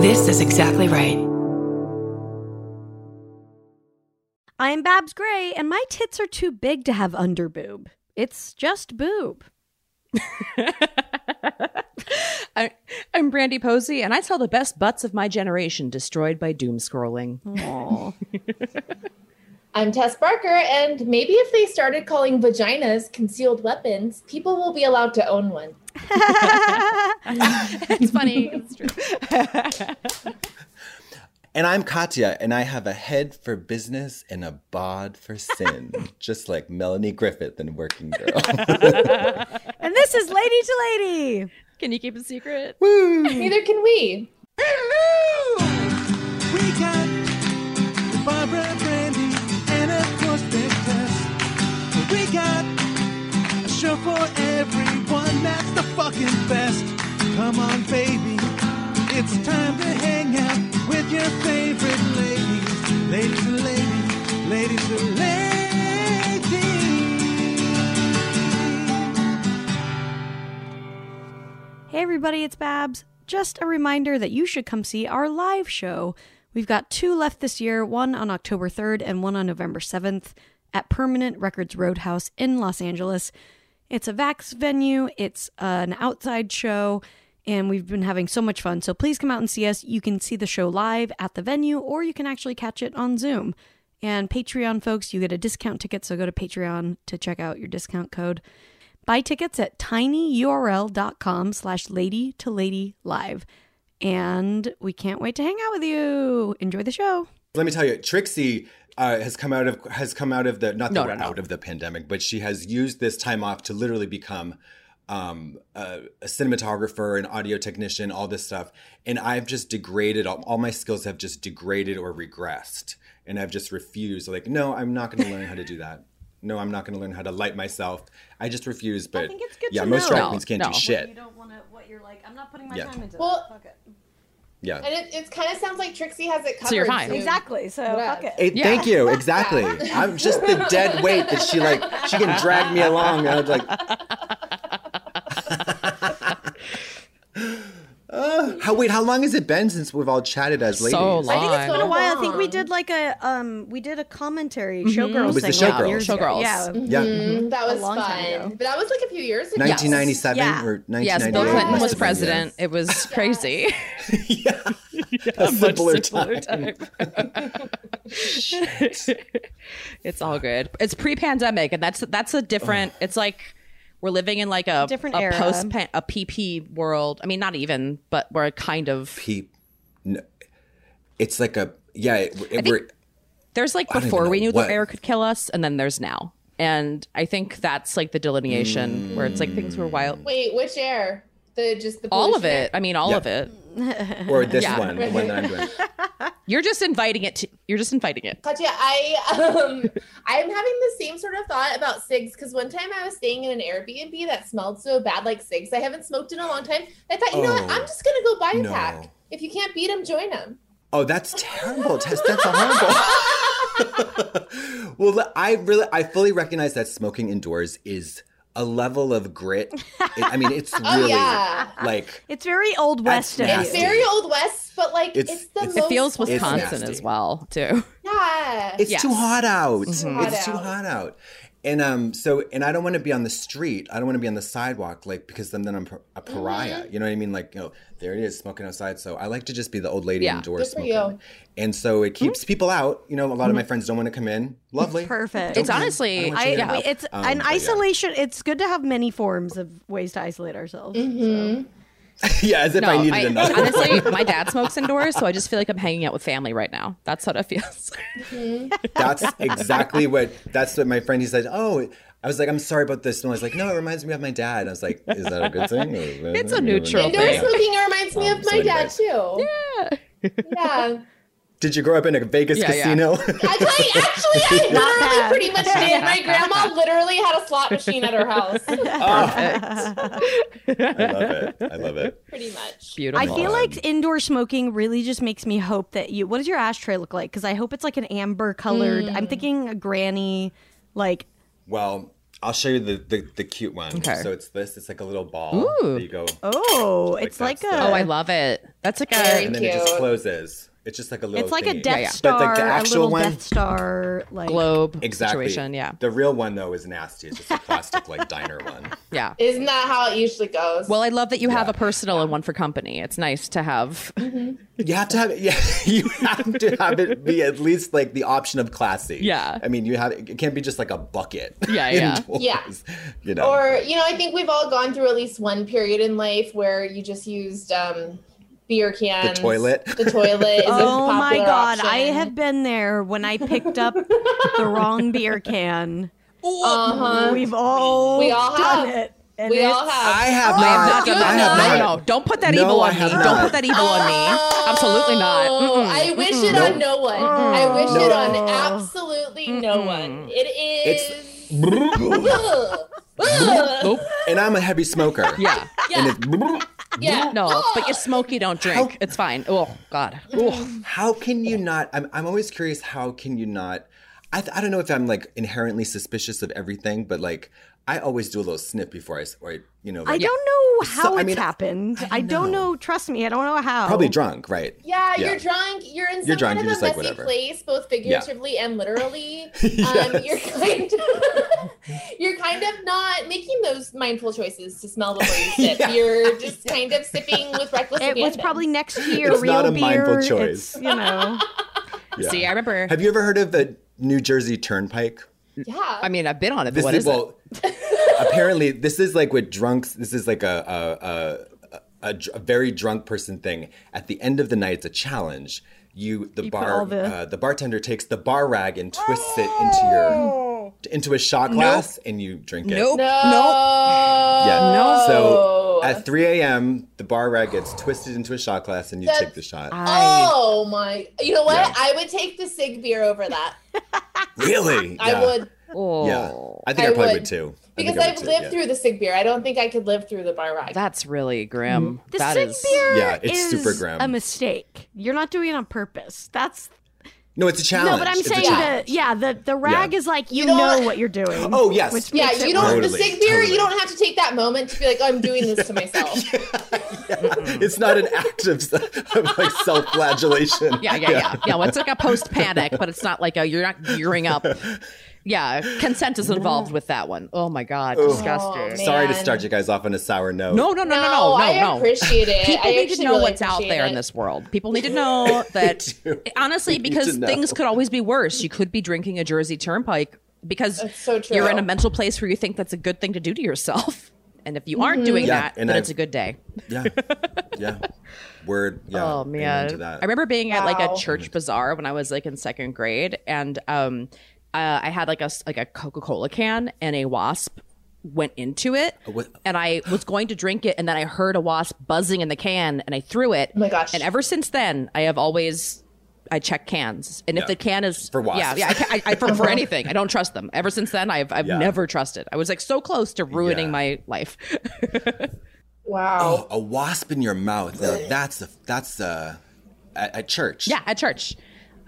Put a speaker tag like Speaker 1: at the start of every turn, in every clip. Speaker 1: This is exactly right.
Speaker 2: I'm Babs Gray, and my tits are too big to have underboob. It's just boob.
Speaker 3: I, I'm Brandy Posey, and I tell the best butts of my generation destroyed by doom scrolling.
Speaker 4: Mm-hmm.
Speaker 5: I'm Tess Barker, and maybe if they started calling vaginas concealed weapons, people will be allowed to own one.
Speaker 6: It's funny. It's true.
Speaker 4: And I'm Katya, and I have a head for business and a bod for sin, just like Melanie Griffith in Working Girl.
Speaker 2: And this is Lady to Lady.
Speaker 6: Can you keep a secret?
Speaker 5: Neither can we.
Speaker 7: We got Barbara Brandy and of course Big Tess. We got a show for everyone that's the fucking best. Come on, baby. It's time to hang out with your favorite ladies. Ladies and ladies, ladies and ladies.
Speaker 2: Hey, everybody, it's Babs. Just a reminder that you should come see our live show. We've got two left this year one on October 3rd and one on November 7th at Permanent Records Roadhouse in Los Angeles. It's a Vax venue, it's an outside show, and we've been having so much fun. So please come out and see us. You can see the show live at the venue, or you can actually catch it on Zoom. And Patreon folks, you get a discount ticket, so go to Patreon to check out your discount code. Buy tickets at tinyurl.com slash lady to lady live. And we can't wait to hang out with you. Enjoy the show.
Speaker 4: Let me tell you, Trixie uh, has come out of has come out of the not that
Speaker 3: No,
Speaker 4: we're
Speaker 3: no, no.
Speaker 4: out of the pandemic, but she has used this time off to literally become um, a, a cinematographer, an audio technician, all this stuff. And I've just degraded all, all my skills have just degraded or regressed, and I've just refused. Like, no, I'm not going to learn how to do that. No, I'm not going to learn how to light myself. I just refuse. But
Speaker 2: think it's good
Speaker 4: yeah,
Speaker 2: to
Speaker 4: most
Speaker 2: know.
Speaker 4: drag queens can't
Speaker 3: No.
Speaker 4: do shit.
Speaker 2: don't want to, what you're like, I'm not putting my
Speaker 4: Yeah. time
Speaker 2: into
Speaker 5: Well- Fuck
Speaker 4: Yeah.
Speaker 5: And it, it kind of sounds like Trixie has it covered.
Speaker 3: you're fine.
Speaker 5: too.
Speaker 2: Exactly. So fuck it.
Speaker 4: It, Thank you. Exactly. I'm just the dead weight that she like. She can drag me along. And I was like, Uh, how wait? How long has it been since we've all chatted as ladies?
Speaker 3: So
Speaker 5: I think it's
Speaker 3: long.
Speaker 5: been
Speaker 2: In
Speaker 5: a
Speaker 2: a
Speaker 5: while.
Speaker 2: while, I think we did like a um, we did a commentary showgirl
Speaker 4: It was the
Speaker 2: segment
Speaker 4: Showgirls.
Speaker 2: years ago.
Speaker 3: Showgirls.
Speaker 2: Yeah,
Speaker 4: Yeah,
Speaker 5: Mm, that was
Speaker 2: long time ago.
Speaker 5: fun. But that was like a few years ago.
Speaker 4: 1997
Speaker 2: Yeah.
Speaker 4: or
Speaker 3: Yes,
Speaker 4: 1998.
Speaker 3: Bill Clinton
Speaker 4: must
Speaker 3: was
Speaker 4: have been,
Speaker 3: president. It was crazy.
Speaker 4: Yeah, a simpler
Speaker 3: simpler
Speaker 4: time.
Speaker 3: it's all good. It's pre-pandemic, and that's that's a different. It's like we're living in like a
Speaker 2: Different
Speaker 3: a
Speaker 2: era.
Speaker 3: post a PP world. I mean, not even, but we're kind of
Speaker 4: Peep. No, it's like a yeah. It, it- we're,
Speaker 3: there's like
Speaker 4: don't even
Speaker 3: before we
Speaker 4: know
Speaker 3: knew
Speaker 4: what-
Speaker 3: the air could kill us, and then there's now. And I think that's like the delineation where it's like things were wild.
Speaker 5: Wait, which air? The just the
Speaker 3: All of
Speaker 5: pollution air?
Speaker 3: it. I mean, all of it.
Speaker 4: or this
Speaker 3: Yeah.
Speaker 4: one, the one that I'm doing.
Speaker 3: You're just inviting it. To, you're just inviting it.
Speaker 5: Katya, I um I'm having the same sort of thought about cigs because one time I was staying in an Airbnb that smelled so bad like cigs. I haven't smoked in a long time. I thought, you know what?
Speaker 4: Oh,
Speaker 5: I'm just gonna go buy a
Speaker 4: no.
Speaker 5: pack. If you can't beat them, join them.
Speaker 4: Oh, that's terrible, Tess. That's horrible. well, le- I really, I fully recognize that smoking indoors is a level of grit. It- I mean, it's really
Speaker 5: Oh, yeah.
Speaker 4: like
Speaker 2: it's very old west
Speaker 4: That's
Speaker 2: of
Speaker 5: It's
Speaker 4: nasty.
Speaker 2: you.
Speaker 5: very old west, but like it's,
Speaker 4: It's-
Speaker 5: the
Speaker 4: it's-
Speaker 5: most
Speaker 3: It feels
Speaker 5: like,
Speaker 4: It's
Speaker 3: Wisconsin
Speaker 4: nasty.
Speaker 3: as well, too.
Speaker 5: yeah.
Speaker 4: it's
Speaker 3: Yes.
Speaker 4: too hot out.
Speaker 5: hot
Speaker 4: It's too
Speaker 5: out.
Speaker 4: hot out. And um, so, and I don't want to be on the street. I don't want to be on the sidewalk, like because then, then I'm par-
Speaker 5: Mm-hmm.
Speaker 4: a pariah. You know what I mean? Like, you know, there it is, smoking outside. So I like to just be the old lady
Speaker 3: Yeah.
Speaker 4: indoors
Speaker 5: Good for
Speaker 4: smoking.
Speaker 5: you.
Speaker 4: And so it keeps people out. You know, a lot of my friends don't want to come in. Lovely.
Speaker 2: Perfect.
Speaker 3: It's honestly,
Speaker 2: I,
Speaker 3: yeah.
Speaker 2: we- it's
Speaker 4: Um,
Speaker 2: an
Speaker 4: but yeah.
Speaker 2: isolation. It's good to have many forms of ways to isolate ourselves.
Speaker 4: yeah, as if I
Speaker 3: No,
Speaker 4: needed
Speaker 3: I-
Speaker 4: another. one.
Speaker 3: honestly, my dad smokes indoors, so I just feel like I'm hanging out with family right now. That's what it feels.
Speaker 4: That's exactly what. That's what my friend. He said, "Oh." I was like, I'm sorry about this. And I was like, no, it reminds me of my dad. I was like, is that a good thing? uh,
Speaker 3: It's a neutral
Speaker 5: Indoor
Speaker 3: thing.
Speaker 5: smoking reminds me
Speaker 4: Um,
Speaker 5: of
Speaker 4: so
Speaker 5: my dad
Speaker 4: anyways.
Speaker 5: too. Yeah. yeah.
Speaker 4: Did you grow up in a Vegas
Speaker 3: Yeah, yeah.
Speaker 4: casino?
Speaker 5: Actually, actually, I literally
Speaker 2: bad.
Speaker 5: pretty much did. My grandma literally had a slot machine at her house.
Speaker 4: I love it. I love it.
Speaker 5: pretty much.
Speaker 2: I
Speaker 3: Beautiful.
Speaker 2: feel like indoor smoking really just makes me hope that you. What does your ashtray look like? Because I hope it's like an amber colored. I'm thinking a granny, like
Speaker 4: Well, I'll show you the the, the cute one.
Speaker 3: Okay.
Speaker 4: So it's this. It's like a little ball. There you go.
Speaker 2: oh, it's
Speaker 4: that's
Speaker 2: like
Speaker 4: the-
Speaker 2: a.
Speaker 3: oh, I love it. That's like
Speaker 5: Very
Speaker 3: a
Speaker 4: and then it just
Speaker 5: Cute.
Speaker 4: closes. It's just like a little.
Speaker 2: It's like a
Speaker 4: thingy.
Speaker 2: Death
Speaker 3: yeah.
Speaker 2: Star,
Speaker 4: But, like, the
Speaker 2: a
Speaker 4: actual
Speaker 2: little
Speaker 4: one-
Speaker 2: Death Star, like
Speaker 3: globe
Speaker 4: exactly.
Speaker 3: situation. Yeah.
Speaker 4: The real one though is nasty. It's just a plastic like diner one.
Speaker 3: Yeah.
Speaker 5: Isn't that how it usually goes?
Speaker 3: Well, I love that you have
Speaker 4: Yeah.
Speaker 3: a personal and one for company. It's nice to have.
Speaker 4: Uh, You have to have it. Yeah, you have to have it be at least like the option of classy.
Speaker 3: Yeah.
Speaker 4: I mean, you have it can't be just like a bucket.
Speaker 3: Yeah, yeah.
Speaker 4: indoors,
Speaker 5: Yeah.
Speaker 4: You know.
Speaker 5: or uh, you know, I think we've all gone through at least one period in life where you just used um, beer cans.
Speaker 4: toilet.
Speaker 5: The toilet. Is
Speaker 2: Oh
Speaker 5: a
Speaker 2: my
Speaker 5: popular
Speaker 2: god, I
Speaker 5: option.
Speaker 2: have been there when I picked up the wrong beer can.
Speaker 5: Uh-huh.
Speaker 2: We've all
Speaker 5: We all
Speaker 2: done
Speaker 5: have.
Speaker 2: it. and
Speaker 5: we all
Speaker 2: it's-
Speaker 5: have.
Speaker 4: I have
Speaker 3: I have
Speaker 4: not.
Speaker 3: not done that.
Speaker 4: I have
Speaker 3: No,
Speaker 4: not.
Speaker 3: no, don't put that
Speaker 4: No,
Speaker 3: evil
Speaker 4: I
Speaker 3: on me.
Speaker 4: have
Speaker 3: Don't
Speaker 4: not.
Speaker 3: put that evil on me. Absolutely not.
Speaker 5: Oh,
Speaker 3: Mm-mm.
Speaker 5: I wish it
Speaker 4: Mm-mm.
Speaker 5: on no one. I wish it
Speaker 4: No.
Speaker 5: on absolutely no one. It is. Ugh. Ugh.
Speaker 3: Nope.
Speaker 4: and I'm a heavy smoker.
Speaker 3: Yeah.
Speaker 5: Yeah,
Speaker 4: And it's,
Speaker 5: yeah.
Speaker 3: No, but you smoke, you don't drink. It's fine. Oh God. Oh,
Speaker 4: how can you not? I'm, I'm always curious. How can you not? I, th- I don't know if I'm like inherently suspicious of everything, but like I always do a little sniff before I, s- or you know,
Speaker 2: I
Speaker 4: like,
Speaker 2: don't know
Speaker 4: So,
Speaker 2: how
Speaker 4: I
Speaker 2: it's
Speaker 4: mean,
Speaker 2: happened. I,
Speaker 4: I
Speaker 2: don't
Speaker 4: know.
Speaker 2: know. Trust me, I don't know how.
Speaker 4: probably drunk, right?
Speaker 5: Yeah,
Speaker 4: Yeah.
Speaker 5: you're drunk. You're in some
Speaker 4: You're drunk,
Speaker 5: kind
Speaker 4: you're
Speaker 5: of
Speaker 4: just
Speaker 5: a
Speaker 4: like,
Speaker 5: messy
Speaker 4: whatever.
Speaker 5: place, both figuratively and literally. Um,
Speaker 4: Yes.
Speaker 5: you're kind of you're kind of not making those mindful choices to smell before you sip.
Speaker 4: Yeah.
Speaker 5: You're just kind of sipping with reckless
Speaker 2: It was
Speaker 5: abandon.
Speaker 2: probably next year.
Speaker 4: It's
Speaker 2: real
Speaker 4: not a
Speaker 2: beer.
Speaker 4: mindful
Speaker 2: it's,
Speaker 4: choice.
Speaker 2: you know,
Speaker 4: Yeah.
Speaker 3: see, I remember.
Speaker 4: Have you ever heard of the New Jersey Turnpike?
Speaker 5: yeah.
Speaker 3: I mean, I've been on it. But
Speaker 4: This
Speaker 3: what
Speaker 4: is
Speaker 3: is it?
Speaker 4: well. apparently, this is like what drunks. This is like a a, a, a dr- a very drunk person thing. At the end of the night, it's a challenge. You the
Speaker 2: You put
Speaker 4: bar
Speaker 2: all the-
Speaker 4: uh, the bartender takes the bar rag and twists it into your into a shot glass, and you drink it.
Speaker 3: Nope.
Speaker 5: no.
Speaker 3: Nope.
Speaker 4: Yeah.
Speaker 3: No.
Speaker 4: So at 3 a.m., the bar rag gets twisted into a shot glass, and you
Speaker 5: That's-
Speaker 4: take the shot.
Speaker 2: I,
Speaker 5: Oh my! You know what?
Speaker 4: Yeah.
Speaker 5: I would take the sig beer over that.
Speaker 4: really?
Speaker 5: I
Speaker 4: Yeah.
Speaker 5: would
Speaker 3: Oh,
Speaker 4: Yeah. I think I,
Speaker 5: I
Speaker 4: probably would,
Speaker 5: would.
Speaker 4: too. I think
Speaker 5: because
Speaker 4: I
Speaker 5: I've
Speaker 4: would too,
Speaker 5: lived
Speaker 4: yeah.
Speaker 5: through the sig beer. I don't think I could live through the bar ride.
Speaker 3: that's really grim.
Speaker 5: Mm-hmm.
Speaker 2: the
Speaker 3: That
Speaker 2: sig
Speaker 3: is-
Speaker 2: beer
Speaker 4: Yeah, it's
Speaker 2: is
Speaker 4: super grim.
Speaker 2: a mistake. You're not doing it on purpose. That's
Speaker 4: No, it's a challenge.
Speaker 2: no, but I'm
Speaker 4: It's a
Speaker 2: saying
Speaker 4: challenge.
Speaker 2: the yeah the the rag
Speaker 4: Yeah.
Speaker 2: is like you,
Speaker 5: know
Speaker 2: know
Speaker 5: what?
Speaker 2: what you're doing.
Speaker 4: Oh, yes.
Speaker 2: which
Speaker 5: yeah,
Speaker 2: makes it
Speaker 5: you don't the
Speaker 4: Totally,
Speaker 5: sig beer. You
Speaker 4: totally.
Speaker 5: don't have to take that moment to be like, I'm doing this to myself.
Speaker 4: it's not an act of, of like self-flagellation.
Speaker 3: Yeah, yeah, yeah. Yeah, well, it's like a post panic, but it's not like a you're not gearing up. Yeah, consent is involved with that one. Oh my god, disgusting.
Speaker 5: man.
Speaker 4: Sorry to
Speaker 5: Man.
Speaker 4: start you guys off on a sour note.
Speaker 3: No, no, no, no, no, no,
Speaker 5: Oh, I
Speaker 3: no.
Speaker 5: appreciate it.
Speaker 3: People
Speaker 5: I
Speaker 3: need to
Speaker 5: actually
Speaker 3: know
Speaker 5: really
Speaker 3: what's out
Speaker 5: appreciate
Speaker 3: there in
Speaker 5: it.
Speaker 3: this world. People need to know that
Speaker 4: do.
Speaker 3: honestly,
Speaker 4: need
Speaker 3: because
Speaker 4: to know.
Speaker 3: things could always be worse. You could be drinking a Jersey Turnpike because
Speaker 5: That's so true.
Speaker 3: you're in a mental place where you think that's a good thing to do to yourself. And if you aren't doing
Speaker 4: Mm-hmm. Yeah,
Speaker 3: that,
Speaker 4: and
Speaker 3: then
Speaker 4: I've-
Speaker 3: it's a good day.
Speaker 4: Yeah. Yeah. Word. Yeah.
Speaker 3: Oh
Speaker 4: Amen to
Speaker 3: man,
Speaker 4: that.
Speaker 3: I remember being at like
Speaker 5: Wow.
Speaker 3: a church bazaar when I was like in second grade, and um, uh, I had like a s- like a Coca Cola can, and a wasp went into it,
Speaker 4: what-
Speaker 3: and I was going to drink it, and then I heard a wasp buzzing in the can, and I threw it. Oh
Speaker 5: my gosh.
Speaker 3: And ever since then, I have always. I check cans, and if
Speaker 4: Yeah.
Speaker 3: the can is
Speaker 4: For wasps.
Speaker 3: yeah, yeah, I, can't- I, I for, for anything, I don't trust them. Ever since then, I've I've
Speaker 4: Yeah.
Speaker 3: never trusted. I was like so close to ruining
Speaker 4: Yeah.
Speaker 3: my life.
Speaker 5: Wow.
Speaker 4: a wasp in your mouth. Now that's a that's a at, at church.
Speaker 3: yeah, at church.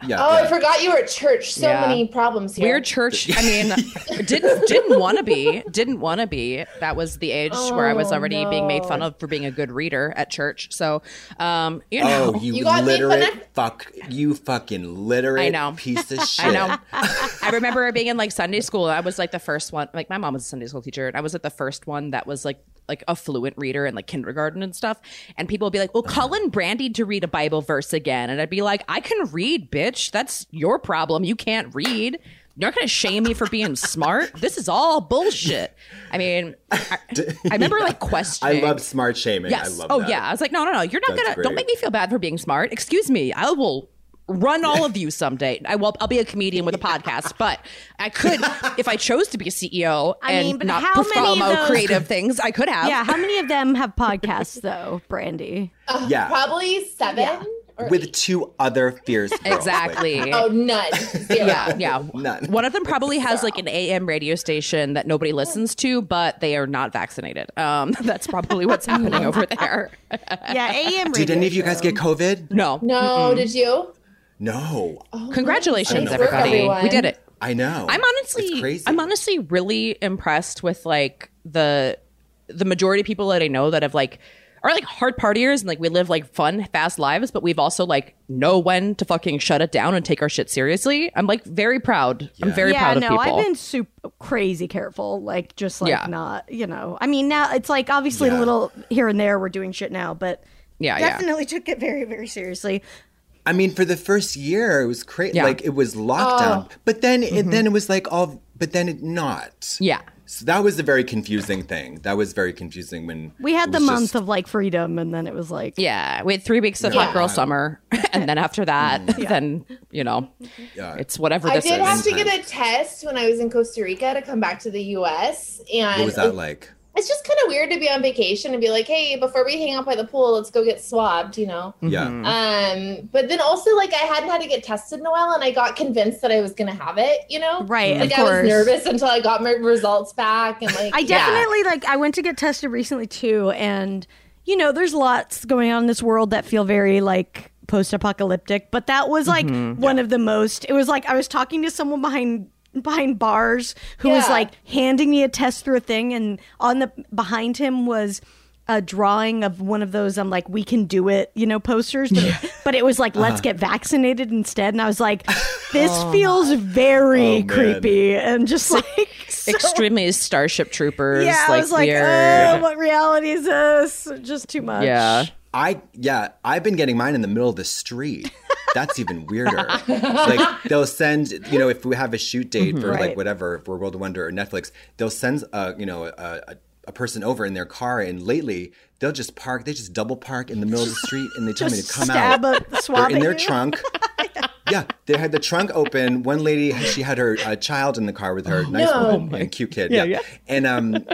Speaker 4: Yeah.
Speaker 5: Oh,
Speaker 4: yeah.
Speaker 5: I forgot you were at church. So
Speaker 3: Yeah.
Speaker 5: many problems here.
Speaker 3: Weird church. I mean, didn't didn't want to be. Didn't want to be. That was the age where I was
Speaker 5: Oh,
Speaker 3: already being made fun
Speaker 5: no.
Speaker 3: of for being a good reader at church. So, um, you know,
Speaker 4: Oh, you,
Speaker 5: You got me, but
Speaker 4: literate fuck. You fucking literate
Speaker 3: I know.
Speaker 4: piece of shit.
Speaker 3: I know. I remember being in like Sunday school. I was like the first one. Like my mom was a Sunday school teacher, and I was like the first one that was like like a fluent reader in like kindergarten and stuff. And people would be like, "Well,
Speaker 4: Uh-huh.
Speaker 3: Cullen Brandy to read a Bible verse again," and I'd be like, "I can read, bitch. That's your problem. You can't read." You're not gonna shame me for being smart. This is all bullshit. I mean, I, I remember like
Speaker 4: I
Speaker 3: questioning.
Speaker 4: love smart shaming.
Speaker 3: Yes.
Speaker 4: I love
Speaker 3: oh
Speaker 4: that.
Speaker 3: yeah. I was like, no, no, no. You're not
Speaker 4: That's
Speaker 3: gonna. Don't
Speaker 4: great.
Speaker 3: make me feel bad for being smart. Excuse me. I will run all of you someday. I will. I'll be a comedian with a podcast, but I could, if I chose to be a CEO
Speaker 2: I
Speaker 3: and
Speaker 2: mean, but
Speaker 3: not
Speaker 2: how many of
Speaker 3: perform
Speaker 2: those-
Speaker 3: creative things, I could have.
Speaker 2: yeah. How many of them have podcasts though, Brandy?
Speaker 4: Yeah.
Speaker 5: Oh, Probably seven or
Speaker 4: With
Speaker 5: eight.
Speaker 4: two other fierce girls. like,
Speaker 3: Exactly.
Speaker 5: Oh, none. Zero.
Speaker 3: yeah, yeah.
Speaker 4: None.
Speaker 3: One of them probably has like an AM radio station that nobody listens to, but they are not vaccinated. Um, that's probably what's happening over there.
Speaker 2: Yeah, AM.
Speaker 4: Did
Speaker 2: radio
Speaker 4: any of you guys
Speaker 2: show.
Speaker 4: get COVID?
Speaker 3: No.
Speaker 5: No, did you?
Speaker 4: No.
Speaker 3: Congratulations,
Speaker 4: Nice work,
Speaker 3: everybody.
Speaker 5: everyone.
Speaker 3: We did it.
Speaker 4: I know.
Speaker 3: I'm honestly,
Speaker 4: It's crazy.
Speaker 3: I'm honestly really impressed with like the the majority of people that I know that have like are like hard partiers and like we live like fun, fast lives, but we've also like know when to fucking shut it down and take our shit seriously. I'm like very proud. I'm very
Speaker 2: yeah,
Speaker 3: proud of
Speaker 2: no,
Speaker 3: people.
Speaker 2: I've been super crazy careful, like just like
Speaker 3: Yeah.
Speaker 2: not, you know. I mean, now it's like obviously a
Speaker 4: Yeah.
Speaker 2: little here and there we're doing shit now, but
Speaker 3: yeah, yeah.
Speaker 2: definitely took it very, very seriously.
Speaker 4: I mean, for the first year, it was crazy.
Speaker 3: Yeah. Oh. Mm-hmm.
Speaker 4: Like it was lockdown, but then it, then it was like all, but then it not.
Speaker 3: Yeah.
Speaker 4: So that was a very confusing thing. That was very confusing when
Speaker 2: We had
Speaker 4: it
Speaker 2: the
Speaker 4: was
Speaker 2: month
Speaker 4: just-
Speaker 2: of like freedom, and then it was like,
Speaker 3: Yeah, we had three weeks of hot girl summer, and then after
Speaker 4: Mm.
Speaker 3: that, then you know,
Speaker 4: Yeah.
Speaker 3: it's whatever
Speaker 5: I
Speaker 3: this
Speaker 5: did
Speaker 3: is.
Speaker 5: have to get a test when I was in Costa Rica to come back to the U.S. And
Speaker 4: What was
Speaker 5: it-
Speaker 4: that like?
Speaker 5: it's just kind of weird to be on vacation and be like, "Hey, before we hang out by the pool, let's go get swabbed," you know.
Speaker 3: Mm-hmm.
Speaker 4: Yeah.
Speaker 5: Um, but then also like I hadn't had to get tested in a while, and I got convinced that I was gonna have it, you know.
Speaker 2: right,
Speaker 5: Like
Speaker 2: of
Speaker 5: I was
Speaker 2: course.
Speaker 5: nervous until I got my results back, and like
Speaker 2: I
Speaker 5: yeah.
Speaker 2: definitely like I went to get tested recently too and you know there's lots going on in this world that feel very like post-apocalyptic but that was like one of the most it was like I was talking to someone behind behind bars who was
Speaker 5: Yeah.
Speaker 2: like handing me a test through a thing and on the behind him was a drawing of one of those I'm like we can do it you know posters but, but it was like let's get vaccinated instead and I was like this feels
Speaker 4: Oh,
Speaker 2: very
Speaker 4: man.
Speaker 2: creepy and just like so-
Speaker 3: extremely Starship Troopers.
Speaker 2: yeah,
Speaker 3: like,
Speaker 2: I was like,
Speaker 3: weird.
Speaker 2: oh, what reality is this? Just too much.
Speaker 3: yeah.
Speaker 4: I yeah, I've been getting mine in the middle of the street. That's even weirder. like they'll send, you know, if we have a shoot date for
Speaker 2: Mm-hmm. Right.
Speaker 4: like whatever for World of Wonder or Netflix, they'll send uh, you know, a, a a person over in their car and lately they'll just park, they just double park in the middle of the street and they tell me to
Speaker 2: Just
Speaker 4: come
Speaker 2: stab
Speaker 4: out.
Speaker 2: a
Speaker 4: They're
Speaker 2: swab
Speaker 4: in
Speaker 2: at
Speaker 4: their
Speaker 2: you.
Speaker 4: trunk. yeah, they had the trunk open. One lady, she had her uh, child in the car with her, nice
Speaker 5: no.
Speaker 4: woman and cute kid. Yeah, And um,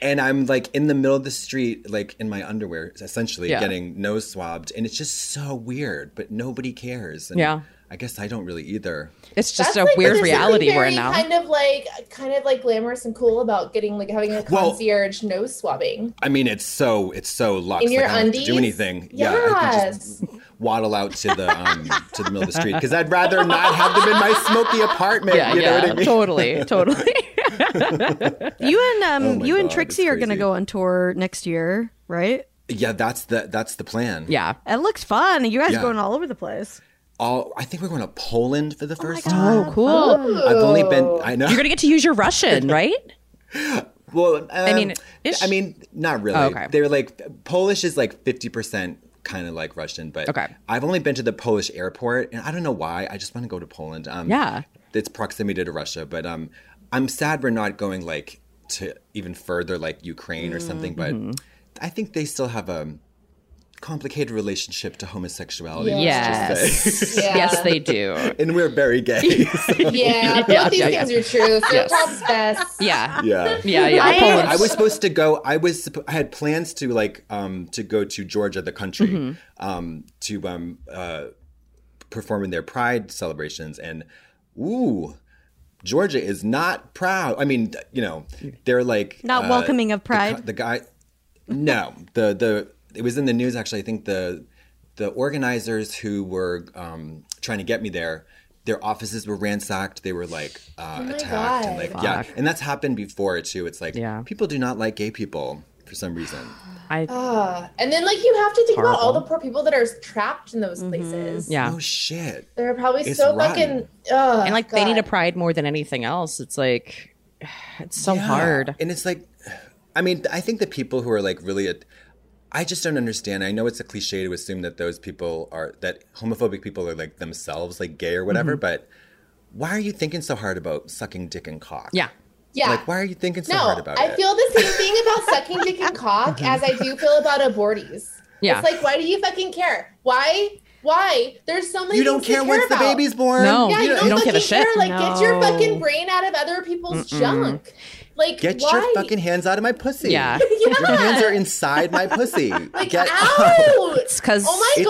Speaker 4: and I'm like in the middle of the street, like in my underwear, essentially
Speaker 3: Yeah.
Speaker 4: getting nose swabbed, and it's just so weird. But nobody cares. And
Speaker 3: Yeah.
Speaker 4: I guess I don't really either.
Speaker 3: It's just
Speaker 5: That's,
Speaker 3: a
Speaker 5: like,
Speaker 3: weird
Speaker 5: there's something
Speaker 3: reality we're
Speaker 5: very
Speaker 3: in now.
Speaker 5: Kind of like, kind of like glamorous and cool about getting like having a
Speaker 4: Well-
Speaker 5: concierge nose swabbing
Speaker 4: I mean, it's so it's so luxe.
Speaker 5: in your
Speaker 4: like, I don't have to
Speaker 5: undies.
Speaker 4: do anything. Yeah, I can just
Speaker 5: Yes.
Speaker 4: waddle out to the um, to the middle of the street because I'd rather not have them in my smoky apartment.
Speaker 3: yeah,
Speaker 4: you know
Speaker 3: yeah,
Speaker 4: what I mean?
Speaker 3: totally, totally.
Speaker 2: You and um,
Speaker 4: Oh my
Speaker 2: you and
Speaker 4: God,
Speaker 2: Trixie
Speaker 4: it's
Speaker 2: are gonna
Speaker 4: crazy.
Speaker 2: go on tour next year, right?
Speaker 4: Yeah, that's the that's the plan.
Speaker 3: yeah.
Speaker 2: It looks fun. You guys
Speaker 4: Yeah.
Speaker 2: going all over the place.
Speaker 4: all I think we're going to Poland for the first time.
Speaker 3: Oh, cool.
Speaker 4: I've only been I know.
Speaker 3: You're gonna get to use your Russian, right?
Speaker 4: well, um, I
Speaker 3: mean,
Speaker 4: mean,
Speaker 3: ish?
Speaker 4: I mean, not really.
Speaker 3: Oh, okay.
Speaker 4: They're like Polish is like fifty percent kind of like Russian, but
Speaker 3: Okay.
Speaker 4: I've only been to the Polish airport, and I don't know why. I just want to go to Poland. Um,
Speaker 3: Yeah.
Speaker 4: it's proximity to Russia, but um, I'm sad we're not going like to even further, like Ukraine or something. But
Speaker 3: Mm-hmm.
Speaker 4: I think they still have a complicated relationship to homosexuality. let's just
Speaker 3: Yes.
Speaker 4: say.
Speaker 5: Yeah.
Speaker 3: Yes, they do.
Speaker 4: and we're very gay. so,
Speaker 5: Yeah, both
Speaker 3: Yeah,
Speaker 5: these
Speaker 3: yeah,
Speaker 5: things are true. So
Speaker 3: Yes.
Speaker 5: Tom's best.
Speaker 3: Yeah.
Speaker 4: yeah.
Speaker 3: Yeah, yeah.
Speaker 2: I-
Speaker 3: Poland.
Speaker 4: I was supposed to go. I was. supp- I had plans to like um to go to Georgia, the country, um to um uh perform in their Pride celebrations, and ooh, Georgia is not proud. I mean, you know, they're like
Speaker 2: Not
Speaker 4: uh,
Speaker 2: welcoming of
Speaker 4: the co-
Speaker 2: Pride?
Speaker 4: The, guy, no, the the it was in the news actually. I think the the organizers who were um trying to get me there. Their offices were ransacked. They were like
Speaker 3: Oh
Speaker 4: uh, attacked and like
Speaker 5: God.
Speaker 4: yeah, and that's happened before too. It's like
Speaker 3: Yeah.
Speaker 4: people do not like gay people for some reason.
Speaker 3: I,
Speaker 5: Ah, and then like you have to think about all the poor people that are trapped in those places.
Speaker 3: Mm-hmm. yeah.
Speaker 4: Oh shit.
Speaker 5: They're probably
Speaker 4: It's
Speaker 5: so
Speaker 4: rotten.
Speaker 5: fucking. Ugh,
Speaker 3: And
Speaker 4: Oh,
Speaker 3: like they need a
Speaker 5: God.
Speaker 3: pride more than anything else. It's like it's so
Speaker 4: Yeah.
Speaker 3: hard.
Speaker 4: And it's like, I mean, I think the people who are like really, at- I just don't understand. I know it's a cliche to assume that those people are that homophobic people are like themselves like gay or whatever,
Speaker 3: Mm-hmm.
Speaker 4: but why are you thinking so hard about sucking dick and cock?
Speaker 3: Yeah.
Speaker 5: Yeah.
Speaker 4: Like, why are you thinking so
Speaker 5: no,
Speaker 4: hard about
Speaker 5: I
Speaker 4: it? Mm-hmm.
Speaker 5: feel the same thing about sucking dick and cock as I do feel about abortees.
Speaker 3: Yeah.
Speaker 5: It's like, why do you fucking care? Why? Why? There's so many.
Speaker 4: you don't
Speaker 5: things to
Speaker 4: care once the
Speaker 5: about.
Speaker 4: baby's born.
Speaker 3: No.
Speaker 5: Yeah,
Speaker 3: You
Speaker 5: you,
Speaker 3: don't-
Speaker 5: don't,
Speaker 3: you don't give a
Speaker 5: fucking care.
Speaker 3: shit.
Speaker 5: Like, get your
Speaker 2: No.
Speaker 5: fucking brain out of other people's junk. Like,
Speaker 4: Get
Speaker 5: why?
Speaker 4: your fucking hands out of my pussy.
Speaker 3: Yeah.
Speaker 4: Your hands are inside my pussy. Get
Speaker 5: out.
Speaker 3: It's because
Speaker 5: Oh my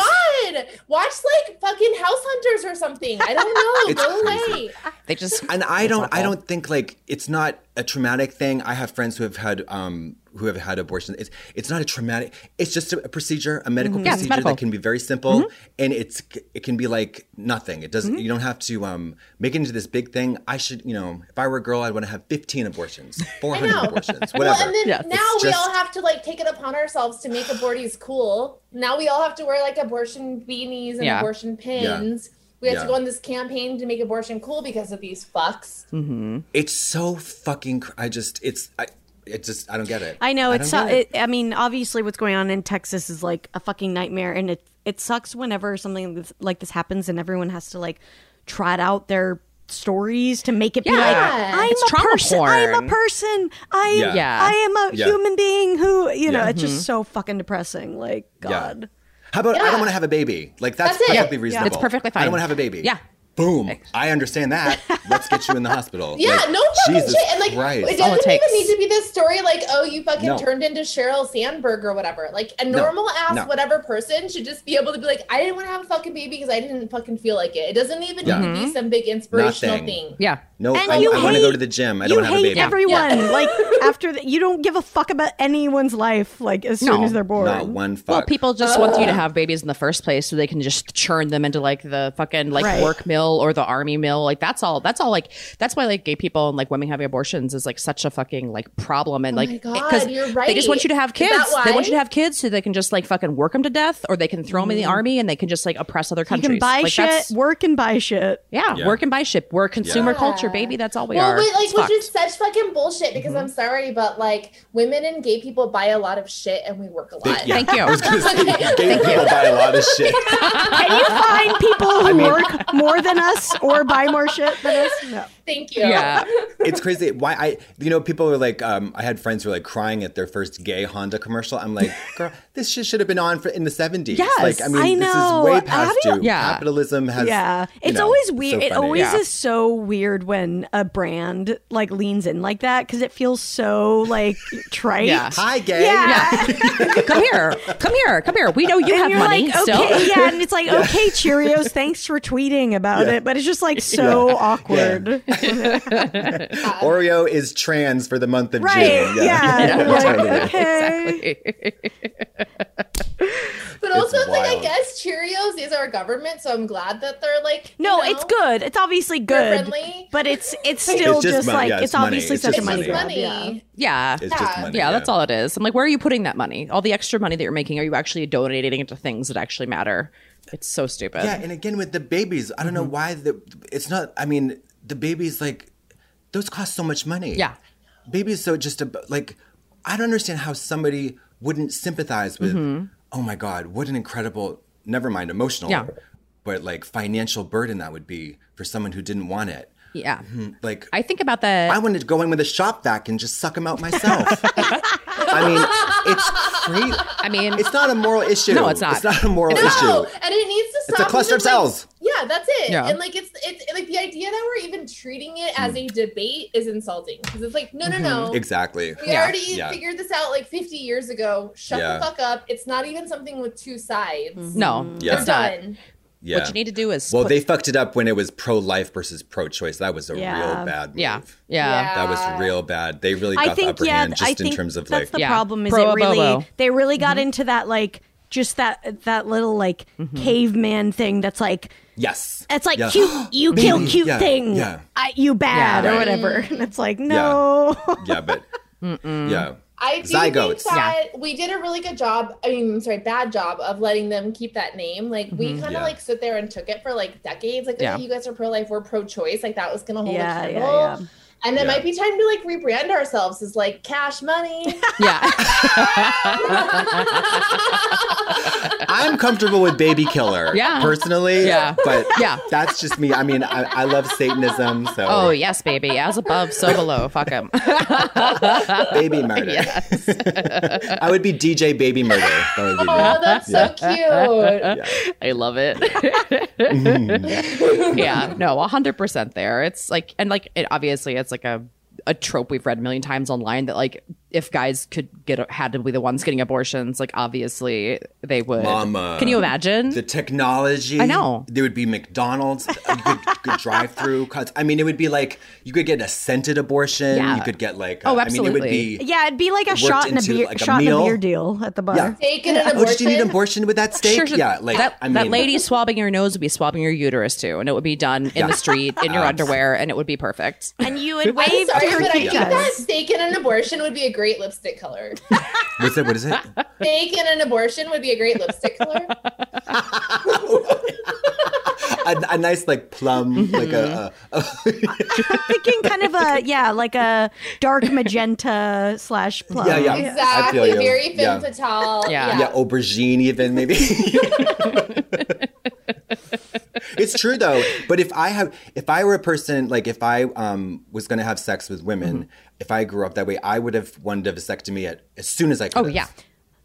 Speaker 5: god! Watch like fucking House Hunters or something. I don't know.
Speaker 4: It's
Speaker 5: Go
Speaker 4: crazy.
Speaker 5: away.
Speaker 3: they just
Speaker 4: and I don't I
Speaker 3: awful.
Speaker 4: don't think like it's not a traumatic thing. I have friends who have had um, who have had abortions. It's it's not a traumatic. It's just a, a procedure, a medical
Speaker 3: Yeah, it's
Speaker 4: procedure
Speaker 3: medical.
Speaker 4: that can be very simple, and it's it can be like nothing. It doesn't. You don't have to um, make it into this big thing. I should, you know, if I were a girl, I'd want to have fifteen abortions, four hundred
Speaker 5: know.
Speaker 4: abortions, whatever.
Speaker 5: Well, and then
Speaker 3: Yeah.
Speaker 5: now
Speaker 4: It's
Speaker 5: we
Speaker 4: just-
Speaker 5: all have to like take it upon ourselves to make aborties cool. Now we all have to wear like abortion beanies and
Speaker 3: Yeah.
Speaker 5: abortion pins. We have
Speaker 4: Yeah.
Speaker 5: to go on this campaign to make abortion cool because of these fucks.
Speaker 3: Mm-hmm.
Speaker 4: It's so fucking. Cr- I just. It's. I. It just. I don't get it.
Speaker 2: I know
Speaker 4: don't
Speaker 2: it's. I,
Speaker 4: get it.
Speaker 2: it, I mean, obviously, what's going on in Texas is like a fucking nightmare, and it it sucks whenever something like this- like this happens, and everyone has to like trot out their stories to make it be like
Speaker 5: Yeah.
Speaker 2: I'm
Speaker 3: It's
Speaker 2: a
Speaker 3: trauma
Speaker 2: person. I'm
Speaker 3: porn.
Speaker 2: a person. I
Speaker 4: Yeah.
Speaker 3: Yeah. Mm-hmm.
Speaker 2: I am a
Speaker 4: Yeah.
Speaker 2: human being who you know.
Speaker 4: Yeah.
Speaker 2: It's just so fucking depressing. Like God.
Speaker 4: How about I
Speaker 5: Yeah.
Speaker 4: don't want to have a baby? Like that's,
Speaker 5: That's it.
Speaker 4: perfectly
Speaker 5: Yeah.
Speaker 4: reasonable.
Speaker 3: It's perfectly
Speaker 4: I
Speaker 3: fine.
Speaker 4: don't want to have a baby.
Speaker 3: Yeah.
Speaker 4: Boom. I understand that. Let's get you in the hospital.
Speaker 5: Yeah,
Speaker 4: Like,
Speaker 5: no fucking
Speaker 4: Jesus
Speaker 5: shit. And like,
Speaker 4: Christ.
Speaker 5: it
Speaker 3: All it
Speaker 5: doesn't
Speaker 3: takes.
Speaker 5: even need to be this story like, oh, you fucking
Speaker 4: No.
Speaker 5: turned into Cheryl Sandberg or whatever. Like, a
Speaker 4: No.
Speaker 5: normal ass,
Speaker 4: No.
Speaker 5: whatever person should just be able to be like, I didn't want to have a fucking baby because I didn't fucking feel like it. It doesn't even
Speaker 4: Yeah.
Speaker 5: need to be some big inspirational
Speaker 4: Nothing.
Speaker 5: thing.
Speaker 3: Mm-hmm. Yeah.
Speaker 4: no,
Speaker 2: And
Speaker 4: I,
Speaker 2: you
Speaker 4: I want to
Speaker 2: hate-
Speaker 4: go to the gym. I don't
Speaker 2: you
Speaker 4: want to have a
Speaker 2: hate
Speaker 4: baby.
Speaker 2: everyone. Like after that, you don't give a fuck about anyone's life. Like as soon
Speaker 3: No.
Speaker 2: as they're born.
Speaker 4: Not one fuck.
Speaker 3: Well, people just want you to have babies in the first place so they can just churn them into like the fucking like
Speaker 2: Right.
Speaker 3: work mill or the army mill. Like that's all. That's all. Like that's why like gay people and like women having abortions is like such a fucking like problem. And like
Speaker 5: Oh my God, you're
Speaker 3: they
Speaker 5: right.
Speaker 3: just want you to have
Speaker 5: Is that
Speaker 3: kids. They want you to
Speaker 5: why? Mm.
Speaker 3: have kids so they can just like fucking work them to death, or they can throw them in the army and they can just like oppress other
Speaker 2: You
Speaker 3: countries.
Speaker 2: can buy
Speaker 3: Like,
Speaker 2: shit,
Speaker 3: that's-
Speaker 2: work and buy shit.
Speaker 3: Yeah,
Speaker 4: Yeah.
Speaker 3: work and buy shit. We're a consumer
Speaker 5: Yeah.
Speaker 3: culture, baby. That's all we
Speaker 5: well,
Speaker 3: are.
Speaker 5: wait, like,
Speaker 3: It's
Speaker 5: which
Speaker 3: fucked.
Speaker 5: is such fucking bullshit because
Speaker 4: Mm-hmm.
Speaker 5: I'm sorry, but like, women and gay people buy a lot of shit and we work a
Speaker 4: They-
Speaker 5: lot.
Speaker 4: yeah.
Speaker 3: Thank you.
Speaker 4: I was gonna say, gay people buy a lot of shit.
Speaker 2: Can you find people who work more than us or buy more shit than us? No.
Speaker 5: Thank you.
Speaker 3: yeah.
Speaker 4: it's crazy why I you know people were like um, I had friends who were like crying at their first gay Honda commercial. I'm like, girl, this shit should have been on for in the 70s.
Speaker 3: Yes,
Speaker 4: like I
Speaker 2: I
Speaker 4: mean, this
Speaker 2: know.
Speaker 4: is way
Speaker 2: How
Speaker 4: past
Speaker 2: do you-
Speaker 4: due.
Speaker 3: Yeah.
Speaker 4: Capitalism has
Speaker 2: Yeah.
Speaker 4: you
Speaker 2: It's
Speaker 4: know,
Speaker 2: always
Speaker 4: so
Speaker 2: weird. it
Speaker 4: funny.
Speaker 2: always
Speaker 3: Yeah.
Speaker 2: is so weird when a brand like leans in like that because it feels so like trite.
Speaker 3: Yeah.
Speaker 4: Hi, gay.
Speaker 2: Yeah.
Speaker 3: come here, come here, come here. We know you have
Speaker 2: And you're
Speaker 3: money
Speaker 2: like,
Speaker 3: still.
Speaker 2: okay, yeah, and it's like, okay, Cheerios, thanks for tweeting about it, but it's just like so awkward.
Speaker 4: Oreo is trans for the month of
Speaker 2: Right.
Speaker 4: June.
Speaker 2: Yeah.
Speaker 4: It's
Speaker 2: Like,
Speaker 4: totally-
Speaker 2: okay.
Speaker 5: But also, it's like, I
Speaker 4: wild.
Speaker 5: guess Cheerios is our government, so I'm glad that they're like, you
Speaker 2: No,
Speaker 5: know,
Speaker 2: it's good. It's obviously
Speaker 5: they're
Speaker 2: good.
Speaker 5: friendly.
Speaker 2: But it's it's still
Speaker 4: It's
Speaker 2: just,
Speaker 4: just money.
Speaker 2: like
Speaker 4: Yeah,
Speaker 2: it's,
Speaker 4: it's money.
Speaker 2: obviously
Speaker 4: It's
Speaker 2: such
Speaker 4: just
Speaker 2: a
Speaker 5: It's
Speaker 2: money
Speaker 5: just
Speaker 2: grab.
Speaker 5: money.
Speaker 2: Yeah.
Speaker 3: yeah.
Speaker 4: It's just money.
Speaker 3: Yeah, that's all it is. I'm like, where are you putting that money? All the extra money that you're making, are you actually donating it to things that actually matter? It's so stupid.
Speaker 4: Yeah, and again with the babies, I don't know why the it's not. I mean, the babies like those cost so much money.
Speaker 3: Yeah.
Speaker 4: babies. So just a, like I don't understand how somebody wouldn't sympathize with.
Speaker 3: Mm-hmm.
Speaker 4: Oh my God, what an incredible. Never mind emotional.
Speaker 3: Yeah.
Speaker 4: but like financial burden that would be for someone who didn't want it.
Speaker 3: Yeah.
Speaker 4: Like
Speaker 3: I think about that.
Speaker 4: I wanted to go in with a shop vac and just suck them out myself. I mean, it's crazy.
Speaker 3: I mean,
Speaker 4: It's not a moral issue.
Speaker 3: No, it's not.
Speaker 4: It's not a moral
Speaker 5: No,
Speaker 4: issue.
Speaker 5: and it needs to stop.
Speaker 4: It's a cluster of
Speaker 5: because, like,
Speaker 4: cells.
Speaker 5: yeah, that's it.
Speaker 3: Yeah.
Speaker 5: And like it's it's like the idea that we're even treating it as a
Speaker 4: Mm.
Speaker 5: debate is insulting because it's like no no no
Speaker 4: Exactly.
Speaker 5: we
Speaker 3: Yeah.
Speaker 5: already
Speaker 4: Mm-hmm. Yeah.
Speaker 5: figured this out like 50 years ago. Shut
Speaker 4: Yeah.
Speaker 5: the fuck up. It's not even something with two sides.
Speaker 3: Mm-hmm. no,
Speaker 4: Yeah.
Speaker 3: it's not.
Speaker 5: Done.
Speaker 4: Yeah.
Speaker 3: What you need to do is.
Speaker 4: Well,
Speaker 3: put-
Speaker 4: they fucked it up when it was pro-life versus pro-choice. That was a
Speaker 2: Yeah.
Speaker 4: real bad move.
Speaker 3: Yeah. Yeah.
Speaker 4: That was real bad. They really got
Speaker 2: I think
Speaker 4: the upper
Speaker 2: yeah,
Speaker 4: hand just
Speaker 2: I
Speaker 4: in
Speaker 2: think
Speaker 4: terms of
Speaker 2: that's
Speaker 4: like
Speaker 2: the
Speaker 3: Yeah.
Speaker 2: problem is
Speaker 3: Pro
Speaker 2: it really
Speaker 3: bono.
Speaker 2: they really got into that like just that that little like caveman thing that's like
Speaker 4: yes.
Speaker 2: it's like
Speaker 4: Yeah.
Speaker 2: cute you kill
Speaker 4: Maybe.
Speaker 2: cute
Speaker 4: Yeah.
Speaker 2: thing
Speaker 4: Yeah.
Speaker 2: I, you bad
Speaker 3: Yeah.
Speaker 2: or whatever and it's like no
Speaker 4: yeah, but yeah.
Speaker 5: I do
Speaker 4: Zygotes.
Speaker 5: think that we did a really good job. I mean, I'm sorry, bad job of letting them keep that name. Like we kind of
Speaker 4: Mm-hmm. Yeah.
Speaker 5: like sit there and took it for like decades. Like
Speaker 3: Yeah.
Speaker 5: okay, you guys are pro-life, we're pro-choice. Like that was gonna hold
Speaker 2: Yeah,
Speaker 5: a
Speaker 2: yeah,
Speaker 5: candle.
Speaker 2: yeah.
Speaker 5: And it
Speaker 4: Yeah.
Speaker 5: might be time to like rebrand ourselves as like cash money.
Speaker 3: yeah.
Speaker 4: I'm comfortable with baby killer.
Speaker 3: Yeah.
Speaker 4: Personally.
Speaker 3: Yeah.
Speaker 4: But
Speaker 3: Yeah.
Speaker 4: That's just me. I mean, I, I love Satanism, so
Speaker 3: oh, yes, baby. As above, so below. Fuck him.
Speaker 4: baby murder.
Speaker 3: yes.
Speaker 4: I would be DJ baby murder. That would be me.
Speaker 5: oh, that's so cute.
Speaker 3: I love it.
Speaker 4: Mm.
Speaker 3: yeah, no, 100% there. It's like, and like, it obviously, it's like a, a trope we've read a million times online that like if guys could get had to be the ones getting abortions, like obviously they would.
Speaker 4: Mama.
Speaker 3: Can you imagine?
Speaker 4: The technology.
Speaker 3: I know.
Speaker 4: There would be McDonald's, you could, drive through cuts. I mean, it would be like you could get a scented abortion. You
Speaker 3: Yeah.
Speaker 4: could get like,
Speaker 3: Oh,
Speaker 4: uh, I mean, it would
Speaker 3: absolutely.
Speaker 4: be.
Speaker 2: Yeah, it'd be like a
Speaker 4: Worked
Speaker 2: shot and a
Speaker 4: into,
Speaker 2: beer,
Speaker 4: like, a
Speaker 2: shot and a
Speaker 4: meal.
Speaker 2: beer deal at the bar.
Speaker 4: Yeah.
Speaker 5: Steak and an
Speaker 4: Oh, did you need an
Speaker 5: abortion.
Speaker 4: abortion with that steak?
Speaker 3: Sure, sure.
Speaker 4: Yeah, like
Speaker 3: that,
Speaker 4: I mean,
Speaker 3: that lady swabbing your nose would be swabbing your uterus too, and it would be done in the street in your underwear, and it would be perfect.
Speaker 2: And you would
Speaker 5: I'm
Speaker 2: wave to
Speaker 5: sorry,
Speaker 2: your
Speaker 5: but I think that
Speaker 2: chicas.
Speaker 5: steak and an abortion would be a great lipstick color.
Speaker 4: What's it? What is it?
Speaker 5: steak and an abortion would be a great lipstick color.
Speaker 4: a, a nice like plum, like a,
Speaker 3: Mm-hmm.
Speaker 4: a,
Speaker 2: I'm thinking kind of a yeah, like a dark magenta slash plum.
Speaker 4: yeah, yeah. I feel
Speaker 5: Exactly.
Speaker 4: you.
Speaker 5: Very femme
Speaker 4: yeah.
Speaker 5: fatale.
Speaker 3: Yeah.
Speaker 4: yeah, aubergine even maybe. it's true though. But if I have, if I were a person like if I um was gonna have sex with women,
Speaker 2: Mm-hmm.
Speaker 4: if I grew up that way, I would have wanted a vasectomy at, as soon as I could.
Speaker 3: Oh, yeah.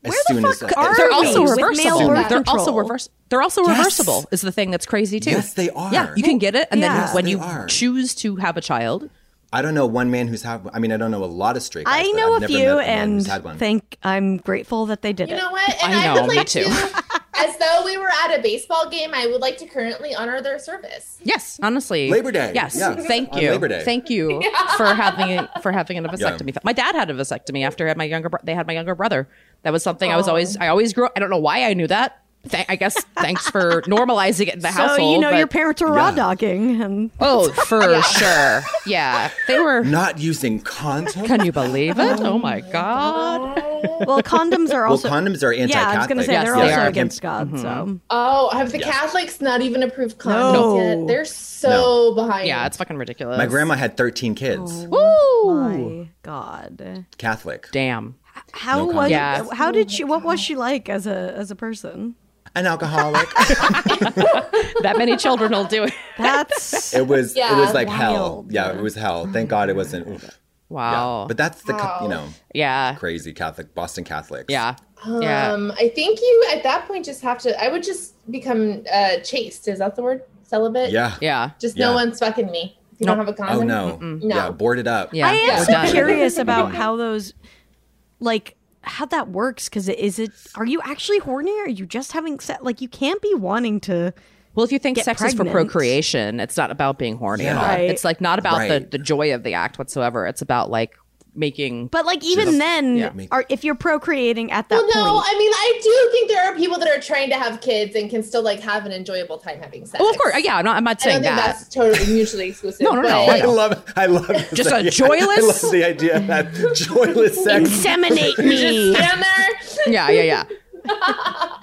Speaker 4: As
Speaker 2: Where the
Speaker 4: soon as
Speaker 2: fuck
Speaker 4: I-
Speaker 2: are
Speaker 3: They're
Speaker 2: we
Speaker 3: also
Speaker 2: with male
Speaker 3: reversible.
Speaker 2: birth
Speaker 3: They're also
Speaker 2: control?
Speaker 3: reverse. They're also
Speaker 4: Yes.
Speaker 3: reversible. Is the thing that's crazy too.
Speaker 4: Yes, they are.
Speaker 3: Yeah, you can get it, and
Speaker 2: Yeah.
Speaker 3: then
Speaker 2: Yes,
Speaker 3: when
Speaker 4: they
Speaker 3: you
Speaker 4: are.
Speaker 3: choose to have a child,
Speaker 4: I don't know one man who's had. I mean, I don't know a lot of straight. Guys,
Speaker 2: I
Speaker 4: but
Speaker 2: know
Speaker 4: I've
Speaker 2: a
Speaker 4: never
Speaker 2: few,
Speaker 4: met a man
Speaker 2: and
Speaker 4: who's had one.
Speaker 2: think I'm grateful that they did
Speaker 5: You
Speaker 2: it.
Speaker 5: know what? And
Speaker 3: I
Speaker 5: I,
Speaker 3: know,
Speaker 5: would
Speaker 3: me
Speaker 5: like
Speaker 3: too.
Speaker 5: to, as though we were at a baseball game, I would like to currently honor their service.
Speaker 3: yes, honestly,
Speaker 4: Labor Day.
Speaker 3: Yes,
Speaker 4: Yeah.
Speaker 3: thank
Speaker 4: On
Speaker 3: you,
Speaker 4: Labor Day.
Speaker 3: thank you for having for having a vasectomy. My dad had a vasectomy after I had my younger. Bro- they had my younger brother. That was something
Speaker 2: Oh.
Speaker 3: I was always. I always grew. I don't know why I knew that. Th- I guess thanks for normalizing it in the
Speaker 2: so
Speaker 3: household.
Speaker 2: you know
Speaker 3: but-
Speaker 2: your parents are raw
Speaker 4: Yeah.
Speaker 2: dogging, and
Speaker 3: Oh, for sure. Yeah, they were.
Speaker 4: Not using condoms.
Speaker 3: Can you believe it? Oh my god.
Speaker 2: well, condoms are
Speaker 4: well,
Speaker 2: also.
Speaker 4: condoms are anti-Catholic.
Speaker 2: yeah, I was gonna say
Speaker 3: Yes,
Speaker 2: they're
Speaker 3: they
Speaker 2: also
Speaker 3: are.
Speaker 2: against God. So
Speaker 5: Oh, have the Catholics not even approved condoms
Speaker 2: No.
Speaker 5: yet? They're so behind.
Speaker 3: Yeah, it's fucking ridiculous.
Speaker 4: My grandma had 13 kids,
Speaker 2: Oh.
Speaker 3: Woo!
Speaker 2: my God,
Speaker 4: Catholic.
Speaker 3: Damn.
Speaker 2: how
Speaker 4: No
Speaker 2: was?
Speaker 3: condoms.
Speaker 2: How did she? What was she like as a as a person?
Speaker 4: An alcoholic.
Speaker 3: That many children will do it.
Speaker 2: That's
Speaker 4: it was it
Speaker 5: Yeah,
Speaker 4: was like hell.
Speaker 2: wild.
Speaker 4: Yeah, it was hell. Thank God it wasn't. oof.
Speaker 3: Wow.
Speaker 4: Yeah. But that's the ca- you know
Speaker 3: Yeah.
Speaker 4: crazy Catholic Boston Catholics.
Speaker 3: Yeah. Yeah.
Speaker 5: Um, I think you at that point just have to. I would just become uh, chaste. Is that the word? Celibate.
Speaker 4: Yeah.
Speaker 3: Yeah.
Speaker 5: Just
Speaker 4: Yeah.
Speaker 5: no one's fucking me. If you don't have a condom.
Speaker 4: Oh no.
Speaker 5: No.
Speaker 4: Yeah, boarded up.
Speaker 3: Yeah.
Speaker 2: I am
Speaker 3: We're
Speaker 2: so
Speaker 3: done.
Speaker 2: curious about how those, like, how that works. Because is it? Are you actually horny? Or are you just having sex? Like, you can't be wanting to.
Speaker 3: Well, if you think
Speaker 2: Get
Speaker 3: sex is for
Speaker 2: pregnant.
Speaker 3: procreation, it's not about being horny at
Speaker 4: Yeah.
Speaker 3: all.
Speaker 2: Right.
Speaker 3: It's like not about
Speaker 4: Right.
Speaker 3: the, the joy of the act whatsoever. It's about like making.
Speaker 2: But like, even then, are, if you're procreating at that
Speaker 5: Well, no.
Speaker 2: point,
Speaker 5: I mean, I do think there are people that are trying to have kids and can still like have an enjoyable time having sex.
Speaker 3: well, of course. Yeah. I'm not, I'm not
Speaker 5: I don't
Speaker 3: saying
Speaker 5: think
Speaker 3: that.
Speaker 5: that's totally mutually exclusive.
Speaker 3: No, no, no,
Speaker 5: but-
Speaker 3: I
Speaker 4: I love I love this
Speaker 3: Just a
Speaker 4: idea. I
Speaker 3: joyless-
Speaker 4: love the idea of that joyless sex.
Speaker 2: inseminate
Speaker 5: Just
Speaker 2: me.
Speaker 5: stand there.
Speaker 3: Yeah. Yeah. Yeah.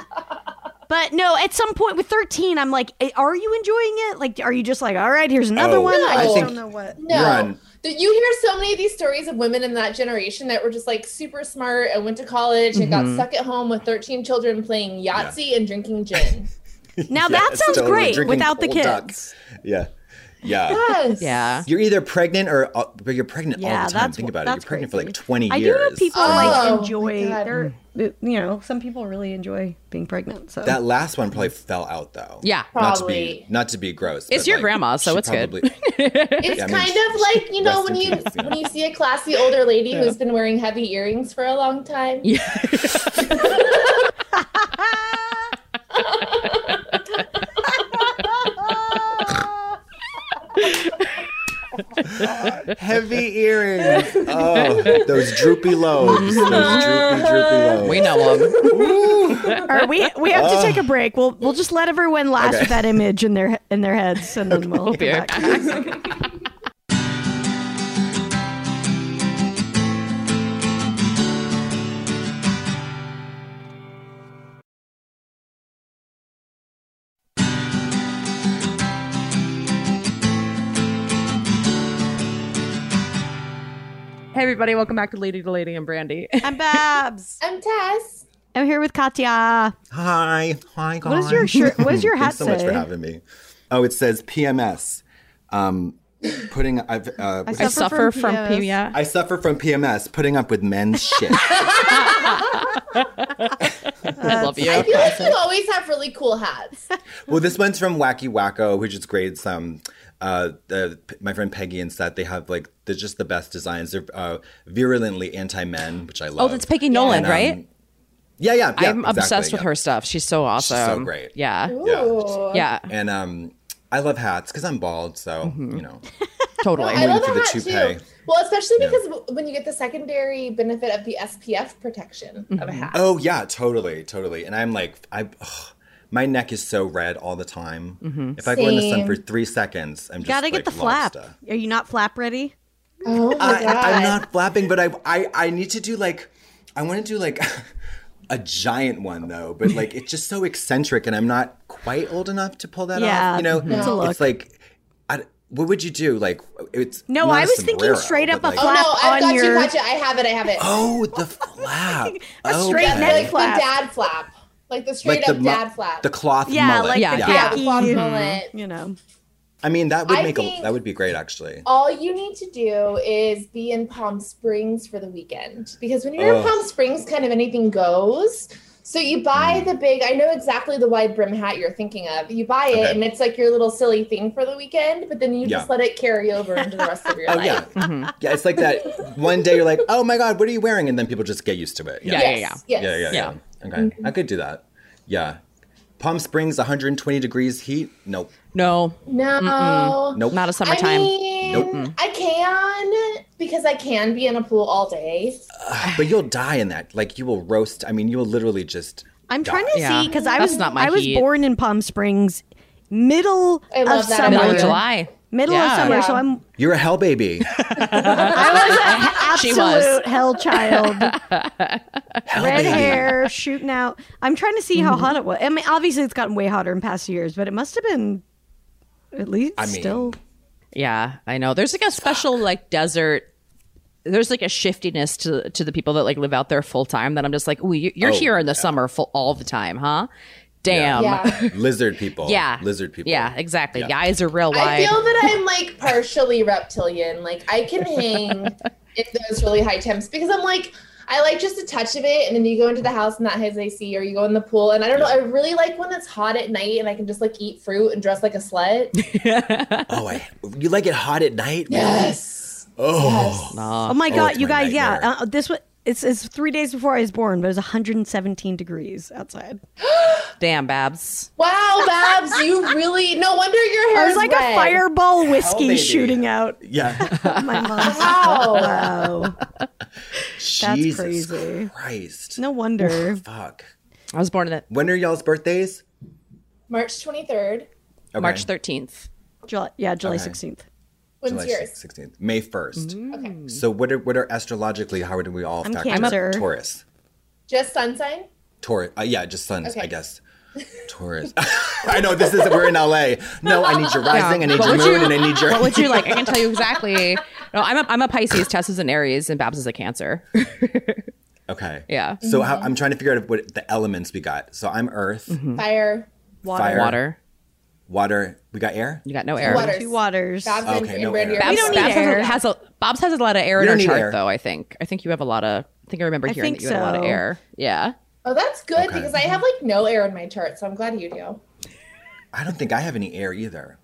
Speaker 2: But no, at some point with 13, I'm like, "Eh, are you enjoying it? Like, are you just like, all right, here's another
Speaker 4: Oh,
Speaker 2: one? I
Speaker 5: I
Speaker 2: just
Speaker 5: think-
Speaker 2: don't know what.
Speaker 5: No.
Speaker 4: Run.
Speaker 5: Th- You hear so many of these stories of women in that generation that were just like super smart and went to college and
Speaker 4: Mm-hmm.
Speaker 5: got stuck at home with 13 children playing Yahtzee and drinking gin.
Speaker 2: Now that
Speaker 4: Yes,
Speaker 2: sounds
Speaker 4: totally.
Speaker 2: great
Speaker 4: Drinking
Speaker 2: without the
Speaker 4: cold
Speaker 2: kids.
Speaker 4: duck. Yeah. Yeah.
Speaker 5: Yes.
Speaker 3: Yeah.
Speaker 4: You're either pregnant or uh, but you're pregnant all
Speaker 2: Yeah,
Speaker 4: the time.
Speaker 2: that's
Speaker 4: Think
Speaker 2: wh-
Speaker 4: about it. You're
Speaker 2: that's
Speaker 4: pregnant for like
Speaker 2: crazy.
Speaker 4: 20
Speaker 2: I do
Speaker 4: years.
Speaker 2: know people
Speaker 5: Oh,
Speaker 2: like
Speaker 5: my
Speaker 2: enjoy
Speaker 5: God.
Speaker 2: their, you know, some people really enjoy being pregnant. So
Speaker 4: That last one probably fell out though.
Speaker 3: Yeah.
Speaker 4: Not to
Speaker 5: Probably.
Speaker 4: be not to be
Speaker 3: It's
Speaker 4: gross. but,
Speaker 3: your
Speaker 4: like,
Speaker 3: grandma, so
Speaker 4: she
Speaker 3: it's good.
Speaker 4: probably-
Speaker 5: It's
Speaker 4: Yeah, I mean,
Speaker 5: kind of like, you know,
Speaker 4: rest
Speaker 5: when
Speaker 4: in
Speaker 5: you
Speaker 4: peace, yeah.
Speaker 5: when you see a classy older lady who's been wearing heavy earrings for a long time.
Speaker 3: Yeah.
Speaker 4: Heavy earrings. Oh, those droopy lobes. Those droopy, droopy lobes.
Speaker 3: We know them.
Speaker 2: All right, we we have to take a break. We'll we'll just let everyone last
Speaker 4: Oh. Okay.
Speaker 2: with that image in their in their heads, and then we'll
Speaker 3: be
Speaker 2: come
Speaker 3: right
Speaker 2: back.
Speaker 3: Hey, everybody. Welcome back to Lady to Lady and Brandy.
Speaker 2: I'm Babs.
Speaker 5: I'm Tess.
Speaker 2: I'm here with Katya.
Speaker 4: Hi. Hi, guys.
Speaker 2: is your shirt- what does your hat
Speaker 4: Thanks so much
Speaker 2: say?
Speaker 4: for having me. Oh, it says PMS. Um, putting I've uh,
Speaker 2: I
Speaker 4: I,
Speaker 3: I
Speaker 2: Suffer
Speaker 3: suffer
Speaker 2: from
Speaker 3: from
Speaker 2: PMS.
Speaker 3: PMS.
Speaker 4: suffer from PMS, putting up with men's shit.
Speaker 3: I love you.
Speaker 5: I feel like you always have really cool hats.
Speaker 4: well, this one's from Wacky Wacko, which is great. It's um uh, the, my friend Peggy and Seth, they have like they're just the best designs. They're uh, virulently anti men, which I
Speaker 3: Oh,
Speaker 4: love.
Speaker 3: that's Peggy Nolan,
Speaker 4: And, um,
Speaker 3: right?
Speaker 4: Yeah, yeah, yeah,
Speaker 3: I'm
Speaker 4: exactly,
Speaker 3: obsessed with
Speaker 4: yeah.
Speaker 3: her stuff. She's so awesome.
Speaker 4: so great.
Speaker 3: Yeah.
Speaker 4: Yeah.
Speaker 5: Ooh.
Speaker 3: Yeah.
Speaker 4: And um, I love hats because I'm bald, so you know.
Speaker 3: Totally.
Speaker 5: I love
Speaker 4: for
Speaker 5: a
Speaker 4: the
Speaker 5: hat
Speaker 4: toupee.
Speaker 5: too. Well, especially
Speaker 4: Yeah.
Speaker 5: because w- when you get the secondary benefit of the SPF protection of
Speaker 3: Mm-hmm.
Speaker 5: a hat.
Speaker 4: Oh yeah, totally, totally. And I'm like, I, ugh, my neck is so red all the time. If I go in the sun
Speaker 5: Same.
Speaker 4: for three seconds, I'm just
Speaker 2: Gotta
Speaker 4: like
Speaker 2: get the flap.
Speaker 4: lobster.
Speaker 2: Are you not flap ready?
Speaker 5: Oh my
Speaker 4: I,
Speaker 5: god!
Speaker 4: I'm not flapping, but I, I, I need to do like, I want to do like a giant one though, but like it's just so eccentric, and I'm not quite old enough to pull that
Speaker 2: Yeah, Mm-hmm.
Speaker 4: off. You know,
Speaker 2: it's a look.
Speaker 4: it's like, I, what would you do? Like, it's
Speaker 2: No,
Speaker 4: not
Speaker 2: I
Speaker 4: a
Speaker 2: was thinking
Speaker 4: sombrero,
Speaker 2: straight
Speaker 4: but,
Speaker 2: up a
Speaker 4: like-
Speaker 5: oh no!
Speaker 2: Flap on
Speaker 5: I've got
Speaker 2: your-
Speaker 5: you. Got you. I have it. I have it.
Speaker 4: Oh, the flap. Oh,
Speaker 2: A straight
Speaker 5: That's
Speaker 2: neck
Speaker 5: like
Speaker 4: okay.
Speaker 2: flap.
Speaker 5: the dad flap, like the straight up
Speaker 4: mu-
Speaker 5: dad flap.
Speaker 4: the cloth
Speaker 2: Yeah,
Speaker 4: mullet.
Speaker 2: like
Speaker 3: Yeah,
Speaker 2: the
Speaker 3: yeah.
Speaker 2: khaki,
Speaker 5: Yeah, the mullet.
Speaker 2: You know,
Speaker 4: I mean, that would
Speaker 5: I
Speaker 4: make a
Speaker 5: think-
Speaker 4: that would be great actually.
Speaker 5: All you need to do is be in Palm Springs for the weekend because when you're
Speaker 4: Oh.
Speaker 5: in Palm Springs, kind of anything goes. So you buy
Speaker 4: Hmm.
Speaker 5: the big, I know exactly the wide brim hat you're thinking of. You buy it
Speaker 4: Okay.
Speaker 5: and it's like your little silly thing for the weekend, but then you
Speaker 4: Yeah.
Speaker 5: just let it carry over into the rest of your
Speaker 4: Oh
Speaker 5: life.
Speaker 4: yeah,
Speaker 3: Mm-hmm.
Speaker 4: yeah. It's like that. One day you're like, "Oh my god, what are you wearing?" and then people just get used to it.
Speaker 3: Yeah.
Speaker 5: Yes, yes.
Speaker 4: yeah, yeah, yeah. Okay,
Speaker 2: Mm-hmm.
Speaker 4: I could do that. Yeah, Palm Springs, 120 degrees heat. Nope,
Speaker 3: No,
Speaker 5: No.
Speaker 4: nope.
Speaker 3: not a summertime.
Speaker 5: I mean,
Speaker 4: Nope.
Speaker 5: I can because I can be in a pool all day.
Speaker 4: but you'll die in that. Like you will roast. I mean, you will literally just.
Speaker 2: I'm trying
Speaker 4: die.
Speaker 2: to
Speaker 3: Yeah.
Speaker 2: see because I
Speaker 3: That's
Speaker 2: was
Speaker 3: not my
Speaker 2: I was
Speaker 3: heat.
Speaker 2: born in Palm Springs, middle
Speaker 5: I love
Speaker 2: of
Speaker 5: that
Speaker 2: summer,
Speaker 5: about
Speaker 3: Middle of
Speaker 5: Yeah.
Speaker 3: July.
Speaker 2: middle
Speaker 3: Yeah.
Speaker 2: of summer.
Speaker 5: Yeah.
Speaker 2: So I'm
Speaker 4: You're a hell baby.
Speaker 3: She
Speaker 2: absolute
Speaker 3: was.
Speaker 2: hell child,
Speaker 4: Hell
Speaker 2: red
Speaker 4: baby.
Speaker 2: hair shooting out. I'm trying to see how
Speaker 3: Mm-hmm.
Speaker 2: hot it was. I mean, obviously it's gotten way hotter in past years, but it must have been at least
Speaker 4: I mean-
Speaker 2: still.
Speaker 3: Yeah, I know. There's like a special like desert. There's like a shiftiness to to the people that like live out there full time. That I'm just like, ooh, you- you're
Speaker 4: Oh,
Speaker 3: here in the summer full all the time, huh?
Speaker 2: Um,
Speaker 3: Damn.
Speaker 5: Yeah.
Speaker 4: Lizard people.
Speaker 3: Yeah.
Speaker 4: lizard people.
Speaker 3: Yeah, exactly.
Speaker 4: Yeah.
Speaker 3: The eyes are real
Speaker 5: I
Speaker 3: wide.
Speaker 5: feel that I'm like partially reptilian. Like I can hang in those really high temps because I'm like I like just a touch of it, and then you go into the house and that has AC, or you go in the pool, and I don't know. I really like when it's hot at night, and I can just like eat fruit and dress like a slut.
Speaker 4: Oh, I, you like it hot at night?
Speaker 5: Yes.
Speaker 4: Oh.
Speaker 2: Oh my god,
Speaker 4: it's
Speaker 2: you
Speaker 4: my
Speaker 2: guys! Yeah,
Speaker 4: nightmare.
Speaker 2: uh, this was. It's, it's three days before I was born, but it was 117 degrees outside.
Speaker 3: Damn, Babs.
Speaker 5: Wow, Babs, you really. No wonder your hair
Speaker 2: It was
Speaker 5: is
Speaker 2: like
Speaker 5: red.
Speaker 2: a fireball whiskey
Speaker 4: baby.
Speaker 2: shooting out
Speaker 4: Yeah.
Speaker 2: of my mom's.
Speaker 5: Wow.
Speaker 2: Wow.
Speaker 4: That's Jesus
Speaker 2: crazy.
Speaker 4: Christ.
Speaker 2: No wonder.
Speaker 4: Fuck.
Speaker 3: I was born in the
Speaker 4: When are y'all's birthdays?
Speaker 5: March 23rd.
Speaker 4: Okay.
Speaker 3: March 13th.
Speaker 2: July, yeah, July
Speaker 4: Okay.
Speaker 2: 16th.
Speaker 5: When's
Speaker 4: July
Speaker 5: yours?
Speaker 4: 16th. May 1st.
Speaker 3: Mm.
Speaker 5: Okay.
Speaker 4: So what are what are astrologically how do we all
Speaker 2: I'm
Speaker 4: factor?
Speaker 2: Cancer.
Speaker 4: Taurus.
Speaker 5: Just sun sign?
Speaker 4: Taurus. Uh, yeah, just suns, I
Speaker 5: Okay.
Speaker 4: guess. Taurus. I know this is we're in LA. No, I need your rising, I need
Speaker 3: What
Speaker 4: your
Speaker 3: would
Speaker 4: moon,
Speaker 3: you-
Speaker 4: and I need your
Speaker 3: What would you like? I can tell you exactly. No, I'm a, I'm a Pisces. Tess is an Aries, and Babs is a Cancer.
Speaker 4: Okay.
Speaker 3: Yeah.
Speaker 4: So
Speaker 5: Mm-hmm.
Speaker 4: how, I'm trying to figure out what the elements we got. So I'm earth,
Speaker 3: Mm-hmm.
Speaker 2: Hmm.
Speaker 5: Fire.
Speaker 2: Water.
Speaker 4: Fire.
Speaker 3: Water.
Speaker 4: water. We got air.
Speaker 3: You got no air.
Speaker 5: Water.
Speaker 2: Two waters.
Speaker 5: Babs and,
Speaker 4: Okay,
Speaker 5: and
Speaker 4: no
Speaker 5: Brandy
Speaker 4: air.
Speaker 5: are
Speaker 3: Babs,
Speaker 2: We don't
Speaker 5: fire.
Speaker 2: need
Speaker 3: Babs
Speaker 2: air.
Speaker 3: Has, a, has a Babs has a lot of air in
Speaker 4: don't
Speaker 3: her
Speaker 4: need
Speaker 3: chart,
Speaker 4: air.
Speaker 3: though. I think. I think you have a lot of. I think I remember hearing
Speaker 2: think
Speaker 3: that you had a lot of
Speaker 2: so.
Speaker 3: air. Yeah.
Speaker 5: Oh, that's good
Speaker 4: Okay.
Speaker 5: because I have like no air in my chart, so I'm glad you do.
Speaker 4: I don't think I have any air either.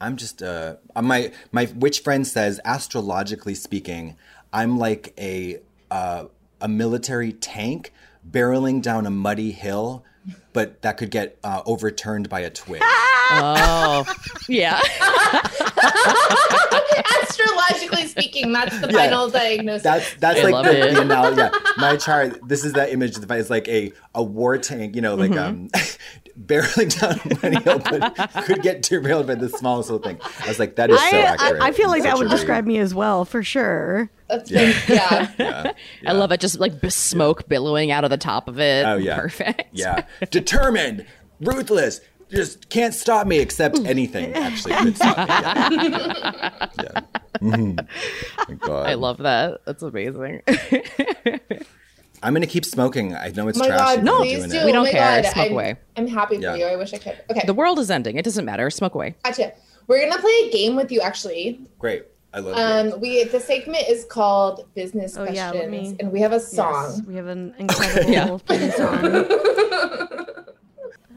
Speaker 4: I'm just uh uh, my my witch friend says astrologically speaking, I'm like a uh, a military tank barreling down a muddy hill, but that could get uh, overturned by a twig.
Speaker 3: Oh. yeah.
Speaker 5: Astrologically speaking, that's the
Speaker 4: Yeah.
Speaker 5: final diagnosis.
Speaker 4: That's that's
Speaker 3: I
Speaker 4: like
Speaker 3: love
Speaker 4: the,
Speaker 3: it.
Speaker 4: the analogy. Yeah, my chart. This is that image that is like a a war tank. You know, like um,
Speaker 2: Mm-hmm.
Speaker 4: barreling down a muddy hill, but could get derailed by the smallest little thing. I was like, that is so
Speaker 2: Oh, I,
Speaker 4: accurate.
Speaker 2: I, I feel like
Speaker 4: Such
Speaker 2: that
Speaker 4: a
Speaker 2: would
Speaker 4: read.
Speaker 2: describe me as well, for sure.
Speaker 5: That's been- yeah.
Speaker 4: Yeah.
Speaker 3: I love it. Just like b- smoke billowing out of the top of it.
Speaker 4: Oh yeah.
Speaker 3: Perfect.
Speaker 4: Yeah. Determined, ruthless, just can't stop me except anything actually could stop me. Yeah. Yeah. Mhm. My God.
Speaker 3: I love that. That's amazing.
Speaker 4: I'm gonna keep smoking. I know it's
Speaker 5: Oh my
Speaker 4: trash.
Speaker 5: god,
Speaker 4: if I'm
Speaker 5: please
Speaker 4: doing
Speaker 5: do.
Speaker 4: it.
Speaker 3: We don't
Speaker 5: oh my
Speaker 3: care.
Speaker 5: God,
Speaker 3: Smoke
Speaker 5: I'm,
Speaker 3: away.
Speaker 5: I'm happy for
Speaker 4: Yeah.
Speaker 5: you. I wish I could. Okay,
Speaker 3: the world is ending. It doesn't matter. Smoke away.
Speaker 5: gotcha. We're gonna play a game with you actually.
Speaker 4: Great. I love it.
Speaker 5: Um, we the segment is called business
Speaker 2: Oh,
Speaker 5: questions,
Speaker 2: yeah, let me-
Speaker 5: and we have a
Speaker 2: Yes,
Speaker 5: song.
Speaker 2: we have an incredible
Speaker 3: Yeah.
Speaker 2: theme song.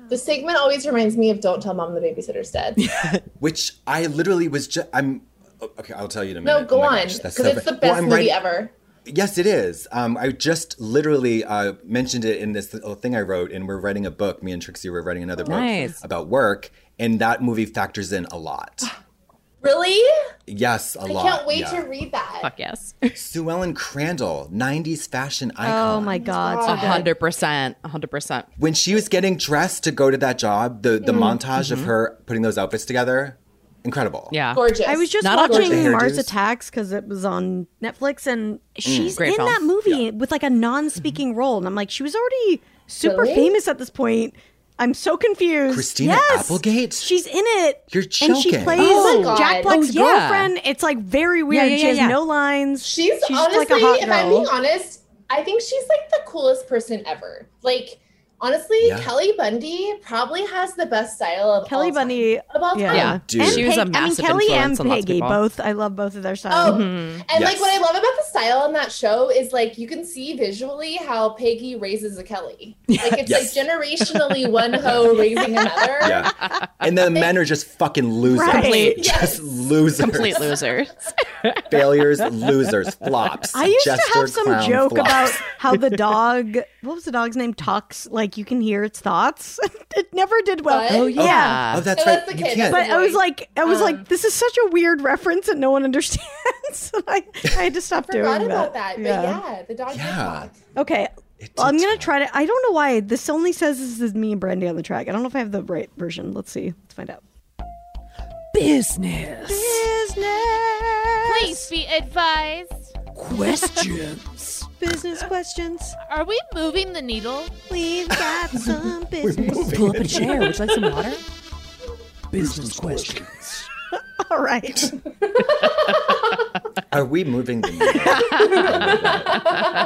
Speaker 5: The segment always reminds me of "Don't Tell Mom the Babysitter's Dead."
Speaker 4: which I literally was just. I'm oh, okay. I'll tell you in a minute.
Speaker 5: No, go
Speaker 4: Oh my
Speaker 5: on,
Speaker 4: gosh,
Speaker 5: because
Speaker 4: that's
Speaker 5: it's
Speaker 4: so
Speaker 5: the
Speaker 4: bad. Well,
Speaker 5: best
Speaker 4: I'm
Speaker 5: movie
Speaker 4: writing-
Speaker 5: ever.
Speaker 4: Yes, it is. Um, I just literally uh, mentioned it in this little thing I wrote, and we're writing a book. Me and Trixie were writing another book
Speaker 3: Nice.
Speaker 4: about work, and that movie factors in a lot.
Speaker 5: Really?
Speaker 4: Yes, a
Speaker 5: I
Speaker 4: lot.
Speaker 5: can't wait
Speaker 4: yeah.
Speaker 5: to read that.
Speaker 3: Fuck yes.
Speaker 4: Sue Ellen Crandall, 90s fashion icon.
Speaker 2: Oh my god.
Speaker 5: God.
Speaker 2: so
Speaker 3: A
Speaker 2: good.
Speaker 3: hundred percent. A hundred percent.
Speaker 4: When she was getting dressed to go to that job, the, the
Speaker 2: Mm-hmm.
Speaker 4: montage of her putting those outfits together, incredible.
Speaker 3: Yeah.
Speaker 5: Gorgeous.
Speaker 2: I was just
Speaker 3: Not all
Speaker 2: watching
Speaker 4: gorgeous.
Speaker 2: Mars
Speaker 4: Hairdos.
Speaker 2: Attacks because it was on Netflix, and she's
Speaker 3: great
Speaker 2: in
Speaker 3: film.
Speaker 2: that movie with like a non-speaking role, and I'm like, she was already super
Speaker 5: Really?
Speaker 2: famous at this point. I'm so confused.
Speaker 4: Christina
Speaker 2: Yes!
Speaker 4: Applegate?
Speaker 2: she's in it.
Speaker 4: You're
Speaker 2: and she
Speaker 4: joking.
Speaker 2: plays
Speaker 5: Oh my God.
Speaker 2: Jack Black's
Speaker 3: Oh, yeah.
Speaker 2: girlfriend. It's like very weird.
Speaker 3: yeah,
Speaker 2: she has
Speaker 3: yeah, yeah.
Speaker 2: no lines.
Speaker 5: She's,
Speaker 2: just,
Speaker 5: honestly,
Speaker 2: like a hot
Speaker 5: if I'm
Speaker 2: girl.
Speaker 5: being honest, I think she's like the coolest person ever. Like, honestly,
Speaker 4: Yeah.
Speaker 5: Kelly Bundy probably has the best style of
Speaker 2: Kelly
Speaker 5: all time.
Speaker 2: Bundy.
Speaker 5: of all
Speaker 2: Yeah.
Speaker 5: time.
Speaker 3: Yeah.
Speaker 4: Dude.
Speaker 2: And
Speaker 3: She was a
Speaker 2: Peg- I mean,
Speaker 3: massive
Speaker 2: Kelly and
Speaker 3: influence on lots of
Speaker 2: Peggy
Speaker 3: people.
Speaker 2: both. I love both of their
Speaker 5: Oh,
Speaker 2: styles.
Speaker 5: and like
Speaker 4: Yes.
Speaker 5: what I love about the style on that show is like you can see visually how Peggy raises a Kelly. Like it's
Speaker 4: Yes.
Speaker 5: like generationally one hoe raising another.
Speaker 4: Yeah. And the men are just fucking losers.
Speaker 2: Right.
Speaker 4: Just losers.
Speaker 3: Complete losers.
Speaker 4: Failures, losers, flops.
Speaker 2: I used to
Speaker 4: jester,
Speaker 2: have some
Speaker 4: clown,
Speaker 2: joke
Speaker 4: flops.
Speaker 2: about how the dog, what was the dog's name? Talks like you can hear its thoughts. it never did well.
Speaker 5: What? Oh,
Speaker 2: yeah.
Speaker 3: Uh,
Speaker 4: Oh, that's
Speaker 5: So
Speaker 4: right.
Speaker 5: that's the
Speaker 4: you
Speaker 5: kid.
Speaker 4: can't.
Speaker 2: But I was like, I was
Speaker 5: Um,
Speaker 2: like, this is such a weird reference that no one understands. And I, I had to stop doing
Speaker 5: Forgot about that. But
Speaker 2: Yeah.
Speaker 5: yeah, the dog
Speaker 4: Yeah.
Speaker 5: yeah.
Speaker 2: Okay.
Speaker 4: It
Speaker 2: Well, I'm
Speaker 4: did
Speaker 2: gonna
Speaker 4: talk.
Speaker 2: try to. I don't know why this only says this is me and Brandy on the track. I don't know if I have the right version. Let's see. Let's find out.
Speaker 3: Business.
Speaker 6: Please be advised.
Speaker 2: Questions. business questions.
Speaker 6: Are we moving the needle?
Speaker 2: We've got some business.
Speaker 3: Pull up a chair. Would you like some water?
Speaker 2: All right.
Speaker 4: Are we moving the needle?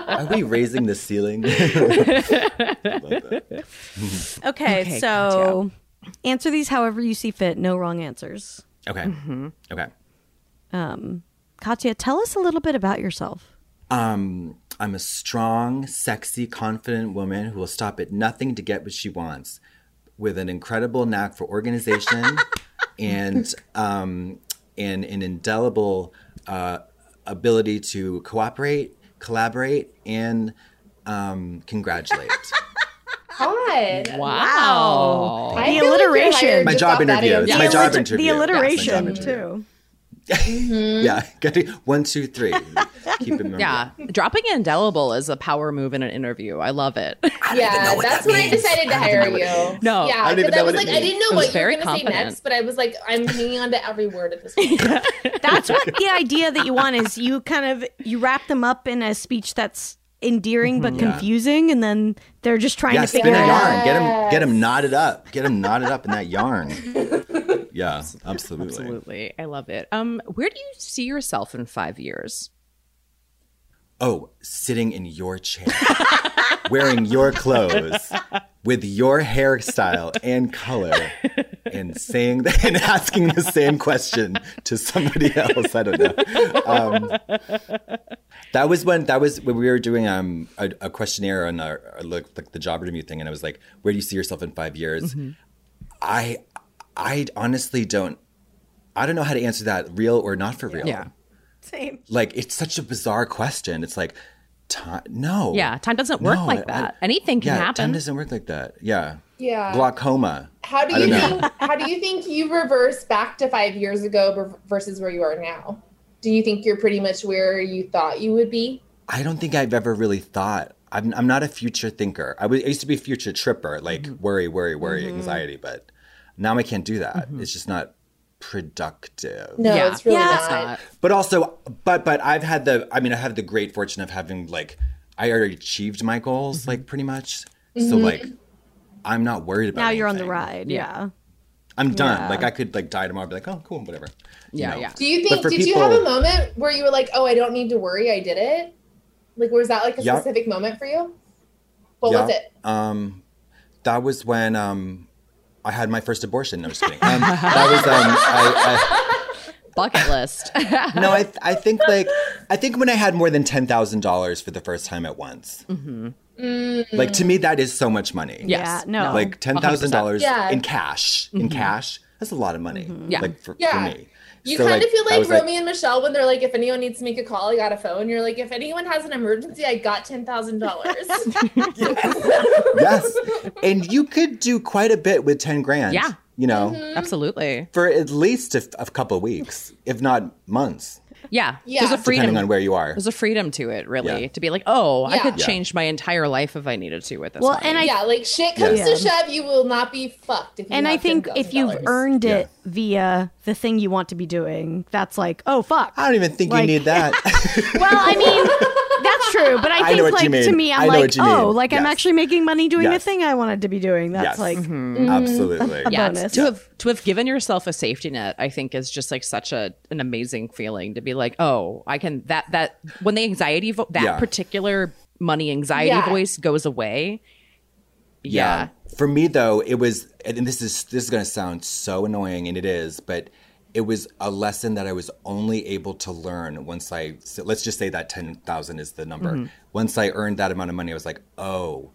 Speaker 4: Are we raising the ceiling? I love that.
Speaker 2: Okay,
Speaker 3: Okay,
Speaker 2: so answer these however you see fit. No wrong answers.
Speaker 4: okay.
Speaker 2: Mm-hmm.
Speaker 4: Okay.
Speaker 2: Katya, tell us a little bit about yourself.
Speaker 4: Um, I'm a strong, sexy, confident woman who will stop at nothing to get what she wants, with an incredible knack for organization and um, and an indelible uh, ability to cooperate, collaborate, and um, congratulate.
Speaker 5: God.
Speaker 3: Wow.
Speaker 5: I
Speaker 2: The
Speaker 5: feel like you're
Speaker 2: alliteration.
Speaker 5: hired
Speaker 4: My
Speaker 5: just
Speaker 4: job
Speaker 5: off that answer.
Speaker 4: interview. It's my
Speaker 2: the
Speaker 4: job
Speaker 2: alliter-
Speaker 4: interview.
Speaker 2: The
Speaker 4: Yes, my job
Speaker 2: alliteration,
Speaker 4: interview.
Speaker 2: too.
Speaker 4: yeah, good. One, two, three. Keep it.
Speaker 3: Yeah. Dropping indelible is a power move in an interview. I love it.
Speaker 5: Yeah, that's when I decided to hire you.
Speaker 3: No,
Speaker 5: yeah,
Speaker 4: I don't even
Speaker 5: because
Speaker 4: know
Speaker 5: I was
Speaker 4: what
Speaker 5: like,
Speaker 4: it
Speaker 5: I
Speaker 4: means.
Speaker 5: didn't
Speaker 3: was
Speaker 5: know what you were
Speaker 3: very
Speaker 5: going to say
Speaker 3: confident.
Speaker 5: next, but I was like, I'm hanging on to every word at this point.
Speaker 2: That's what the idea that you want is you kind of you wrap them up in a speech that's endearing
Speaker 4: Mm-hmm.
Speaker 2: but confusing, and then they're just trying
Speaker 4: Yeah,
Speaker 2: to
Speaker 4: spin
Speaker 2: figure
Speaker 4: a
Speaker 2: it out.
Speaker 4: yarn. Get him, get him knotted up. Get him knotted up in that yarn. Yeah, absolutely.
Speaker 3: Absolutely. I love it. Um, where do you see yourself in five years?
Speaker 4: Oh, sitting in your chair, wearing your clothes, with your hairstyle and color, and saying and asking the same question to somebody else. I don't know. Um, that was when that was when we were doing um a, a questionnaire on our, our like, like the job interview thing, and I was like, "Where do you see yourself in five years?" I I honestly don't. I don't know how to answer that, real or not for real
Speaker 2: Same.
Speaker 4: like it's such a bizarre question. It's like time. No.
Speaker 3: Yeah. Time doesn't work
Speaker 4: No, I-
Speaker 3: like that.
Speaker 4: I-
Speaker 3: Anything can
Speaker 4: yeah, Time
Speaker 3: happen.
Speaker 4: doesn't work like that. Yeah.
Speaker 5: Yeah.
Speaker 4: Glaucoma.
Speaker 5: How do
Speaker 4: I
Speaker 5: you
Speaker 4: don't know.
Speaker 5: think? How do you think you reverse back to five years ago ver- versus where you are now? Do you think you're pretty much where you thought you would be?
Speaker 4: I don't think I've ever really thought. I'm, I'm not a future thinker. I, was, I used to be a future tripper, like worry, worry, worry, anxiety, but now I can't do that. It's just not productive.
Speaker 5: No,
Speaker 3: Yeah.
Speaker 5: it's really
Speaker 2: Yeah.
Speaker 3: Uh,
Speaker 5: not.
Speaker 4: But also, but but I've had the. I mean, I have the great fortune of having like I already achieved my goals, like pretty much. So like, I'm not worried about.
Speaker 2: Now you're on the
Speaker 4: anything.
Speaker 2: ride. Yeah.
Speaker 4: I'm done. Like I could like die tomorrow, and be like, oh, cool, whatever. You
Speaker 3: Yeah,
Speaker 4: know?
Speaker 3: yeah.
Speaker 5: Do you
Speaker 4: But
Speaker 5: think?
Speaker 4: for
Speaker 5: Did you have a
Speaker 4: people-
Speaker 5: moment where you were like, "Oh, I don't need to worry. I did it." Like, was that like a
Speaker 4: Yeah.
Speaker 5: specific moment for you? What was
Speaker 4: Yeah.
Speaker 5: it?
Speaker 4: Um, that was when um, I had my first abortion. No, I'm just kidding. Um, that was um,
Speaker 3: Bucket list.
Speaker 4: I, I, no, I, I think like I think when I had more than ten thousand dollars for the first time at once,
Speaker 5: Mm-hmm.
Speaker 4: Like to me, that is so much money.
Speaker 3: Yes.
Speaker 2: Yeah, no.
Speaker 3: No.
Speaker 4: Like ten thousand dollars
Speaker 5: Yeah.
Speaker 4: in cash. In cash, that's a lot of money.
Speaker 3: Mm-hmm. Yeah.
Speaker 4: Like for,
Speaker 5: Yeah.
Speaker 4: for me.
Speaker 5: You
Speaker 4: So,
Speaker 5: kind of feel
Speaker 4: I
Speaker 5: like
Speaker 4: was
Speaker 5: Romeo and Michelle when they're like, if anyone needs to make a call, I got a phone. You're like, if anyone has an emergency, I got ten thousand dollars.
Speaker 4: yes. And you could do quite a bit with ten grand.
Speaker 3: Yeah.
Speaker 4: You know,
Speaker 5: Mm-hmm.
Speaker 3: Absolutely.
Speaker 4: for at least a, a couple weeks, if not months,
Speaker 3: Yeah.
Speaker 5: Yeah.
Speaker 3: There's a freedom.
Speaker 4: depending on where you are.
Speaker 3: There's a freedom to it, really,
Speaker 4: Yeah.
Speaker 3: to be like, oh, I
Speaker 5: Yeah.
Speaker 3: could
Speaker 5: Yeah.
Speaker 3: change my entire life if I needed to with this.
Speaker 2: Well,
Speaker 3: money.
Speaker 2: and I
Speaker 5: yeah, like shit comes to shove, you will not be fucked. If you
Speaker 2: And I
Speaker 5: have
Speaker 2: think if you've
Speaker 5: $10,000.
Speaker 2: earned it via the thing you want to be doing, that's like, oh fuck.
Speaker 4: I don't even think
Speaker 2: Like-
Speaker 4: you need that.
Speaker 2: Well, I mean, that's true, but I
Speaker 4: know
Speaker 2: think
Speaker 4: what you
Speaker 2: like to
Speaker 4: mean.
Speaker 2: me,
Speaker 4: I
Speaker 2: I'm
Speaker 4: know
Speaker 2: like,
Speaker 4: what you
Speaker 2: oh,
Speaker 4: mean.
Speaker 2: like I'm
Speaker 4: Yes.
Speaker 2: actually making money doing the
Speaker 4: Yes.
Speaker 2: thing I want to be doing. That's
Speaker 4: yes.
Speaker 2: like
Speaker 4: Absolutely.
Speaker 2: a
Speaker 3: Mm. Yeah,
Speaker 2: bonus.
Speaker 3: to have to have given yourself a safety net, I think is just like such a an amazing feeling to be like, oh, I can that that when the anxiety vo- that
Speaker 4: Yeah.
Speaker 3: particular money anxiety
Speaker 5: Yeah.
Speaker 3: voice goes away. Yeah.
Speaker 4: For me though, it was and this is this is going to sound so annoying and it is, but it was a lesson that I was only able to learn once I so let's just say that 10,000 is the number.
Speaker 3: Mm-hmm.
Speaker 4: Once I earned that amount of money, I was like, "Oh,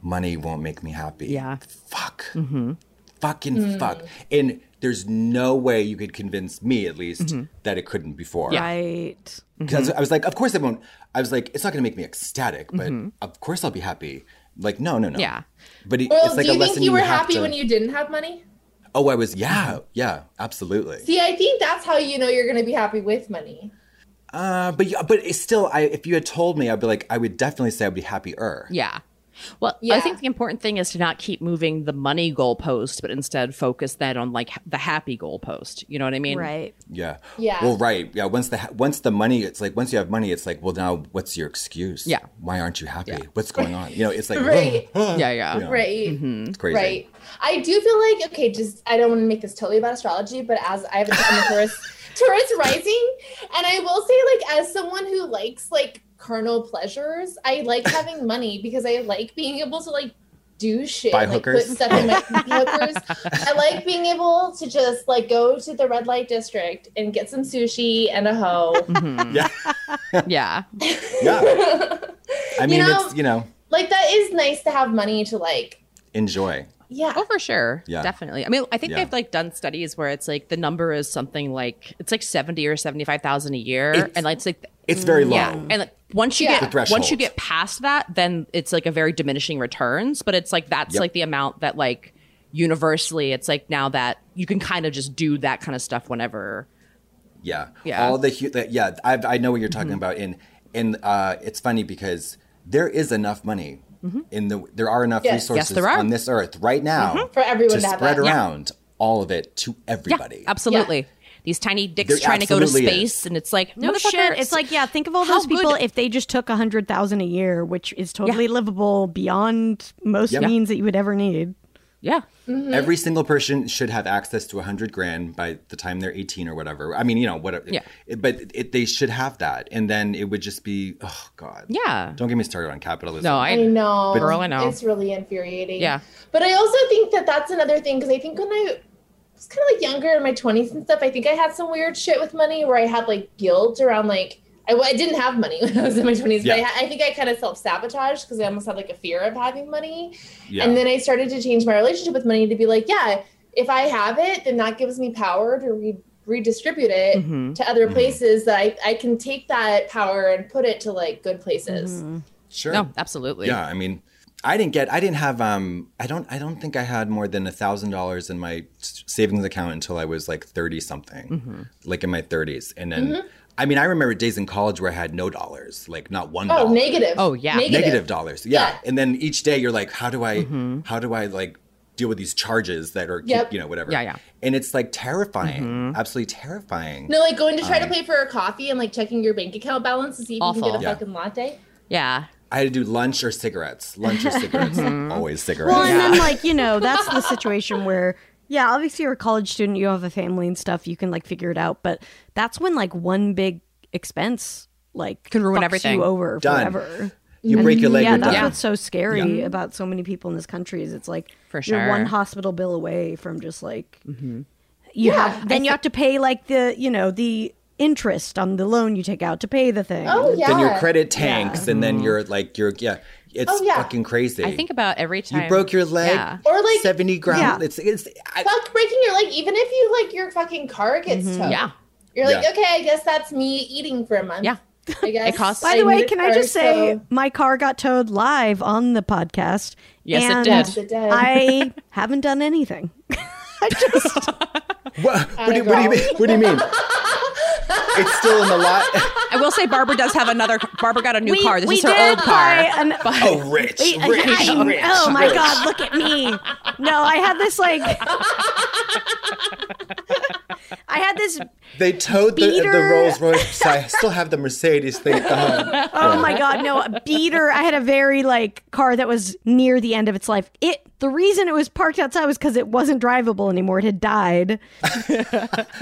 Speaker 4: money won't make me happy."
Speaker 3: Yeah.
Speaker 4: Fuck.
Speaker 3: Mm-hmm.
Speaker 4: Fucking
Speaker 5: Mm.
Speaker 4: fuck. And there's no way you could convince me at least
Speaker 3: Mm-hmm.
Speaker 4: that it couldn't before.
Speaker 2: right.
Speaker 4: Because I was like, of course it won't. I was like, it's not going to make me ecstatic, but of course I'll be happy. Like, no, no, no.
Speaker 3: Mm-hmm. Yeah.
Speaker 4: But it,
Speaker 5: Well,
Speaker 4: it's like
Speaker 5: do
Speaker 4: a
Speaker 5: you
Speaker 4: lesson
Speaker 5: think you were
Speaker 4: have
Speaker 5: happy
Speaker 4: to-
Speaker 5: when you didn't have money?
Speaker 4: Oh, I was.
Speaker 3: Mm-hmm.
Speaker 4: Yeah, yeah, absolutely.
Speaker 5: See, I think that's how you know you're going to be happy with money.
Speaker 4: Uh, but you- but it's still, I if you had told me, I'd be like, I would definitely say I'd be happier.
Speaker 3: Yeah. Well, I
Speaker 5: Yeah.
Speaker 3: think the important thing is to not keep moving the money goalpost, but instead focus that on like h- the happy goalpost. You know what I mean?
Speaker 2: Right.
Speaker 4: Yeah.
Speaker 5: Yeah.
Speaker 4: Well, right. Yeah. Once the ha- once the money, it's like once you have money, it's like, well, now what's your excuse?
Speaker 3: Yeah.
Speaker 4: Why aren't you happy? What's going on? You know, it's like,
Speaker 5: Right.
Speaker 3: Yeah, yeah.
Speaker 4: Hmm. Yeah.
Speaker 5: Right.
Speaker 2: Mm-hmm.
Speaker 4: it's crazy.
Speaker 5: Right. I do feel like okay, just I don't want to make this totally about astrology, but as I have a Taurus, Taurus rising, and I will say like as someone who likes like carnal pleasures, I like having money because I like being able to like do shit,
Speaker 4: Buy
Speaker 5: like
Speaker 4: hookers?
Speaker 5: put stuff in my hookers. I like being able to just like go to the red light district and get some sushi and a hoe.
Speaker 3: Mhm.
Speaker 4: Yeah.
Speaker 3: yeah.
Speaker 4: Yeah. I mean,
Speaker 5: know-
Speaker 4: it's you know,
Speaker 5: like that is nice to have money to like
Speaker 4: enjoy.
Speaker 5: yeah.
Speaker 3: Oh, for sure.
Speaker 4: Yeah.
Speaker 3: Definitely. I mean, I think
Speaker 4: Yeah.
Speaker 3: they've like done studies where it's like the number is something like it's like 70 or 75,000 a year
Speaker 4: It's-
Speaker 3: and like, it's like
Speaker 4: It's very low.
Speaker 3: Yeah, and like, once you
Speaker 5: Yeah.
Speaker 4: The
Speaker 3: get once you
Speaker 4: threshold.
Speaker 3: get past that, then it's like a very diminishing returns. But it's like that's
Speaker 4: Yep.
Speaker 3: like the amount that like universally, it's like now that you can kind of just do that kind of stuff whenever.
Speaker 4: Yeah.
Speaker 3: Yeah.
Speaker 4: All the hu- that- yeah, I I know what you're talking about and and uh it's funny because there is enough money in the there are enough
Speaker 5: Yes. Yes,
Speaker 4: resources
Speaker 3: there are.
Speaker 4: on this earth right now
Speaker 5: For everyone
Speaker 4: to
Speaker 5: to have
Speaker 4: spread
Speaker 5: that. Yeah.
Speaker 4: around all of it to everybody.
Speaker 3: Yeah, absolutely. These tiny dicks
Speaker 4: There
Speaker 3: trying to go to
Speaker 4: absolutely
Speaker 3: space,
Speaker 4: is.
Speaker 3: and it's like
Speaker 2: No
Speaker 3: motherfucker,
Speaker 2: shit. It's like, yeah, think of all
Speaker 3: How
Speaker 2: those people
Speaker 3: good-
Speaker 2: if they just took a hundred thousand a year, which is totally livable beyond most
Speaker 4: Yep.
Speaker 2: means that you would ever need.
Speaker 3: yeah,
Speaker 4: Every single person should have access to 100 grand by the time they're 18 or whatever. I mean, you know, whatever.
Speaker 3: Yeah.
Speaker 4: It- but it, they should have that and then it would just be oh god.
Speaker 3: yeah.
Speaker 4: Don't get me started on capitalism.
Speaker 3: No, I,
Speaker 5: I
Speaker 2: Mm.
Speaker 5: know.
Speaker 4: But-
Speaker 3: Girl, I know.
Speaker 5: It's really infuriating.
Speaker 3: Yeah.
Speaker 5: But I also think that that's another thing because I think when I was kind of like younger in my 20s and stuff, I think I had some weird shit with money where I had like guilt around like, I, well, I didn't have money when I was in my 20s,
Speaker 4: Yeah.
Speaker 5: but I, ha- I think I kind of self sabotaged because I almost had like a fear of having money.
Speaker 4: yeah.
Speaker 5: And then I started to change my relationship with money to be like, yeah, if I have it, then that gives me power to re- redistribute it
Speaker 3: Mhm.
Speaker 5: to other
Speaker 4: Mhm.
Speaker 5: places that I, I can take that power and put it to like good places.
Speaker 3: Mm-hmm.
Speaker 4: sure.
Speaker 3: no, absolutely.
Speaker 4: Yeah, I mean, I didn't get, I didn't have, um, I don't, I don't think I had more than a thousand dollars in my s- savings account until I was like thirty something, like in my thirties, and then, I mean, I remember days in college where I had no dollars, like not one
Speaker 5: Oh,
Speaker 4: dollar.
Speaker 5: negative.
Speaker 3: Oh, yeah.
Speaker 4: negative dollars, yeah.
Speaker 5: Yeah.
Speaker 4: And then each day you're like, how do I, how do I like deal with these charges that are, keep-
Speaker 5: Yep.
Speaker 4: you know, whatever.
Speaker 3: Yeah, yeah.
Speaker 4: And it's like terrifying, absolutely terrifying.
Speaker 5: No, like going to try to pay for a coffee and like checking your bank account balance to see if you
Speaker 3: Awful.
Speaker 5: can get a
Speaker 4: Yeah.
Speaker 5: fucking latte.
Speaker 3: yeah.
Speaker 4: I had to do lunch or cigarettes, lunch or cigarettes, always cigarettes.
Speaker 2: Well, and then like you know, that's the situation where yeah, obviously you're a college student, you have a family and stuff, you can like figure it out. But that's when like one big expense like
Speaker 3: Can ruin
Speaker 2: fucks
Speaker 3: everything.
Speaker 2: you over
Speaker 4: Done.
Speaker 2: forever.
Speaker 4: You break your leg,
Speaker 2: yeah,
Speaker 4: you're
Speaker 2: that's
Speaker 4: done.
Speaker 2: what's so scary about so many people in this country is it's like
Speaker 3: For
Speaker 2: you're one
Speaker 3: sure.
Speaker 2: hospital bill away from just like
Speaker 4: Mm-hmm.
Speaker 2: you
Speaker 5: Yeah,
Speaker 2: have then you have to pay like the you know the interest on the loan you take out to pay the thing.
Speaker 5: Oh yeah.
Speaker 2: Mm-hmm.
Speaker 4: then your credit tanks and then you're like you're yeah It's
Speaker 5: Oh, yeah.
Speaker 4: fucking crazy.
Speaker 3: I think about every time
Speaker 4: you broke your leg.
Speaker 3: Yeah.
Speaker 5: Or, like-
Speaker 4: 70 grams.
Speaker 2: Yeah.
Speaker 4: It's, it's, I,
Speaker 5: Fuck breaking your leg, even if you like your fucking car gets towed.
Speaker 3: Mm-hmm. Yeah.
Speaker 5: You're like,
Speaker 4: Yeah.
Speaker 5: okay, I guess that's me eating for a month.
Speaker 3: Yeah.
Speaker 5: I guess.
Speaker 3: costs-
Speaker 2: By the way,
Speaker 5: need a
Speaker 2: can I
Speaker 5: car,
Speaker 2: just say
Speaker 5: so-
Speaker 2: my car got towed live on the podcast?
Speaker 3: Yes, it
Speaker 2: and
Speaker 3: did.
Speaker 5: Yes, it did.
Speaker 2: I haven't done anything. I just
Speaker 4: what, what, do,
Speaker 5: Atta
Speaker 4: what do you
Speaker 5: girl.
Speaker 4: mean? What do you mean? it's still in the lot.
Speaker 3: I will say Barbara does have another. Barbara got a new
Speaker 2: we,
Speaker 3: car. This
Speaker 2: we
Speaker 3: is her
Speaker 2: did
Speaker 3: old car.
Speaker 2: buy an-
Speaker 4: Oh, rich,
Speaker 2: we-
Speaker 4: rich,
Speaker 2: I-
Speaker 4: rich.
Speaker 2: I- oh my
Speaker 4: rich.
Speaker 2: god, look at me! No, I had this like, I had this.
Speaker 4: They towed the, the
Speaker 2: Beater.
Speaker 4: Rolls Royce. So I still have the Mercedes thing at the home.
Speaker 2: Oh my god, no, a beater. I had a very like car that was near the end of its life. It the reason it was parked outside was because it wasn't drivable anymore. It had died,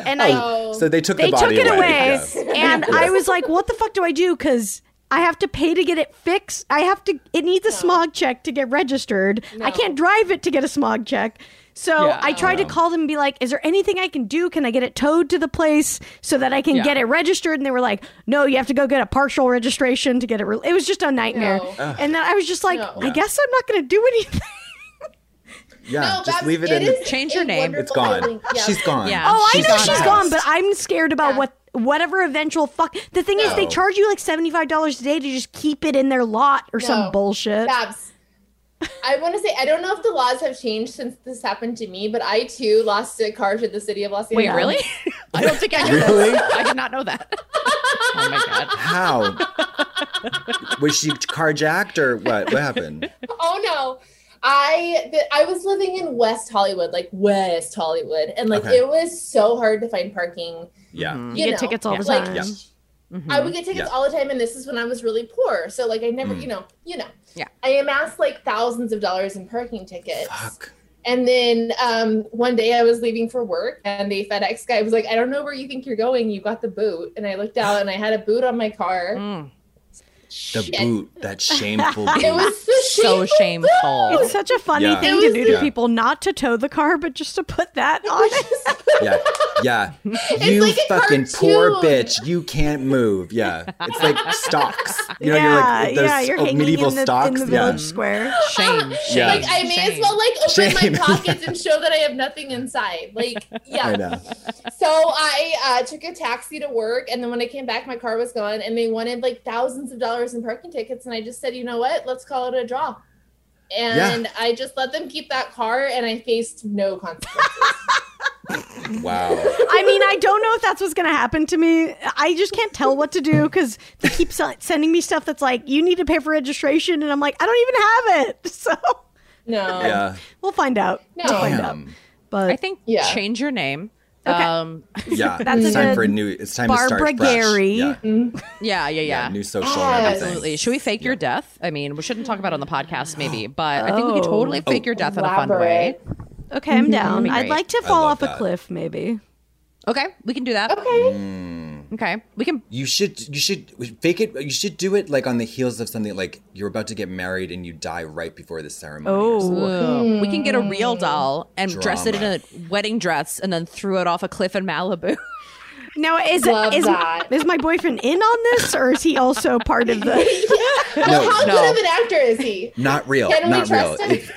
Speaker 2: and I
Speaker 5: Oh.
Speaker 4: So they took
Speaker 2: they
Speaker 4: the
Speaker 2: took
Speaker 4: body
Speaker 2: it away,
Speaker 4: Yeah.
Speaker 2: and i was like what the fuck do i do because i have to pay to get it fixed i have to it needs a smog check to get registered i can't drive it to get a smog check so
Speaker 3: Yeah.
Speaker 2: i tried to call them and be like is there anything i can do can i get it towed to the place so that i can
Speaker 3: Yeah.
Speaker 2: get it registered and they were like no you have to go get a partial registration to get it re-. it was just a nightmare
Speaker 5: No.
Speaker 2: and then i was just like
Speaker 5: No.
Speaker 2: i guess i'm not going to do anything
Speaker 4: Yeah,
Speaker 5: No,
Speaker 4: just
Speaker 5: that's-
Speaker 4: leave it,
Speaker 5: it
Speaker 4: in. The,
Speaker 5: is
Speaker 3: Change
Speaker 5: a
Speaker 3: your name.
Speaker 5: wonderful
Speaker 4: it's gone.
Speaker 5: thing. Yeah.
Speaker 4: She's gone.
Speaker 3: Yeah.
Speaker 2: Oh, I know
Speaker 4: gone.
Speaker 2: she's
Speaker 3: passed.
Speaker 2: gone, but I'm scared about
Speaker 5: Yeah.
Speaker 2: what whatever eventual fuck. The thing is, they
Speaker 4: No.
Speaker 2: charge you like seventy five dollars a day to just keep it in their lot or
Speaker 5: No.
Speaker 2: some bullshit.
Speaker 5: Babs, I want to say I don't know if the laws have changed since this happened to me, but I too lost a car to the city of Los
Speaker 3: Wait,
Speaker 5: Angeles.
Speaker 3: really? I don't think I knew
Speaker 4: Really?
Speaker 3: this. I did not know that. Oh my god.
Speaker 4: How? was she carjacked or what? What happened?
Speaker 5: Oh no. I th- I was living in West Hollywood, like West Hollywood, and like
Speaker 4: Okay.
Speaker 5: it was so hard to find parking.
Speaker 4: Yeah.
Speaker 3: Mhm.
Speaker 2: You
Speaker 5: You
Speaker 2: get
Speaker 5: know,
Speaker 2: tickets all the
Speaker 5: like-
Speaker 2: time.
Speaker 4: Yeah.
Speaker 5: I would get tickets
Speaker 4: Yeah. Mm.
Speaker 5: all the time, and this is when I was really poor. So like I never, you know, you know.
Speaker 3: Yeah.
Speaker 5: I amassed like thousands of dollars in parking tickets.
Speaker 4: Fuck.
Speaker 5: And then um, one day I was leaving for work, and the FedEx guy was like, "I don't know where you think you're going. You got the boot." And I looked out, and I had a boot on my car.
Speaker 3: Mm.
Speaker 4: The
Speaker 5: Shit.
Speaker 4: boot, that shameful boot.
Speaker 5: It was so
Speaker 3: So
Speaker 5: shameful.
Speaker 3: shameful.
Speaker 2: It's such a funny
Speaker 4: Yeah.
Speaker 2: thing
Speaker 5: It
Speaker 2: to
Speaker 5: was
Speaker 2: do to
Speaker 4: like-
Speaker 2: people, not to tow the car, but just to put that on it.
Speaker 4: yeah. Yeah. You
Speaker 5: like a
Speaker 4: fucking poor
Speaker 5: cartoon.
Speaker 4: bitch. You can't move. Yeah. It's like stocks. You know,
Speaker 2: yeah,
Speaker 4: you're like those
Speaker 2: yeah, you're
Speaker 4: old
Speaker 2: hanging
Speaker 4: medieval
Speaker 2: in the,
Speaker 4: stocks.
Speaker 2: in the
Speaker 4: yeah.
Speaker 2: village square.
Speaker 3: Shame. shame,
Speaker 5: Like I may as
Speaker 3: shame.
Speaker 5: well like open
Speaker 4: Shame.
Speaker 5: my pockets and show that I have nothing inside. Like yeah.
Speaker 4: I know.
Speaker 5: So I uh, took a taxi to work, and then when I came back, my car was gone, and they wanted like thousands of dollars in parking tickets, and I just said, you know what, let's call it a draw. And I just let them keep that car, and I faced no consequences.
Speaker 4: Wow.
Speaker 2: I mean, I don't know if that's what's going to happen to me. I just can't tell what to do because they keep se- sending me stuff that's like, you need to pay for registration. And I'm like, I don't even have it. So
Speaker 5: No,
Speaker 4: Yeah.
Speaker 2: we'll find out.
Speaker 5: No.
Speaker 2: We'll find out.
Speaker 4: Damn.
Speaker 2: But
Speaker 3: I think
Speaker 5: Yeah.
Speaker 3: change your name.
Speaker 2: Okay.
Speaker 3: Um,
Speaker 4: Yeah.
Speaker 2: That's
Speaker 4: it's
Speaker 2: a
Speaker 4: time
Speaker 2: good
Speaker 4: for a new it's time to
Speaker 2: Barbara
Speaker 4: start fresh.
Speaker 2: Gary. Mm-hmm.
Speaker 4: Yeah.
Speaker 3: yeah, yeah, yeah.
Speaker 4: yeah. New social
Speaker 5: Yes.
Speaker 4: and everything.
Speaker 3: Absolutely. Should we fake your death? I mean, we shouldn't talk about it on the podcast, maybe, but I think we could
Speaker 2: Oh.
Speaker 3: totally fake your death in a fun way.
Speaker 2: Okay, I'm down.
Speaker 3: Mm-hmm, That'd be
Speaker 2: I'd
Speaker 3: great.
Speaker 2: like to
Speaker 4: I
Speaker 2: fall
Speaker 4: love
Speaker 2: off a
Speaker 4: that.
Speaker 2: cliff, maybe.
Speaker 3: Okay, we can do that.
Speaker 4: Mm.
Speaker 5: Okay.
Speaker 2: Oh.
Speaker 3: Okay, we can.
Speaker 4: You should you should fake it. You should do it like on the heels of something like you're about to get married and you die right before the ceremony. or something.
Speaker 2: Oh,
Speaker 3: Ooh. We can get a real
Speaker 2: Hmm.
Speaker 3: doll and dress it in
Speaker 4: Drama.
Speaker 3: a wedding dress and then throw it off a cliff in Malibu.
Speaker 2: now is
Speaker 5: Love
Speaker 2: is,
Speaker 5: that.
Speaker 2: is my boyfriend in on this, or is he also part of the?
Speaker 4: No,
Speaker 5: How
Speaker 3: No.
Speaker 5: good of an actor is he?
Speaker 4: not real.
Speaker 5: Can we
Speaker 4: not
Speaker 5: trust
Speaker 4: real.
Speaker 5: him?
Speaker 4: It-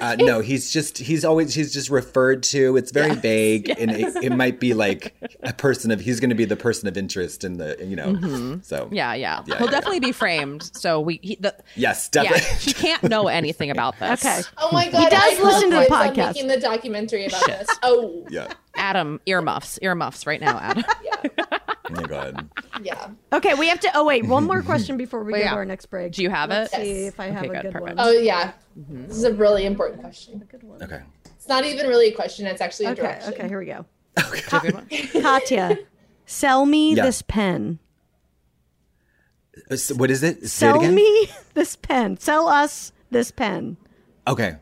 Speaker 4: uh, no, he's just he's always he's just referred to. It's very vague, and it, it might be like a person of he's going to be the person of interest in the you know. So
Speaker 3: Yeah, yeah.
Speaker 4: Yeah,
Speaker 3: He'll
Speaker 4: yeah,
Speaker 3: definitely be framed. So we, he, the,
Speaker 4: yes,
Speaker 3: yeah,
Speaker 4: definitely.
Speaker 3: he can't know anything about this.
Speaker 2: Okay,
Speaker 5: Oh my god, he
Speaker 2: does listen to the podcast.
Speaker 5: Making the documentary about this. Oh,
Speaker 4: Yeah.
Speaker 3: Adam, earmuffs, earmuffs right now, Adam.
Speaker 4: Oh my god.
Speaker 5: yeah.
Speaker 2: okay. We have to. Oh wait, one more question before we go
Speaker 3: yeah.
Speaker 2: to our next break.
Speaker 3: Do you have it?
Speaker 2: Let's see if I have
Speaker 3: Okay,
Speaker 2: a
Speaker 3: good,
Speaker 2: good,
Speaker 3: perfect.
Speaker 2: one.
Speaker 5: Oh yeah.
Speaker 2: Mm-hmm.
Speaker 5: This is a really important question.
Speaker 4: Okay.
Speaker 5: It's not even really a question. It's actually a
Speaker 2: okay,
Speaker 5: direction.
Speaker 2: okay. Here we go.
Speaker 3: Do you have a good one?
Speaker 2: Katya, sell me
Speaker 4: Yeah.
Speaker 2: this pen.
Speaker 4: Uh, so what is it? Say it
Speaker 2: Sell
Speaker 4: again?
Speaker 2: me this pen. Sell us this pen.
Speaker 4: Okay.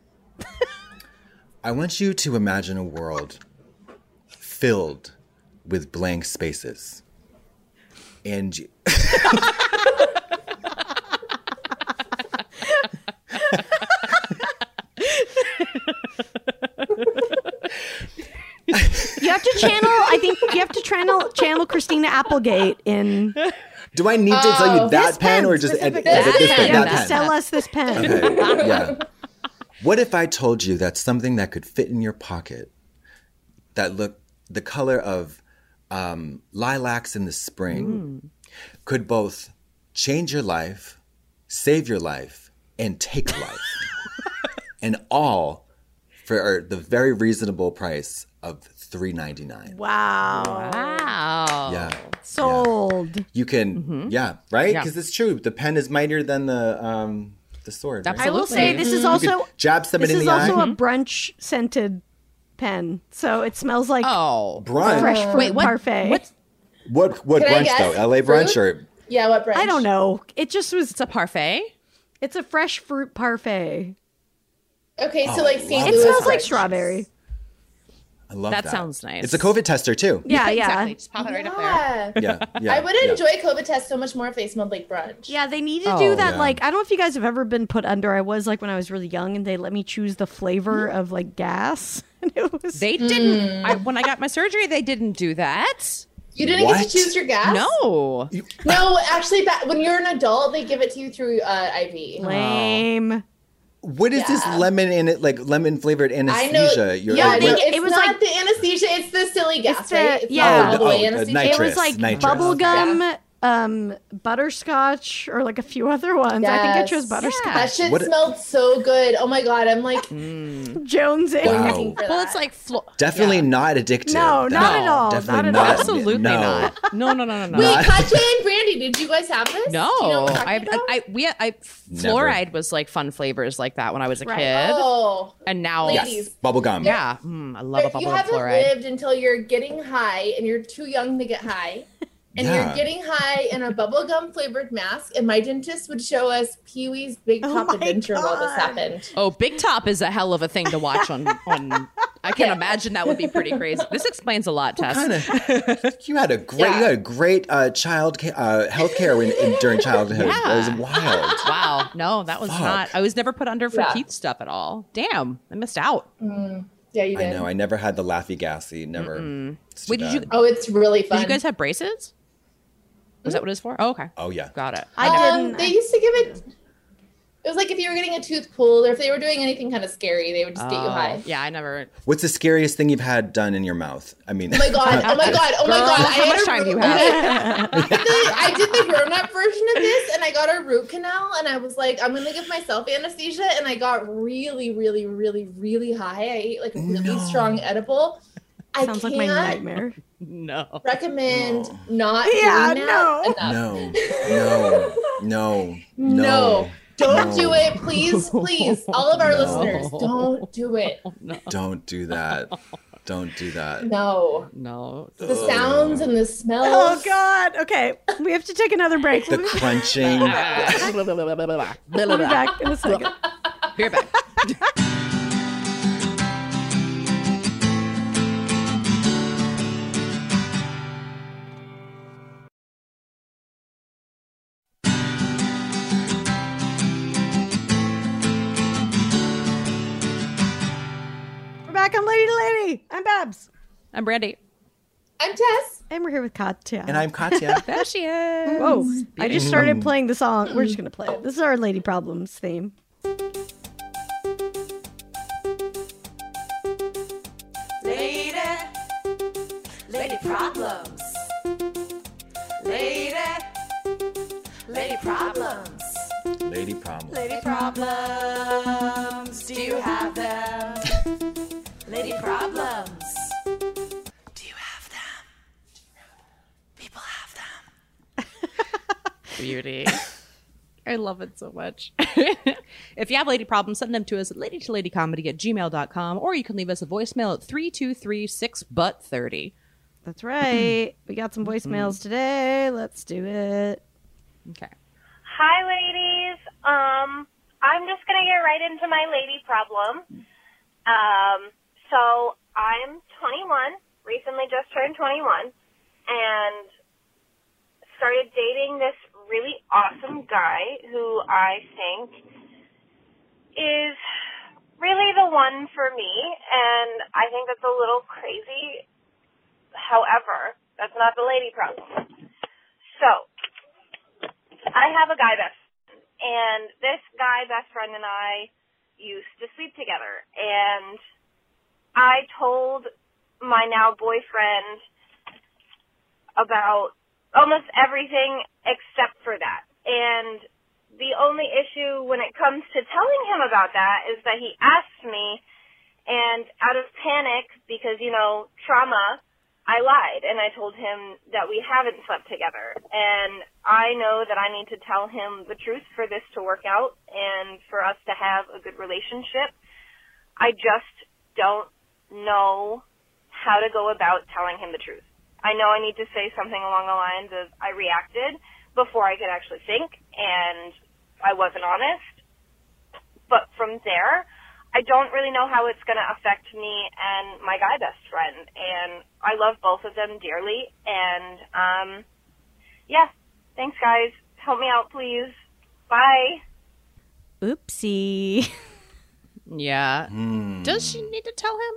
Speaker 4: I want you to imagine a world filled with blank spaces. And you-
Speaker 2: You have to channel. I think you have to channel channel Christina Applegate in
Speaker 4: Do I need to tell
Speaker 5: Oh.
Speaker 4: you that
Speaker 2: This
Speaker 4: pen
Speaker 2: pen
Speaker 4: or just
Speaker 2: specifically.
Speaker 4: is it this
Speaker 3: That
Speaker 4: pen,
Speaker 3: pen.
Speaker 4: that
Speaker 3: Just
Speaker 4: pen?
Speaker 2: Sell us this pen.
Speaker 4: Okay. Yeah. What if I told you that something that could fit in your pocket that looked the color of um, lilacs in the spring
Speaker 2: Mm.
Speaker 4: could both change your life, save your life, and take life? and all for er, the very reasonable price of three ninety nine.
Speaker 2: Wow.
Speaker 3: Wow.
Speaker 4: Yeah.
Speaker 2: Sold.
Speaker 4: You can
Speaker 2: Mm-hmm.
Speaker 4: yeah, right?
Speaker 3: Yeah.
Speaker 4: Because it's true. The pen is mightier than the um the sword. right?
Speaker 2: I will
Speaker 3: Absolutely.
Speaker 2: say this is
Speaker 4: You could
Speaker 2: also
Speaker 4: jab
Speaker 2: this
Speaker 4: somebody in
Speaker 2: is
Speaker 4: the eye.
Speaker 2: also a brunch scented pen, so it smells like
Speaker 3: Oh.
Speaker 4: brunch.
Speaker 2: fresh fruit
Speaker 3: Wait, what-
Speaker 2: parfait.
Speaker 3: what-
Speaker 4: What what
Speaker 5: Can I
Speaker 4: brunch
Speaker 5: guess?
Speaker 4: though? LA brunch or
Speaker 5: Yeah, what brand?
Speaker 2: I don't know. It just was.
Speaker 3: It's a parfait?
Speaker 2: It's a fresh fruit parfait.
Speaker 5: Okay, so like St.
Speaker 2: It
Speaker 4: It
Speaker 5: Louis.
Speaker 2: smells like
Speaker 5: brunch.
Speaker 2: strawberry.
Speaker 4: I love that.
Speaker 3: That sounds nice.
Speaker 4: It's a COVID tester too.
Speaker 2: Yeah, yeah,
Speaker 6: Exactly. Just pop it right up there.
Speaker 5: Yeah.
Speaker 4: Yeah. yeah
Speaker 5: I would
Speaker 4: yeah.
Speaker 5: enjoy COVID tests so much more if they smelled like brunch.
Speaker 2: yeah. They need to
Speaker 3: Oh.
Speaker 2: do that.
Speaker 4: Yeah.
Speaker 2: Like I don't know if you guys have ever been put under. I was like when I was really young, and they let me choose the flavor of like gas, and it was
Speaker 3: They
Speaker 2: Hmm.
Speaker 3: didn't. I, when I got my surgery, they didn't do that.
Speaker 5: You didn't get
Speaker 4: What?
Speaker 5: to choose your gas?
Speaker 3: No.
Speaker 5: No, actually, that, when you're an adult, they give it to you through uh, IV.
Speaker 4: oh.
Speaker 2: lame.
Speaker 4: What is this
Speaker 5: Yeah.
Speaker 4: lemon in it like lemon flavored
Speaker 5: I know.
Speaker 4: anesthesia? You're
Speaker 5: yeah,
Speaker 4: like,
Speaker 5: no,
Speaker 2: they-
Speaker 4: what-
Speaker 5: it's
Speaker 2: it was
Speaker 5: not
Speaker 2: like-
Speaker 5: the anesthesia. It's the silly gas,
Speaker 2: It's the-
Speaker 5: right? It's
Speaker 2: yeah.
Speaker 5: not all the way
Speaker 4: Oh, the- oh,
Speaker 5: anesthesia.
Speaker 4: nitrous.
Speaker 2: it was like
Speaker 4: nitrous.
Speaker 2: bubblegum, um, butterscotch, or like a few other ones. I think I
Speaker 5: Yes.
Speaker 2: chose butterscotch.
Speaker 5: That shit
Speaker 4: What Mm. a-
Speaker 5: smelled so good. Oh my god, I'm like
Speaker 2: Jones. in.
Speaker 4: Wow.
Speaker 5: looking for
Speaker 3: Well,
Speaker 5: that.
Speaker 3: it's like flo-
Speaker 4: definitely
Speaker 3: yeah.
Speaker 4: not addictive.
Speaker 2: No, not at all,
Speaker 4: Definitely
Speaker 2: not at all.
Speaker 3: Absolutely
Speaker 4: no.
Speaker 3: not. No, no, no, no, no.
Speaker 5: Wait,
Speaker 4: Not-
Speaker 5: Katya and Brandy, did you guys have this?
Speaker 3: No,
Speaker 5: Do you know what I'm
Speaker 3: I,
Speaker 5: talking
Speaker 3: I,
Speaker 5: about?
Speaker 3: I, we, I, fluoride was like fun flavors like that when I was a
Speaker 2: Right.
Speaker 3: kid,
Speaker 5: oh,
Speaker 3: and now,
Speaker 5: Ladies.
Speaker 4: Bubblegum.
Speaker 3: yeah, mm, I love a
Speaker 5: but you
Speaker 3: bubble of
Speaker 5: haven't
Speaker 3: fluoride.
Speaker 5: lived until you're getting high, and you're too young to get high, and
Speaker 4: Yeah.
Speaker 5: you're getting high in a bubblegum flavored mask. And my dentist would show us Pee Wee's Big
Speaker 2: Oh
Speaker 5: Top
Speaker 2: my
Speaker 5: Adventure while this
Speaker 2: God.
Speaker 5: happened.
Speaker 3: Oh, Big Top is a hell of a thing to watch on. on I can imagine that would be pretty crazy. This explains a lot, Tess.
Speaker 4: Kind of. You had a great,
Speaker 3: Yeah.
Speaker 4: you had a great uh, child ca- uh, health care in, in, during childhood. That was
Speaker 3: Yeah.
Speaker 4: wild.
Speaker 3: Wow, no, that was
Speaker 4: Fuck.
Speaker 3: not. I was never put under for
Speaker 5: Yeah.
Speaker 3: teeth stuff at all. Damn, I missed out.
Speaker 5: Yeah, you
Speaker 4: I
Speaker 5: did.
Speaker 4: know. I never had the Laffy Gassy. Never. It's too
Speaker 3: Wait, did you-
Speaker 4: bad.
Speaker 5: oh, it's really fun.
Speaker 3: Did you guys have braces? Was that what it was for? Oh, okay.
Speaker 4: Oh yeah.
Speaker 3: Got it.
Speaker 2: I
Speaker 5: um,
Speaker 2: didn't.
Speaker 5: they used to give it. It was like if you were getting a tooth pulled, or if they were doing anything kind of scary, they would just get you
Speaker 3: Oh,
Speaker 5: high.
Speaker 3: Yeah, I never.
Speaker 4: What's the scariest thing you've had done in your mouth? I mean,
Speaker 5: Oh my god! Oh my god! Oh my
Speaker 3: Girl,
Speaker 5: god!
Speaker 3: how
Speaker 5: I had
Speaker 3: much
Speaker 5: a
Speaker 3: time do you
Speaker 5: root-
Speaker 3: have?
Speaker 5: I did the- I did the grown-up version of this, and I got a root canal, and I was like, I'm gonna give myself anesthesia, and I got really, really, really, really high. I ate like a really
Speaker 4: No.
Speaker 5: strong edible. I
Speaker 2: Sounds like
Speaker 5: can't
Speaker 2: my nightmare.
Speaker 3: No.
Speaker 5: recommend not
Speaker 2: Yeah,
Speaker 5: doing
Speaker 2: no.
Speaker 5: that enough.
Speaker 4: No, no, no, no.
Speaker 5: No. Don't
Speaker 4: No.
Speaker 5: do it, please, please. All of our
Speaker 4: No.
Speaker 5: listeners, don't do it.
Speaker 4: Don't do that. Don't do that.
Speaker 5: No.
Speaker 3: No.
Speaker 5: The sounds and the smells.
Speaker 2: Oh God. Okay, we have to take another break.
Speaker 4: The
Speaker 2: We'll be
Speaker 4: crunching.
Speaker 2: we'll be back in a second.
Speaker 3: Be right back.
Speaker 2: We're back on Lady to Lady. I'm Babs,
Speaker 3: I'm Brandy.
Speaker 5: I'm Tess.
Speaker 2: and we're here with Katya.
Speaker 4: and I'm Katya.
Speaker 3: There she is.
Speaker 2: Whoa! I just started playing the song. We're just gonna play it. This is our Lady Problems theme.
Speaker 4: Lady Prom.
Speaker 3: Beauty. I love it so much. if you have lady problems, send them to us at lady to lady comedy at gmail.com or you can leave us a voicemail at 3236 butt 30.
Speaker 2: That's right. We got some voicemails today. Let's do it.
Speaker 3: Okay.
Speaker 1: Hi, ladies. Um, I'm just going to get right into my lady problem. Um, so I'm 21, recently just turned 21, and started dating this really awesome guy who I think is really the one for me, and I think that's a little crazy. However, that's not the lady problem. So, I have a guy best, friend, and this guy best friend and I used to sleep together. And I told my now boyfriend about almost everything except for that. And the only issue when it comes to telling him about that is that he asked me, and out of panic, because, you know, trauma, I lied and I told him that we haven't slept together. And I know that I need to tell him the truth for this to work out and for us to have a good relationship. I just don't know how to go about telling him the truth. I know I need to say something along the lines of I reacted before I could actually think and I wasn't honest. But from there, I don't really know how it's going to affect me and my guy best friend. And I love both of them dearly. And, um, yeah. Thanks, guys. Help me out, please. Bye.
Speaker 2: Oopsie.
Speaker 3: Yeah.
Speaker 4: Mm. Hmm.
Speaker 3: Does she need to tell him?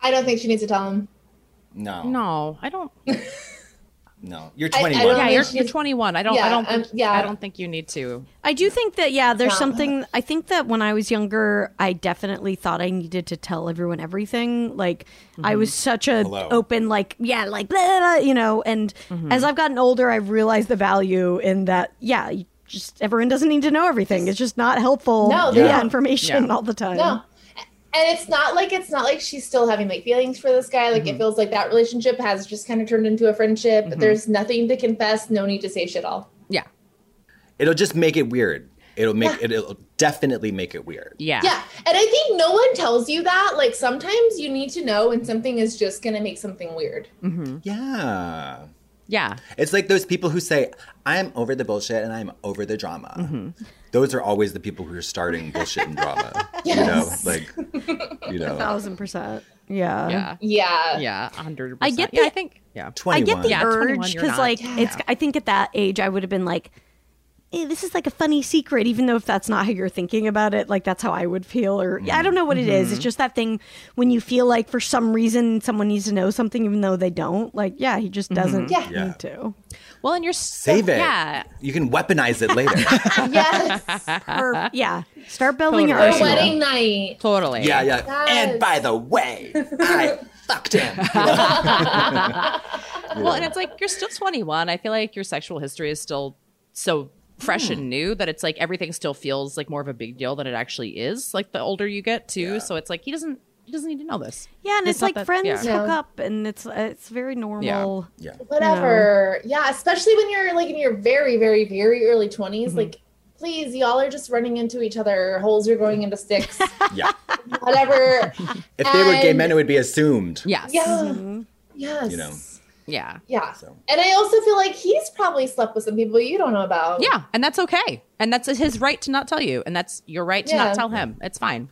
Speaker 5: I don't think she needs to tell him.
Speaker 4: No, no,
Speaker 3: No, I don't.
Speaker 4: You're
Speaker 5: I don't
Speaker 4: 21.
Speaker 3: Yeah,
Speaker 5: think
Speaker 3: you're,
Speaker 5: she's-
Speaker 3: you're 21. I don't. I
Speaker 5: Yeah,
Speaker 3: don't. Think,
Speaker 5: um, yeah.
Speaker 3: I don't think you need to.
Speaker 2: I do think that yeah, there's
Speaker 5: Yeah.
Speaker 2: something I think that when I was younger, I definitely thought I needed to tell everyone everything. Like I
Speaker 5: Mm-hmm.
Speaker 2: was such a
Speaker 4: Hello.
Speaker 2: open like yeah, like blah, blah, blah, you know, and
Speaker 5: Mm-hmm.
Speaker 2: as I've gotten older, I've realized the value in that yeah, you just everyone doesn't need to know everything. It's just not helpful
Speaker 5: No,
Speaker 2: no,
Speaker 5: they
Speaker 2: yeah.
Speaker 5: don't.
Speaker 2: information
Speaker 3: Yeah.
Speaker 2: all the time.
Speaker 5: No. And it's not like it's not like she's still having like feelings for this guy. Like it feels like that relationship has just kind of turned into a friendship. There's nothing to confess, no need to say shit all.
Speaker 3: Yeah.
Speaker 4: It'll just make it weird. It'll make it, it'll definitely make it weird.
Speaker 3: Yeah.
Speaker 5: Yeah. And I think no one tells you that. Like sometimes you need to know when something is just gonna make something weird.
Speaker 3: Mm-hmm.
Speaker 4: Yeah.
Speaker 3: Yeah.
Speaker 4: It's like those people who say, I'm over the bullshit and I'm over the drama.
Speaker 5: Mm-hmm.
Speaker 4: Those are always the people who are starting bullshit and drama.
Speaker 5: Yes.
Speaker 4: You know, like, you know,
Speaker 2: Thousand percent. Yeah.
Speaker 3: Yeah.
Speaker 5: Yeah.
Speaker 3: Yeah. 100.
Speaker 2: I get
Speaker 3: Yeah, I
Speaker 2: the-
Speaker 3: think. Yeah.
Speaker 4: 21.
Speaker 2: I get the
Speaker 3: Yeah, 21,
Speaker 2: urge
Speaker 3: you're
Speaker 2: because,
Speaker 3: not.
Speaker 2: like,
Speaker 3: Yeah.
Speaker 2: it's. I think at that age, I would have been like, eh, "This is like a funny secret," even though if that's not how you're thinking about it, like that's how I would feel. Or yeah, I don't know what it is. It's just that thing when you feel like for some reason someone needs to know something, even though they don't. Like, yeah, he just doesn't
Speaker 5: Yeah.
Speaker 4: Yeah.
Speaker 2: need to.
Speaker 3: Well, and you're
Speaker 4: Save it.
Speaker 3: Yeah.
Speaker 4: You can weaponize it later.
Speaker 5: Yes.
Speaker 2: Or yeah, start building your
Speaker 5: For
Speaker 3: Totally.
Speaker 2: arsenal.
Speaker 5: wedding night.
Speaker 3: Totally.
Speaker 4: yeah, yeah.
Speaker 5: Yes.
Speaker 4: And by the way, I fucked him. You know?
Speaker 3: Well, and it's like you're still 21. I feel like your sexual history is still so fresh and new that it's like everything still feels like more of a big deal than it actually is. Like the older you get, too. So it's like he doesn't. He doesn't need to know this.
Speaker 2: Yeah, and it's,
Speaker 3: not
Speaker 2: like
Speaker 3: that-
Speaker 2: friends
Speaker 3: yeah.
Speaker 2: hook
Speaker 5: Yeah.
Speaker 2: up, and it's it's very normal.
Speaker 4: Yeah.
Speaker 5: Whatever. Yeah, especially when you're like in your very, very, very early 20s. Like, please, y'all are just running into each other. Holes are going into sticks.
Speaker 4: Yeah.
Speaker 5: Whatever.
Speaker 4: If they were gay
Speaker 5: And-
Speaker 4: men, it would be assumed.
Speaker 3: Yes.
Speaker 5: Yeah.
Speaker 2: Mhm.
Speaker 5: Yes.
Speaker 4: You know.
Speaker 3: Yeah.
Speaker 5: Yeah.
Speaker 4: So.
Speaker 5: And I also feel like he's probably slept with some people you don't know about.
Speaker 3: Yeah, and that's okay. And that's his right to not tell you. And that's your right to
Speaker 5: Yeah.
Speaker 3: not tell him. It's fine.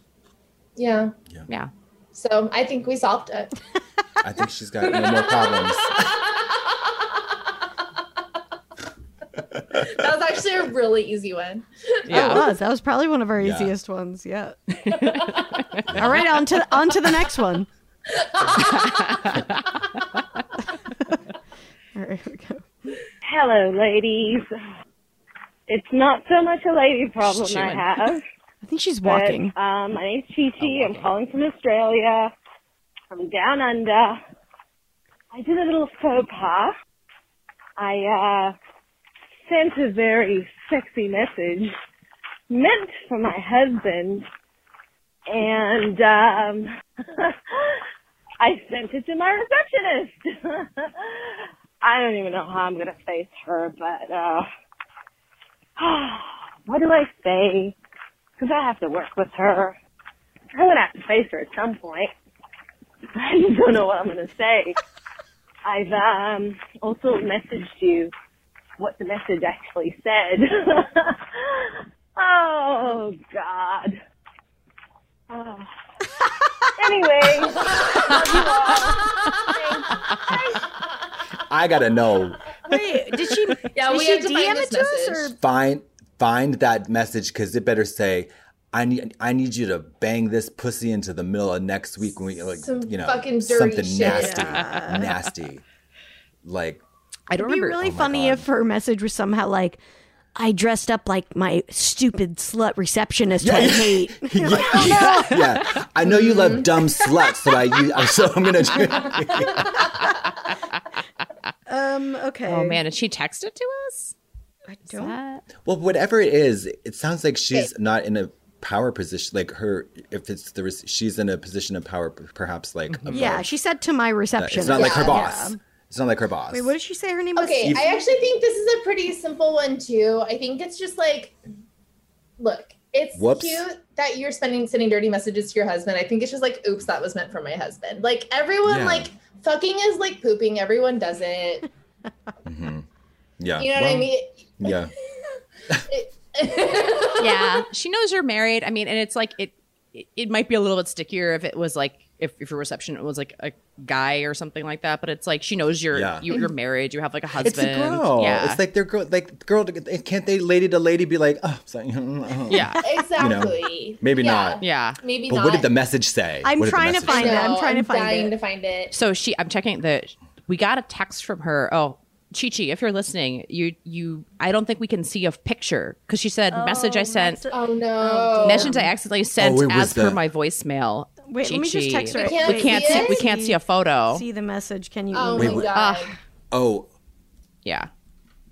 Speaker 5: Yeah.
Speaker 3: Yeah.
Speaker 5: So I think we solved it.
Speaker 4: I think she's got no more problems.
Speaker 5: That was actually a really easy one.
Speaker 2: That
Speaker 3: Yeah.
Speaker 2: was that was probably one of our
Speaker 4: Yeah.
Speaker 2: easiest ones. Yeah. All right, on to on to the next one. All right, here we go.
Speaker 1: Hello, ladies. It's not so much a lady problem
Speaker 3: She's
Speaker 1: I
Speaker 3: chewing.
Speaker 1: have.
Speaker 2: I think she's
Speaker 1: but,
Speaker 2: walking.
Speaker 5: Uh,
Speaker 1: um, my name's Chi
Speaker 3: Oh,
Speaker 1: Chi. I'm calling from Australia. I'm down under. I did a little faux pas. I uh, sent a very sexy message meant for my husband, and um, I sent it to my receptionist. I don't even know how I'm gonna face her, but uh, what do I say? Because I have to work with her. I'm gonna have to face her at some point. I just don't know what I'm gonna say. I've um, also messaged you what the message actually said. oh God. Oh. anyway, love you all. Thanks.
Speaker 4: I gotta know.
Speaker 2: Wait, did she?
Speaker 5: Yeah,
Speaker 2: did
Speaker 5: we
Speaker 2: she
Speaker 5: have to find
Speaker 2: DM
Speaker 5: this
Speaker 2: it to us,
Speaker 5: message.
Speaker 2: or
Speaker 4: Find find that message because it better say, I need I need you to bang this pussy into the middle of next week when we like
Speaker 5: Some
Speaker 4: you know
Speaker 5: fucking dirty
Speaker 4: something
Speaker 5: shit.
Speaker 4: nasty, nasty. Like
Speaker 3: I don't
Speaker 2: it'd be
Speaker 3: remember.
Speaker 2: really
Speaker 4: Oh my
Speaker 2: funny
Speaker 4: God.
Speaker 2: if her message was somehow like, I dressed up like my stupid slut receptionist who I
Speaker 4: Yeah.
Speaker 2: hate.
Speaker 4: yeah,
Speaker 5: "Oh,
Speaker 4: yeah. I know you
Speaker 5: Mm-hmm.
Speaker 4: love dumb sluts, so I use, so I'm gonna do.
Speaker 2: Um, okay.
Speaker 3: Oh man, and she texted to us.
Speaker 2: I don't.
Speaker 4: Well, whatever it is, it sounds like she's not in a power position. Like her, if it's the rec- she's in a position of power, p- perhaps like above
Speaker 2: Yeah, she said to my
Speaker 4: that.
Speaker 2: reception.
Speaker 4: It's not like her
Speaker 5: Mm-hmm. Yeah.
Speaker 4: boss. It's not like her boss.
Speaker 2: Wait, what did she say her name was?
Speaker 5: Okay, I actually think this is a pretty simple one too. I think it's just like, look, it's
Speaker 4: Whoops.
Speaker 5: cute that you're spending sending dirty messages to your husband. I think it's just like, oops, that was meant for my husband. Like everyone,
Speaker 4: Yeah.
Speaker 5: like fucking is like pooping. Everyone does it.
Speaker 4: Mhm. Yeah.
Speaker 5: You know what I
Speaker 4: Well,
Speaker 5: mean?
Speaker 4: Yeah.
Speaker 3: Yeah, she knows you're married. I mean, and it's like it. It, it might be a little bit stickier if it was like if, if your reception was like a guy or something like that. But it's like she knows you're
Speaker 4: Yeah.
Speaker 3: you, you're married. You have like a husband.
Speaker 4: It's a girl.
Speaker 3: Yeah.
Speaker 4: It's like they're girl. Like girl. to- Can't they, lady to lady, be like, oh, sorry.
Speaker 3: yeah.
Speaker 5: exactly.
Speaker 4: Maybe
Speaker 5: Yeah.
Speaker 4: not.
Speaker 3: Yeah.
Speaker 5: Maybe
Speaker 4: But
Speaker 5: not.
Speaker 4: what did the message say?
Speaker 2: I'm
Speaker 4: What did the
Speaker 2: trying to
Speaker 4: message
Speaker 5: I
Speaker 2: find
Speaker 4: say?
Speaker 2: it. I'm
Speaker 5: know,
Speaker 2: trying to find
Speaker 5: dying
Speaker 2: it.
Speaker 5: to find it.
Speaker 3: So she, I'm checking the. We got a text from her. Oh, Chi Chi, if you're listening, you you. I don't think we can see a picture because she said message I sent.
Speaker 5: Oh no.
Speaker 3: Message I accidentally sent
Speaker 4: Oh, it
Speaker 3: as
Speaker 4: was
Speaker 3: per
Speaker 4: the-
Speaker 3: my voicemail.
Speaker 2: Wait, let me just
Speaker 3: Chi-Chi.
Speaker 2: text her.
Speaker 5: We can't
Speaker 3: We can't
Speaker 5: see
Speaker 3: see.
Speaker 5: it?
Speaker 3: We can't see a photo.
Speaker 2: See the message. Can you?
Speaker 5: Oh
Speaker 2: email?
Speaker 5: my
Speaker 4: wait.
Speaker 5: god.
Speaker 4: Oh,
Speaker 3: Yeah.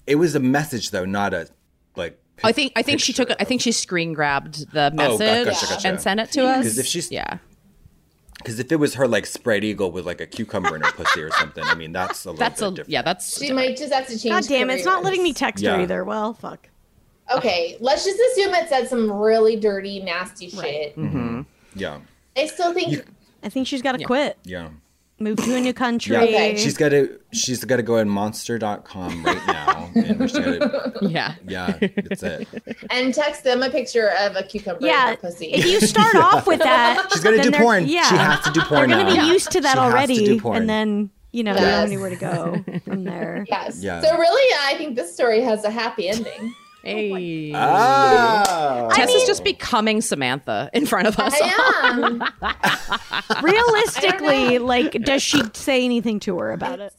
Speaker 4: it was a message though, not a like.
Speaker 3: I think I think she took it. I think she screen grabbed the message
Speaker 4: Oh, gotcha, gotcha.
Speaker 3: and sent it to us.
Speaker 4: 'Cause if she's-
Speaker 3: yeah,
Speaker 4: because if it was her like spread eagle with like a cucumber in her pussy or something, I mean that's a little
Speaker 3: that's
Speaker 4: bit
Speaker 3: a
Speaker 4: different.
Speaker 3: yeah, that's
Speaker 5: She might just have to change.
Speaker 2: God damn it! It's not letting me text her
Speaker 4: Yeah.
Speaker 2: either. Well, fuck.
Speaker 5: Okay, let's just assume it said some really dirty, nasty shit.
Speaker 4: yeah,
Speaker 5: I still think
Speaker 2: I think she's got to quit.
Speaker 4: yeah,
Speaker 2: Move to a new country.
Speaker 4: yeah.
Speaker 5: Okay.
Speaker 4: She's gotta she's gotta go in monster.com right now, and she's gotta,
Speaker 3: yeah.
Speaker 4: yeah, that's it.
Speaker 5: and text them a picture of a cucumber
Speaker 2: Yeah,
Speaker 5: in her pussy.
Speaker 2: If you start off with that,
Speaker 4: She's gonna
Speaker 2: then
Speaker 4: do
Speaker 2: they're-
Speaker 4: porn.
Speaker 2: Yeah,
Speaker 4: she has to do porn
Speaker 2: they're
Speaker 4: now.
Speaker 2: gonna be used to that
Speaker 4: She has to
Speaker 2: already,
Speaker 4: do porn.
Speaker 2: and then you know they
Speaker 5: Yes.
Speaker 2: don't know where to go from there.
Speaker 5: yes.
Speaker 4: Yeah.
Speaker 5: So really, I think this story has a happy ending.
Speaker 3: Hey,
Speaker 4: Ah,
Speaker 3: Tess is just becoming Samantha in front of us.
Speaker 5: I am.
Speaker 2: Realistically, like, does she say anything to her about it?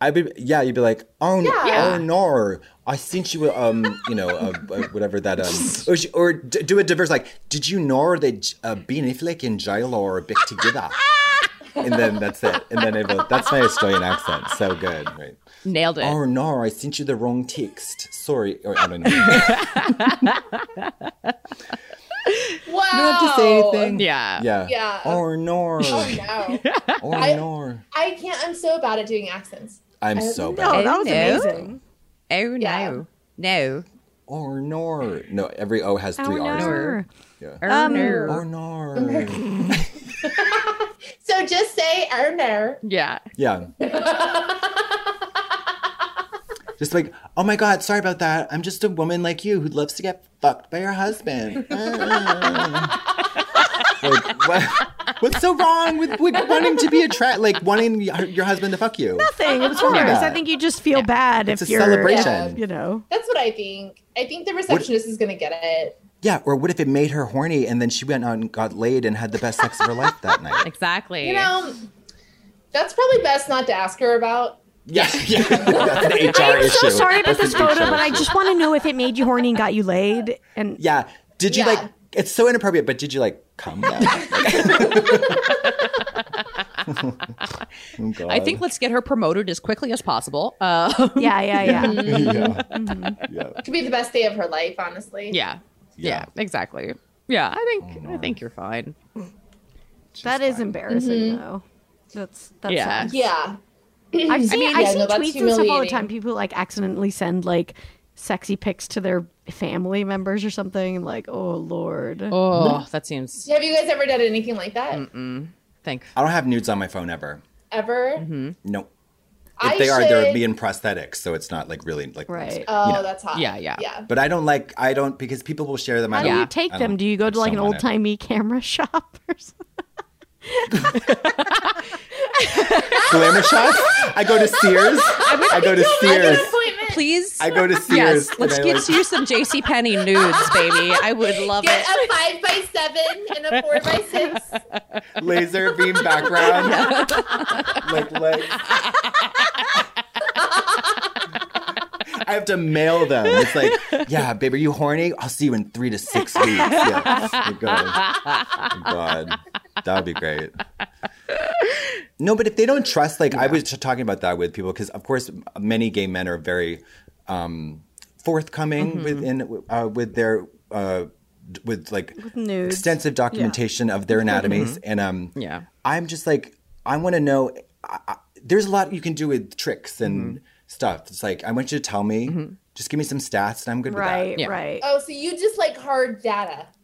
Speaker 4: I'd be yeah, you'd be like, oh, n-
Speaker 5: Yeah.
Speaker 4: oh no, I sent you um, you know, uh, uh, whatever that um, or, she, or d- do a diverse like, did you know that uh, Ben Affleck and J Lo are back together? and then that's it. And then it will, that's my Australian accent, so good, right?
Speaker 3: Nailed it.
Speaker 4: Oh no, I sent you the wrong text. Sorry, or, I don't know.
Speaker 5: Wow.
Speaker 4: You don't have to say anything.
Speaker 3: Yeah.
Speaker 4: Yeah. "Oh,
Speaker 5: Yeah. Oh,
Speaker 4: Or nor.
Speaker 5: No.
Speaker 4: Or
Speaker 5: I-
Speaker 4: nor.
Speaker 5: I can't. I'm so bad at doing accents.
Speaker 4: I'm so bad.
Speaker 2: Oh, that was
Speaker 3: No.
Speaker 2: amazing.
Speaker 3: Oh
Speaker 5: Yeah.
Speaker 3: no, no,
Speaker 4: Or nor. "Oh, No, every O has
Speaker 2: Oh,
Speaker 5: Oh,
Speaker 4: three R's.
Speaker 2: Arnor.
Speaker 4: Yeah.
Speaker 3: oh
Speaker 2: Um,
Speaker 3: no.
Speaker 4: Or nor.
Speaker 5: So just say "Oh, Erner.
Speaker 3: Yeah.
Speaker 4: Yeah. just like, oh my God, sorry about that. I'm just a woman like you who loves to get fucked by her husband. like, what, what's so wrong with, with wanting to be attract, like wanting your your husband to fuck you?
Speaker 2: Thing, of
Speaker 4: wrong
Speaker 2: course.
Speaker 4: with
Speaker 2: I
Speaker 4: that?
Speaker 2: think you just feel bad
Speaker 4: It's
Speaker 2: if
Speaker 4: a
Speaker 2: you're,
Speaker 4: celebration.
Speaker 2: you know.
Speaker 5: That's what I think. I think the receptionist is gonna get it.
Speaker 4: Yeah, or what if it made her horny and then she went out and got laid and had the best sex of her life that night?
Speaker 3: Exactly.
Speaker 5: You know, that's probably best not to ask her about.
Speaker 4: yeah, yeah. That's an HR
Speaker 2: I'm so
Speaker 4: issue.
Speaker 2: sorry about
Speaker 4: That's
Speaker 2: this
Speaker 4: an
Speaker 2: photo,
Speaker 4: HR
Speaker 2: but I
Speaker 4: issue.
Speaker 2: just want to know if it made you horny and got you laid. And
Speaker 4: Yeah. Did you
Speaker 5: Yeah.
Speaker 4: like? It's so inappropriate, but did you like come down? Oh,
Speaker 3: I think
Speaker 4: God.
Speaker 3: let's get her promoted as quickly as possible. Uh,
Speaker 2: yeah, yeah, yeah.
Speaker 4: yeah.
Speaker 5: Could be the best day of her life, honestly.
Speaker 3: yeah. yeah.
Speaker 4: Yeah. Oh,
Speaker 3: Exactly. Yeah. I think I think you're fine.
Speaker 2: That is embarrassing,
Speaker 4: Mm-hmm.
Speaker 2: though. That's that's
Speaker 3: Yeah.
Speaker 5: Yeah.
Speaker 2: I've seen
Speaker 5: mean,
Speaker 2: I
Speaker 5: yeah,
Speaker 2: see
Speaker 5: no,
Speaker 2: tweets and stuff
Speaker 5: that's
Speaker 2: all the
Speaker 5: humiliating.
Speaker 2: time. People like accidentally send like sexy pics to their family members or something, and like, oh lord.
Speaker 3: Oh, that seems.
Speaker 5: Have you guys ever done anything like that?
Speaker 3: Think.
Speaker 4: I don't have nudes on my phone ever.
Speaker 5: Ever?
Speaker 4: No.
Speaker 5: I
Speaker 4: If they are, they're
Speaker 5: should-
Speaker 4: being prosthetics, so it's not like really like.
Speaker 2: Right.
Speaker 5: Oh,
Speaker 4: you know.
Speaker 5: that's hot.
Speaker 3: Yeah, yeah.
Speaker 5: Yeah.
Speaker 4: But I don't like. I don't because people will share them. I
Speaker 2: How do
Speaker 4: don't,
Speaker 2: you take
Speaker 4: I
Speaker 2: them?
Speaker 4: don't-
Speaker 2: Do you go
Speaker 4: I
Speaker 2: to
Speaker 4: just
Speaker 2: like an
Speaker 4: don't want
Speaker 2: old
Speaker 4: it.
Speaker 2: timey camera shop or something?
Speaker 4: glamour shots? I go to Sears. I go to Sears.
Speaker 3: Please.
Speaker 4: I go to Sears.
Speaker 3: Yes, let's
Speaker 4: and I,
Speaker 3: get
Speaker 4: like-
Speaker 3: you some J.C. Penney nudes, baby. I would love
Speaker 5: Get
Speaker 3: it.
Speaker 5: a five by seven and a four by six.
Speaker 4: laser beam background. like legs. I I have to mail them. It's like, yeah, babe, are you horny? I'll see you in three to six weeks. Yeah. It goes. Oh, God, that would be great. No, but if they don't trust, like I was t- talking about that with people, because of course many gay men are very um, forthcoming within uh, with their uh, d- with like
Speaker 2: nudes.
Speaker 4: extensive documentation of
Speaker 2: Mm-hmm.
Speaker 4: their anatomies, and um,
Speaker 3: Yeah.
Speaker 4: I'm just like I want to know. I, I, there's a lot you can do with tricks and
Speaker 3: Mm-hmm.
Speaker 4: stuff. It's like I want you to tell me, just give me some stats, and I'm good with
Speaker 2: Right,
Speaker 3: Yeah.
Speaker 2: right.
Speaker 5: Oh, so you just like hard data.
Speaker 4: that.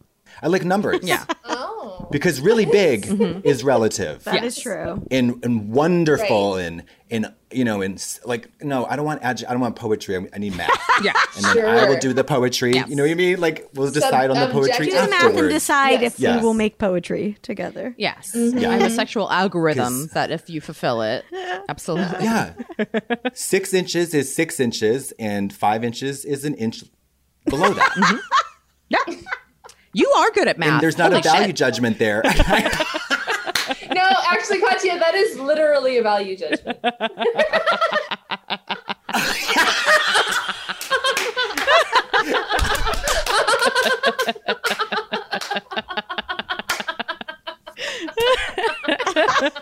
Speaker 4: I like numbers.
Speaker 3: Yeah.
Speaker 5: Oh.
Speaker 4: because really big
Speaker 2: Mm-hmm.
Speaker 4: is relative.
Speaker 2: That is true.
Speaker 4: and and wonderful and and you know and s- like no I don't want adj- I don't want poetry I, I need math
Speaker 3: Yeah.
Speaker 4: and then I will
Speaker 5: Sure.
Speaker 4: do the poetry you know what I mean like we'll decide on the poetry
Speaker 2: Do
Speaker 5: objective-
Speaker 2: the math and
Speaker 4: afterwards
Speaker 2: decide
Speaker 5: Yes.
Speaker 2: if we will
Speaker 4: Yes.
Speaker 2: make poetry together.
Speaker 3: Yes.
Speaker 4: Yeah.
Speaker 3: I have a sexual algorithm
Speaker 4: 'Cause-
Speaker 3: that if you fulfill it, absolutely.
Speaker 4: Mm-hmm. yeah six inches is six inches and five inches is an inch below that
Speaker 3: Yeah. You are good at math.
Speaker 4: and there's not
Speaker 3: Holy
Speaker 4: a value
Speaker 3: shit.
Speaker 4: judgment there
Speaker 5: No, actually, Katya, that is literally a value judgment.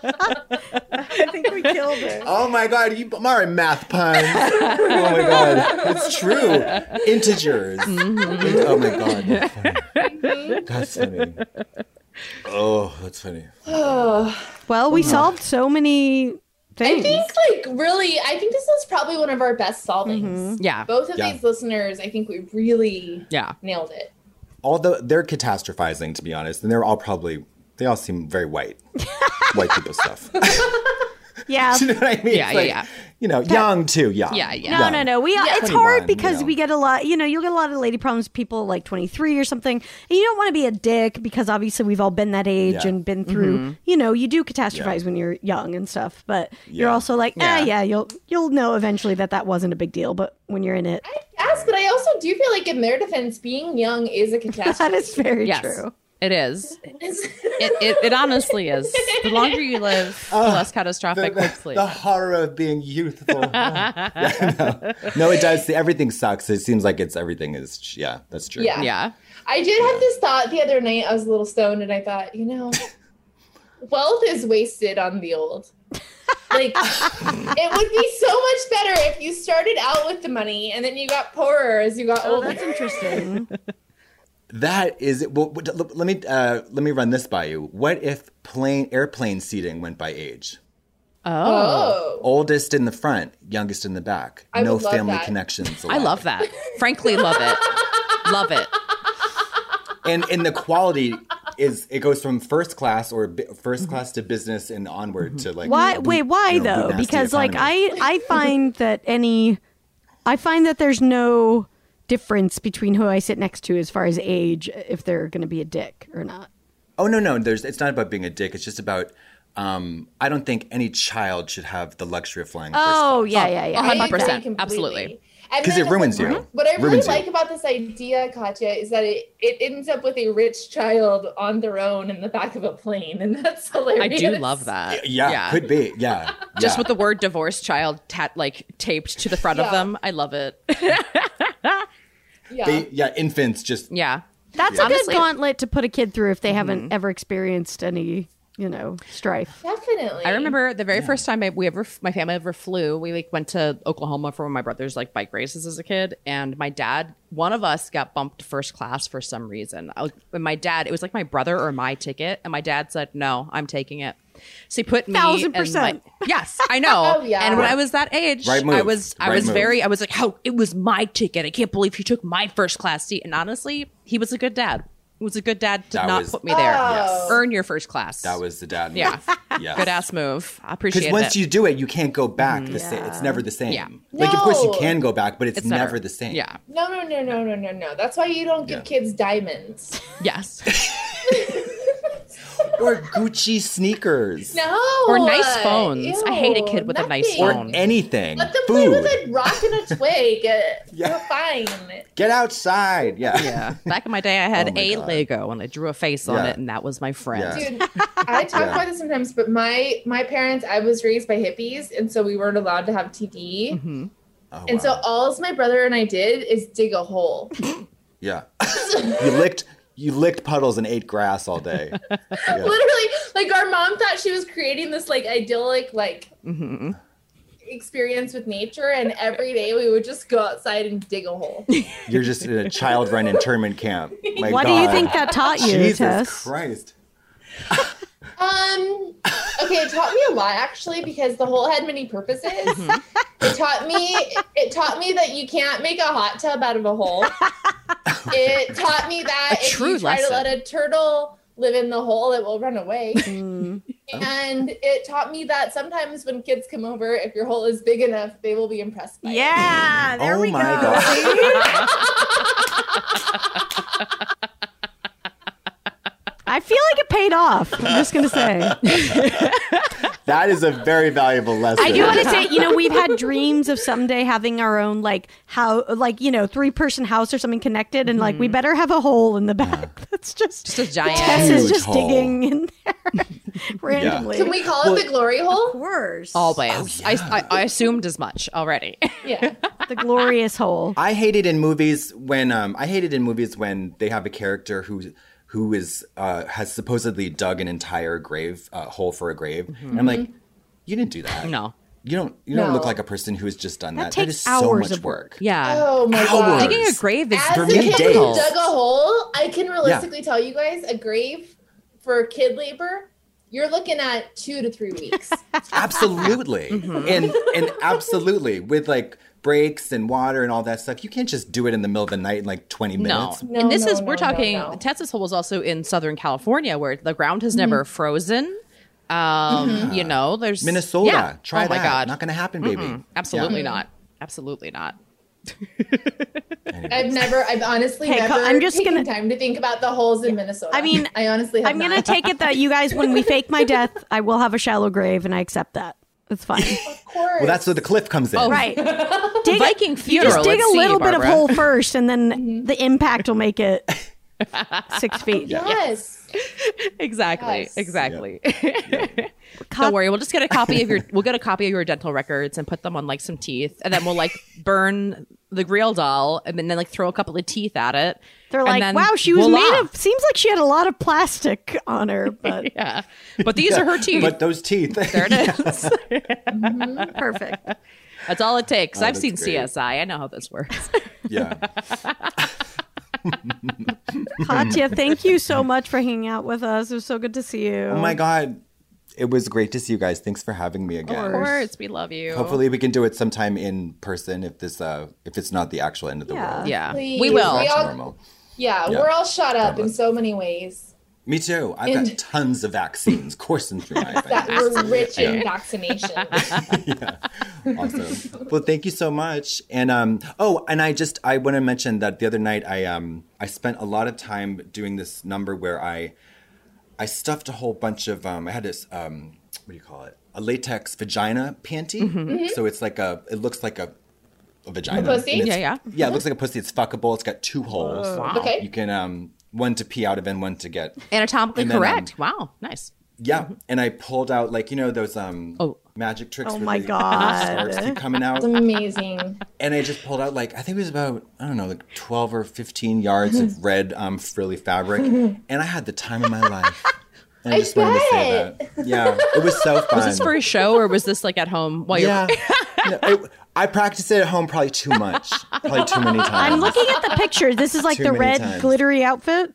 Speaker 2: I think we killed it.
Speaker 4: oh my god you are a math pun oh my god it's true integers
Speaker 3: Mm-hmm.
Speaker 4: oh my god that's funny. that's funny oh that's funny.
Speaker 2: Well, we solved so many
Speaker 5: I
Speaker 2: things.
Speaker 5: think, like, really, I think this is probably one of our best solvings.
Speaker 3: Yeah.
Speaker 5: Both of
Speaker 4: Yeah.
Speaker 5: these listeners, I think we really
Speaker 3: Yeah.
Speaker 5: nailed it.
Speaker 4: although they're catastrophizing to be honest and they're all probably they all seem very white white people stuff Do
Speaker 2: yeah.
Speaker 4: you know what i mean
Speaker 3: Yeah, yeah,
Speaker 4: It's like,
Speaker 3: yeah.
Speaker 4: you know young too young
Speaker 3: Yeah, yeah.
Speaker 2: No, no, no. We it's
Speaker 4: 21,
Speaker 2: hard because
Speaker 4: you know.
Speaker 2: we get a lot. You know, you'll get a lot of lady problems. People like twenty three or something, and you don't want to be a dick because obviously we've all been that age
Speaker 4: Yeah.
Speaker 2: and been through.
Speaker 3: Mm-hmm.
Speaker 2: You know, you do catastrophize when you're young and stuff, but you're
Speaker 4: Yeah.
Speaker 2: also like, ah,
Speaker 3: Yeah.
Speaker 2: yeah, you'll you'll know eventually that that wasn't a big deal. But when you're in it,
Speaker 5: I ask, but I also do feel like, in their defense, being young is a catastrophe.
Speaker 2: that is very
Speaker 3: Yes.
Speaker 2: true.
Speaker 3: It is. It,
Speaker 5: It's-
Speaker 3: it, it honestly is. The longer you live, the less
Speaker 4: the,
Speaker 3: catastrophic,
Speaker 4: Oh. the,
Speaker 3: hopefully.
Speaker 4: the horror of being youthful Yeah, I know. no it does everything sucks it seems like it's everything is yeah that's true
Speaker 5: Yeah.
Speaker 3: yeah.
Speaker 5: I did have this thought the other night. I was a little stoned, and I thought, you know, wealth is wasted on the old. Like, it would be so much better if you started out with the money and then you got poorer as you got older.
Speaker 2: interesting.
Speaker 4: that is well, what- let me uh, let me run this by you what if plane airplane seating went by age
Speaker 3: Oh.
Speaker 5: oh,
Speaker 4: oldest in the front youngest in the back
Speaker 5: I
Speaker 4: no
Speaker 5: would love
Speaker 4: family
Speaker 5: that.
Speaker 4: connections
Speaker 3: I
Speaker 4: allowed.
Speaker 3: love that. Frankly, love it. Love it.
Speaker 4: and and the quality is it goes from first class or bu- 1st class to business and onward to like
Speaker 2: Why?
Speaker 4: boot-
Speaker 2: Wait, why
Speaker 4: you know, boot
Speaker 2: though?
Speaker 4: nasty
Speaker 2: Because like
Speaker 4: economy.
Speaker 2: I, I find that any, I find that there's no difference between who I sit next to as far as age, if they're going to be a dick or not.
Speaker 4: oh no no there's it's not about being a dick it's just about um I don't think any child should have the luxury of flying
Speaker 2: Oh yeah,
Speaker 3: Oh,
Speaker 2: yeah, yeah.
Speaker 3: a hundred
Speaker 5: I agree
Speaker 3: percent.
Speaker 5: completely.
Speaker 3: Absolutely.
Speaker 5: And
Speaker 4: 'Cause
Speaker 5: then
Speaker 4: it ruins you.
Speaker 3: Mhm.
Speaker 5: What I really
Speaker 4: Ruins you.
Speaker 5: like about this idea, Katya, is that it, it ends up with a rich child on their own in the back of a plane, and that's hilarious.
Speaker 3: I do love that.
Speaker 4: first. yeah, could be yeah
Speaker 3: Just
Speaker 4: yeah.
Speaker 3: with the word divorce child tat like taped to the front of
Speaker 5: Yeah.
Speaker 3: them. I love it.
Speaker 5: Yeah.
Speaker 4: They- yeah infants just
Speaker 3: yeah.
Speaker 2: That's a
Speaker 3: Honestly- Mm-hmm.
Speaker 2: good gauntlet to put a kid through if they haven't ever experienced any, you know, strife.
Speaker 5: Definitely.
Speaker 3: I remember the very first time I, we ever, my family ever flew. We like went to Oklahoma for one of my brother's like bike races as a kid, and my dad, one of us got bumped first class for some reason. I was, and my dad, it was like my brother or my ticket, and my dad said, "No, I'm taking it." So he put me
Speaker 2: Thousand
Speaker 3: and my-
Speaker 2: percent.
Speaker 3: yes, I know.
Speaker 5: Oh, yeah.
Speaker 3: And when
Speaker 5: Right.
Speaker 3: I was that age,
Speaker 4: Right
Speaker 3: I
Speaker 4: move.
Speaker 3: was I
Speaker 4: Right
Speaker 3: was
Speaker 4: move.
Speaker 3: very I was like, "How it was my ticket? I can't believe he took my first class seat." And honestly, he was a good dad. He was a good dad to
Speaker 4: That
Speaker 3: not
Speaker 4: was-
Speaker 3: put me there.
Speaker 5: Yes.
Speaker 3: Earn your first class.
Speaker 4: that was the dad
Speaker 3: Yeah.
Speaker 4: yeah
Speaker 3: good ass move. I appreciate
Speaker 4: because
Speaker 3: it.
Speaker 4: once you do it you can't go back the same it's never the same
Speaker 3: Yeah.
Speaker 4: like of course you
Speaker 5: No.
Speaker 4: can go back but it's,
Speaker 3: It's
Speaker 4: never the same
Speaker 3: Yeah.
Speaker 5: No, no, no, no, no, no, no. That's why you don't give
Speaker 4: Yeah.
Speaker 5: kids diamonds.
Speaker 3: Yes.
Speaker 4: or Gucci sneakers
Speaker 5: No.
Speaker 3: Or nice phones. I hate a kid with a nice
Speaker 5: nothing.
Speaker 4: or
Speaker 3: phone.
Speaker 4: anything
Speaker 5: Let them
Speaker 4: food
Speaker 5: play with a rock and a twig.
Speaker 4: Yeah.
Speaker 5: yeah. We're fine.
Speaker 4: Get outside. Yeah.
Speaker 3: Yeah. Back in my day, I had
Speaker 4: Oh my
Speaker 3: a
Speaker 4: God.
Speaker 3: Lego and I drew a face on
Speaker 4: Yeah.
Speaker 3: it, and that was my friend.
Speaker 4: Yeah.
Speaker 5: Dude, I talk
Speaker 4: Yeah.
Speaker 5: about this sometimes, but my my parents, I was raised by hippies, and so we weren't allowed to have TV.
Speaker 3: Mhm.
Speaker 4: Oh,
Speaker 5: And
Speaker 4: wow.
Speaker 5: so alls my brother and I did is dig a hole.
Speaker 4: yeah, you licked you licked puddles and ate grass all day. Yeah.
Speaker 5: Literally, like our mom thought she was creating this like idyllic like
Speaker 4: Mm-hmm,
Speaker 3: hmm
Speaker 5: experience with nature, and every day we would just go outside and dig a hole.
Speaker 4: You're just in a child run internment camp. Oh My
Speaker 2: What do
Speaker 4: God.
Speaker 2: you think that taught you,
Speaker 4: Jesus
Speaker 2: Tess?
Speaker 4: Christ.
Speaker 5: Um, okay, it taught me a lot actually because the hole had many purposes.
Speaker 3: Mm-hmm.
Speaker 5: It taught me it taught me that you can't make a hot tub out of a hole. It taught me that
Speaker 3: A
Speaker 5: if
Speaker 3: true
Speaker 5: you try
Speaker 3: lesson.
Speaker 5: to let a turtle live in the hole, it will run away.
Speaker 3: Mm-hmm.
Speaker 2: Mm.
Speaker 5: And it taught me that sometimes when kids come over, if your hole is big enough, they will be impressed by it.
Speaker 2: Yeah, Ah, there
Speaker 4: oh
Speaker 2: we
Speaker 4: my
Speaker 2: go.
Speaker 4: God.
Speaker 2: I feel like it paid off. I'm just gonna say.
Speaker 4: That is a very valuable lesson.
Speaker 2: I do want to say, you know, we've had dreams of someday having our own like how like you know three person house or something connected, and like we better have a hole in the back. That's just
Speaker 3: Mm-hmm. Just a giant.
Speaker 2: Tess is
Speaker 4: Huge
Speaker 2: just
Speaker 4: hole.
Speaker 2: digging in there randomly.
Speaker 5: Can we call it the glory hole?
Speaker 2: Worse,
Speaker 3: Always.
Speaker 4: Oh,
Speaker 3: I, I, I assumed as much already.
Speaker 5: Yeah.
Speaker 2: the glorious hole.
Speaker 4: I hate it in movies when um, I hate it in movies when they have a character who who is uh, has supposedly dug an entire grave uh, hole for a grave, and
Speaker 2: Mm-hmm.
Speaker 4: I'm like, you didn't do that.
Speaker 3: no.
Speaker 4: you don't. You don't
Speaker 5: No.
Speaker 4: look like a person who has just done that.
Speaker 2: That
Speaker 4: that
Speaker 2: takes
Speaker 4: is so
Speaker 2: hours
Speaker 4: much
Speaker 2: of work.
Speaker 3: Yeah.
Speaker 5: Oh my
Speaker 4: Hours.
Speaker 5: god.
Speaker 3: Digging a grave is
Speaker 5: As a
Speaker 4: me
Speaker 5: kid
Speaker 4: days.
Speaker 5: who dug a hole, I can realistically tell you guys a grave for kid labor, you're looking at two to three weeks.
Speaker 4: Absolutely,
Speaker 3: Mm-hmm.
Speaker 4: and and absolutely with like breaks and water and all that stuff. You can't just do it in the middle of the night in like 20
Speaker 3: No.
Speaker 4: minutes.
Speaker 5: No,
Speaker 3: and this
Speaker 5: no,
Speaker 3: is, we're
Speaker 5: no, no,
Speaker 3: talking,
Speaker 5: no.
Speaker 3: Texas Hole was also in Southern California where the ground has never
Speaker 4: Mm-hmm.
Speaker 3: frozen. Um, You know, there's
Speaker 4: Minnesota,
Speaker 3: Yeah.
Speaker 4: try
Speaker 3: oh
Speaker 4: that.
Speaker 3: my God.
Speaker 4: Not going to happen, baby.
Speaker 3: Absolutely not. Absolutely not.
Speaker 5: I've never, I've honestly
Speaker 2: Hey,
Speaker 5: never
Speaker 2: Co- I'm just
Speaker 5: taken
Speaker 2: gonna-
Speaker 5: time to think about the holes in Minnesota.
Speaker 2: I mean,
Speaker 5: I honestly have
Speaker 2: I'm gonna
Speaker 5: not.
Speaker 2: take it that you guys, when we fake my death, I will have a shallow grave, and I accept that. It's fine.
Speaker 5: Of course.
Speaker 4: Well, that's where the cliff comes
Speaker 3: Oh,
Speaker 4: in.
Speaker 2: right. Dig a-
Speaker 3: Viking funeral.
Speaker 2: just dig
Speaker 3: at
Speaker 2: a
Speaker 3: sea,
Speaker 2: little bit of
Speaker 3: Barbara. Mm-hmm.
Speaker 2: hole first, and then the impact will make it six feet.
Speaker 5: yes.
Speaker 3: Exactly.
Speaker 5: Yes.
Speaker 3: Exactly.
Speaker 2: Cut-
Speaker 3: Don't worry. We'll just get a copy of your. We'll get a copy of your dental records and put them on like some teeth, and then we'll like burn the real doll, and then like throw a couple of teeth at it.
Speaker 2: They're
Speaker 3: and
Speaker 2: like,
Speaker 3: then
Speaker 2: wow, she was
Speaker 3: voila."
Speaker 2: made of. Seems like she had a lot of plastic on her, but
Speaker 3: Yeah, but these are her teeth.
Speaker 4: But those teeth.
Speaker 3: there it is.
Speaker 2: perfect.
Speaker 3: that's all it takes. I've
Speaker 4: Oh, that's
Speaker 3: seen
Speaker 4: great.
Speaker 3: CSI. I know how this works.
Speaker 4: yeah.
Speaker 2: Katya, thank you so much for hanging out with us. It was so good to see you.
Speaker 4: Oh my God. It was great to see you guys. Thanks for having me
Speaker 3: of
Speaker 4: again.
Speaker 3: course, we love you.
Speaker 4: Hopefully we can do it sometime in person if this uh if it's not the actual end of the
Speaker 2: Yeah.
Speaker 4: world.
Speaker 3: yeah,
Speaker 5: Please.
Speaker 3: we will.
Speaker 5: We
Speaker 4: That's
Speaker 5: all-
Speaker 4: normal.
Speaker 5: Yeah,
Speaker 4: Yeah.
Speaker 5: We're all shot up in so many ways
Speaker 4: Me too. I've
Speaker 5: And-
Speaker 4: got tons of vaccines coursing through my
Speaker 5: that
Speaker 4: veins.
Speaker 5: we're rich in vaccination.
Speaker 4: awesome. Well, thank you so much. And um, oh, and I just I want to mention that the other night I um I spent a lot of time doing this number where I I stuffed a whole bunch of um I had this um what do you call it a latex vagina panty.
Speaker 3: Mm-hmm.
Speaker 4: So it's like a it looks like a a vagina.
Speaker 5: A pussy?
Speaker 4: And it's-
Speaker 3: Yeah, yeah.
Speaker 4: Yeah, it looks like a pussy. It's fuckable. It's got two holes.
Speaker 5: Okay.
Speaker 4: You can um one to pee out of and one to get.
Speaker 3: Anatomically
Speaker 4: And then,
Speaker 3: correct. wow, nice.
Speaker 4: Yeah, and I pulled out like you know those um
Speaker 3: Mm-hmm. Oh.
Speaker 4: magic tricks.
Speaker 2: Oh
Speaker 4: where
Speaker 2: my
Speaker 4: they-
Speaker 2: God.
Speaker 4: sparks keep coming out
Speaker 5: It's amazing.
Speaker 4: and I just pulled out like I think it was about I don't know like twelve or fifteen yards of red um frilly fabric, and I had the time of my life. And I,
Speaker 5: I
Speaker 4: just wanted to say that. Yeah, it was so fun.
Speaker 3: Was this for a show or was this like at home while
Speaker 4: yeah, No, it- I practiced it at home probably too much, probably too many times.
Speaker 2: I'm looking at the picture. This is like
Speaker 4: Too
Speaker 2: the
Speaker 4: many
Speaker 2: red
Speaker 4: times.
Speaker 2: glittery outfit.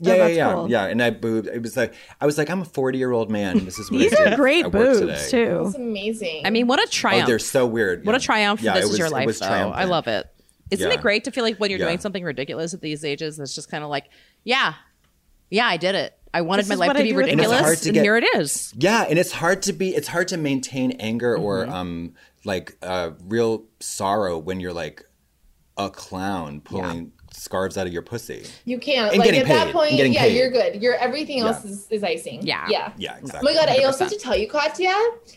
Speaker 4: Yeah,
Speaker 2: that's
Speaker 4: yeah, yeah,
Speaker 2: cool.
Speaker 4: yeah. And I boobed. It was like I was like I'm a forty year old man. This is what
Speaker 2: These
Speaker 4: I
Speaker 2: are
Speaker 4: do
Speaker 2: great
Speaker 4: at work
Speaker 2: boobs
Speaker 4: today.
Speaker 2: too.
Speaker 5: It's amazing.
Speaker 3: I mean, what a
Speaker 4: Oh,
Speaker 3: triumph!
Speaker 4: they're so weird.
Speaker 3: What
Speaker 4: yeah.
Speaker 3: a triumph
Speaker 4: Yeah,
Speaker 3: for
Speaker 4: it
Speaker 3: this is
Speaker 4: was-
Speaker 3: your
Speaker 4: it
Speaker 3: life,
Speaker 4: was
Speaker 3: though. I
Speaker 4: triumphant.
Speaker 3: love it. Isn't
Speaker 4: Yeah.
Speaker 3: it great to feel like when you're
Speaker 4: Yeah.
Speaker 3: doing something ridiculous at these ages, it's just kind of like, yeah, yeah, I did it. I wanted
Speaker 2: This
Speaker 3: my
Speaker 2: is
Speaker 3: life
Speaker 2: what
Speaker 3: to
Speaker 2: I
Speaker 3: be
Speaker 2: do with my
Speaker 4: life. It's hard
Speaker 3: ridiculous,
Speaker 4: to
Speaker 3: and
Speaker 4: get-
Speaker 3: here it is.
Speaker 4: Yeah, and it's hard to be it's hard to maintain anger or
Speaker 5: Mm-hmm.
Speaker 4: um like uh real sorrow when you're like a clown pulling scarves out of your pussy.
Speaker 5: you can't.
Speaker 4: And
Speaker 5: Like
Speaker 4: getting
Speaker 5: at that
Speaker 4: paid.
Speaker 5: point,
Speaker 4: And getting
Speaker 5: yeah,
Speaker 4: paid.
Speaker 5: you're good. You're everything else
Speaker 4: Yeah.
Speaker 5: is, is icing.
Speaker 3: Yeah.
Speaker 5: Yeah.
Speaker 4: Yeah,
Speaker 5: Oh
Speaker 4: exactly.
Speaker 5: my god, I also
Speaker 3: 100%.
Speaker 5: have to tell you, Katya.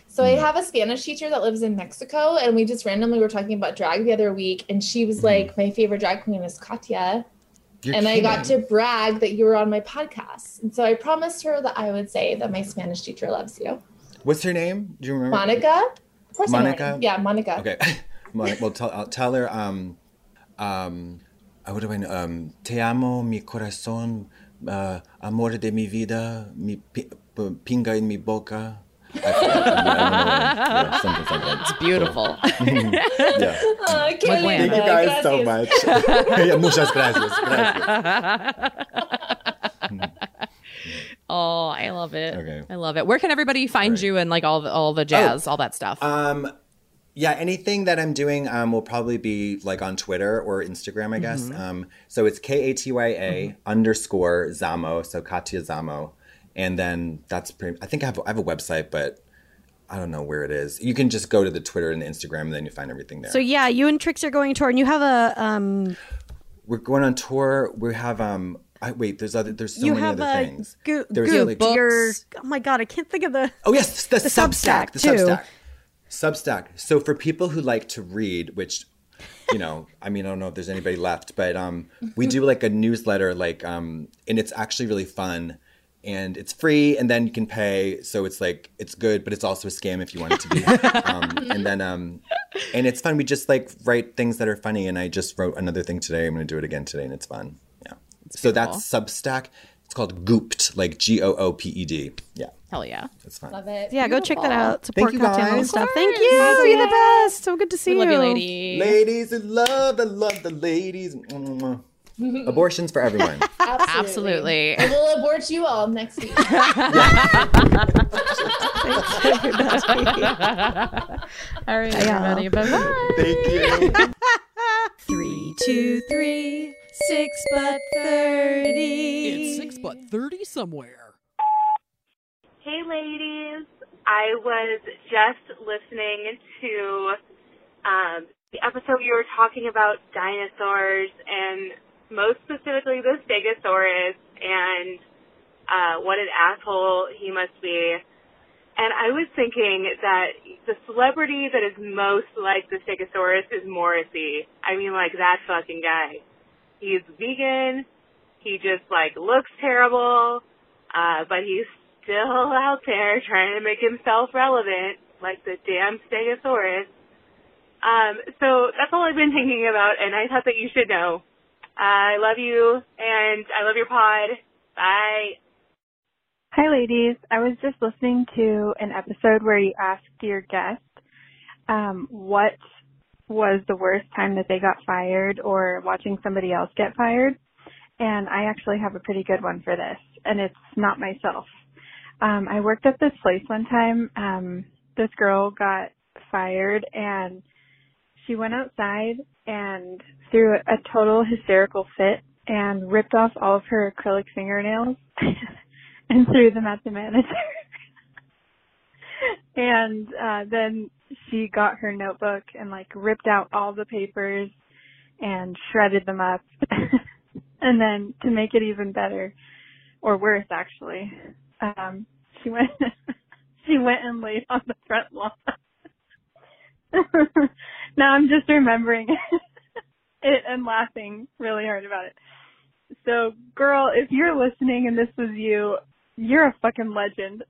Speaker 5: So
Speaker 4: Mm-hmm.
Speaker 5: I have a Spanish teacher that lives in Mexico, and we just randomly were talking about drag the other week, and she was like, "My favorite drag queen is Katya,"
Speaker 4: Mm-hmm. You're
Speaker 5: and I got to
Speaker 4: kidding.
Speaker 5: brag that you were on my podcast, and so I promised her that I would say that my Spanish teacher loves you,
Speaker 4: What's her name? Do you remember?
Speaker 5: Monica. Of course I know her
Speaker 4: Mm-hmm. Monica?
Speaker 5: name. Yeah, Monica.
Speaker 4: Okay. Like, well, tell, I'll tell her, um, um, uh, what do I know? Um, Te amo, mi corazón, uh, amor de mi vida, mi pi- p- pinga en mi boca. I forgot. I don't know. Yeah, something like that.
Speaker 3: Beautiful.
Speaker 4: Yeah.
Speaker 5: Oh, I can't
Speaker 3: Bueno.
Speaker 5: believe
Speaker 4: Thank you
Speaker 5: that.
Speaker 4: guys so
Speaker 5: Gracias.
Speaker 4: much. yeah, muchas gracias. gracias.
Speaker 3: oh, I love it.
Speaker 4: Okay. Oh,
Speaker 3: I love it. Where can everybody find you and like all the, all the jazz, all that stuff?
Speaker 4: Um, yeah, anything that I'm doing um, will probably be like on Twitter or Instagram, I guess.
Speaker 2: Mm-hmm.
Speaker 4: Um, so it's K A T Y A underscore Zamo, so Katia Zamo, and then that's pretty. I think I have I have a website, but I don't know where it is. You can just go to the Twitter and the Instagram, and then you find everything there.
Speaker 2: So yeah, you and Trix are going tour, and you have a um,
Speaker 4: We're going on tour. We have um. I, wait, there's other. There's so
Speaker 2: you
Speaker 4: many
Speaker 2: have
Speaker 4: other
Speaker 2: a
Speaker 4: things.
Speaker 2: go-
Speaker 4: There's
Speaker 2: goop.
Speaker 4: like-
Speaker 2: Your
Speaker 3: Books.
Speaker 2: oh my god, I can't think of the.
Speaker 4: Oh yes, the,
Speaker 2: Substack,
Speaker 4: Substack, the
Speaker 2: too.
Speaker 4: Substack, Substack. So for people who like to read, which you know, I mean, I don't know if there's anybody left, but um, we do like a newsletter, like um, and it's actually really fun, and it's free, and then you can pay, so it's like it's good, but it's also a scam if you want it to be, um, and then um, and it's fun. We just like write things that are funny, and I just wrote another thing today. I'm going to do it again today, and it's fun. Yeah. so that's Substack. It's called Gooped, like G O O P E D. Yeah,
Speaker 3: Hell yeah.
Speaker 4: it's fun.
Speaker 5: Love it.
Speaker 2: Yeah, go check that out. Support
Speaker 4: Thank you,
Speaker 2: cocktail and
Speaker 4: guys.
Speaker 2: stuff. Thank you. You're the best. So good to see you.
Speaker 3: We love you, lady.
Speaker 4: Ladies in love, I love the ladies. Mwah. Abortions for everyone.
Speaker 3: Absolutely.
Speaker 5: And We'll abort you all next week.
Speaker 7: All right, everybody. Bye bye.
Speaker 4: Thank you.
Speaker 2: Three, two, three, six, but thirty.
Speaker 8: It's six but thirty somewhere.
Speaker 9: Hey, ladies. I was just listening to um, the episode you were talking about dinosaurs and most specifically the Stegosaurus and uh, what an asshole he must be. And I was thinking that the celebrity that is most like the Stegosaurus is Morrissey. I mean, like that fucking guy. He's vegan. He just like looks terrible. Uh, but he's still out there trying to make himself relevant, like the damn Stegosaurus. Um, so that's all I've been thinking about, and I thought that you should know. I love you, and I love your pod. Bye.
Speaker 10: Hi, ladies. I was just listening to an episode where you asked your guest um, what was the worst time that they got fired or watching somebody else get fired. And I actually have a pretty good one for this, and it's not myself. Um, I worked at this place one time. Um, this girl got fired, and she went outside and threw a total hysterical fit and ripped off all of her acrylic fingernails and threw them at the manager. and uh then she got her notebook and like ripped out all the papers and shredded them up. and then to make it even better or worse actually, um she went she went and laid on the front lawn now I'm just remembering it and laughing really hard about it. So, girl, if you're listening and this was you, you're a fucking legend.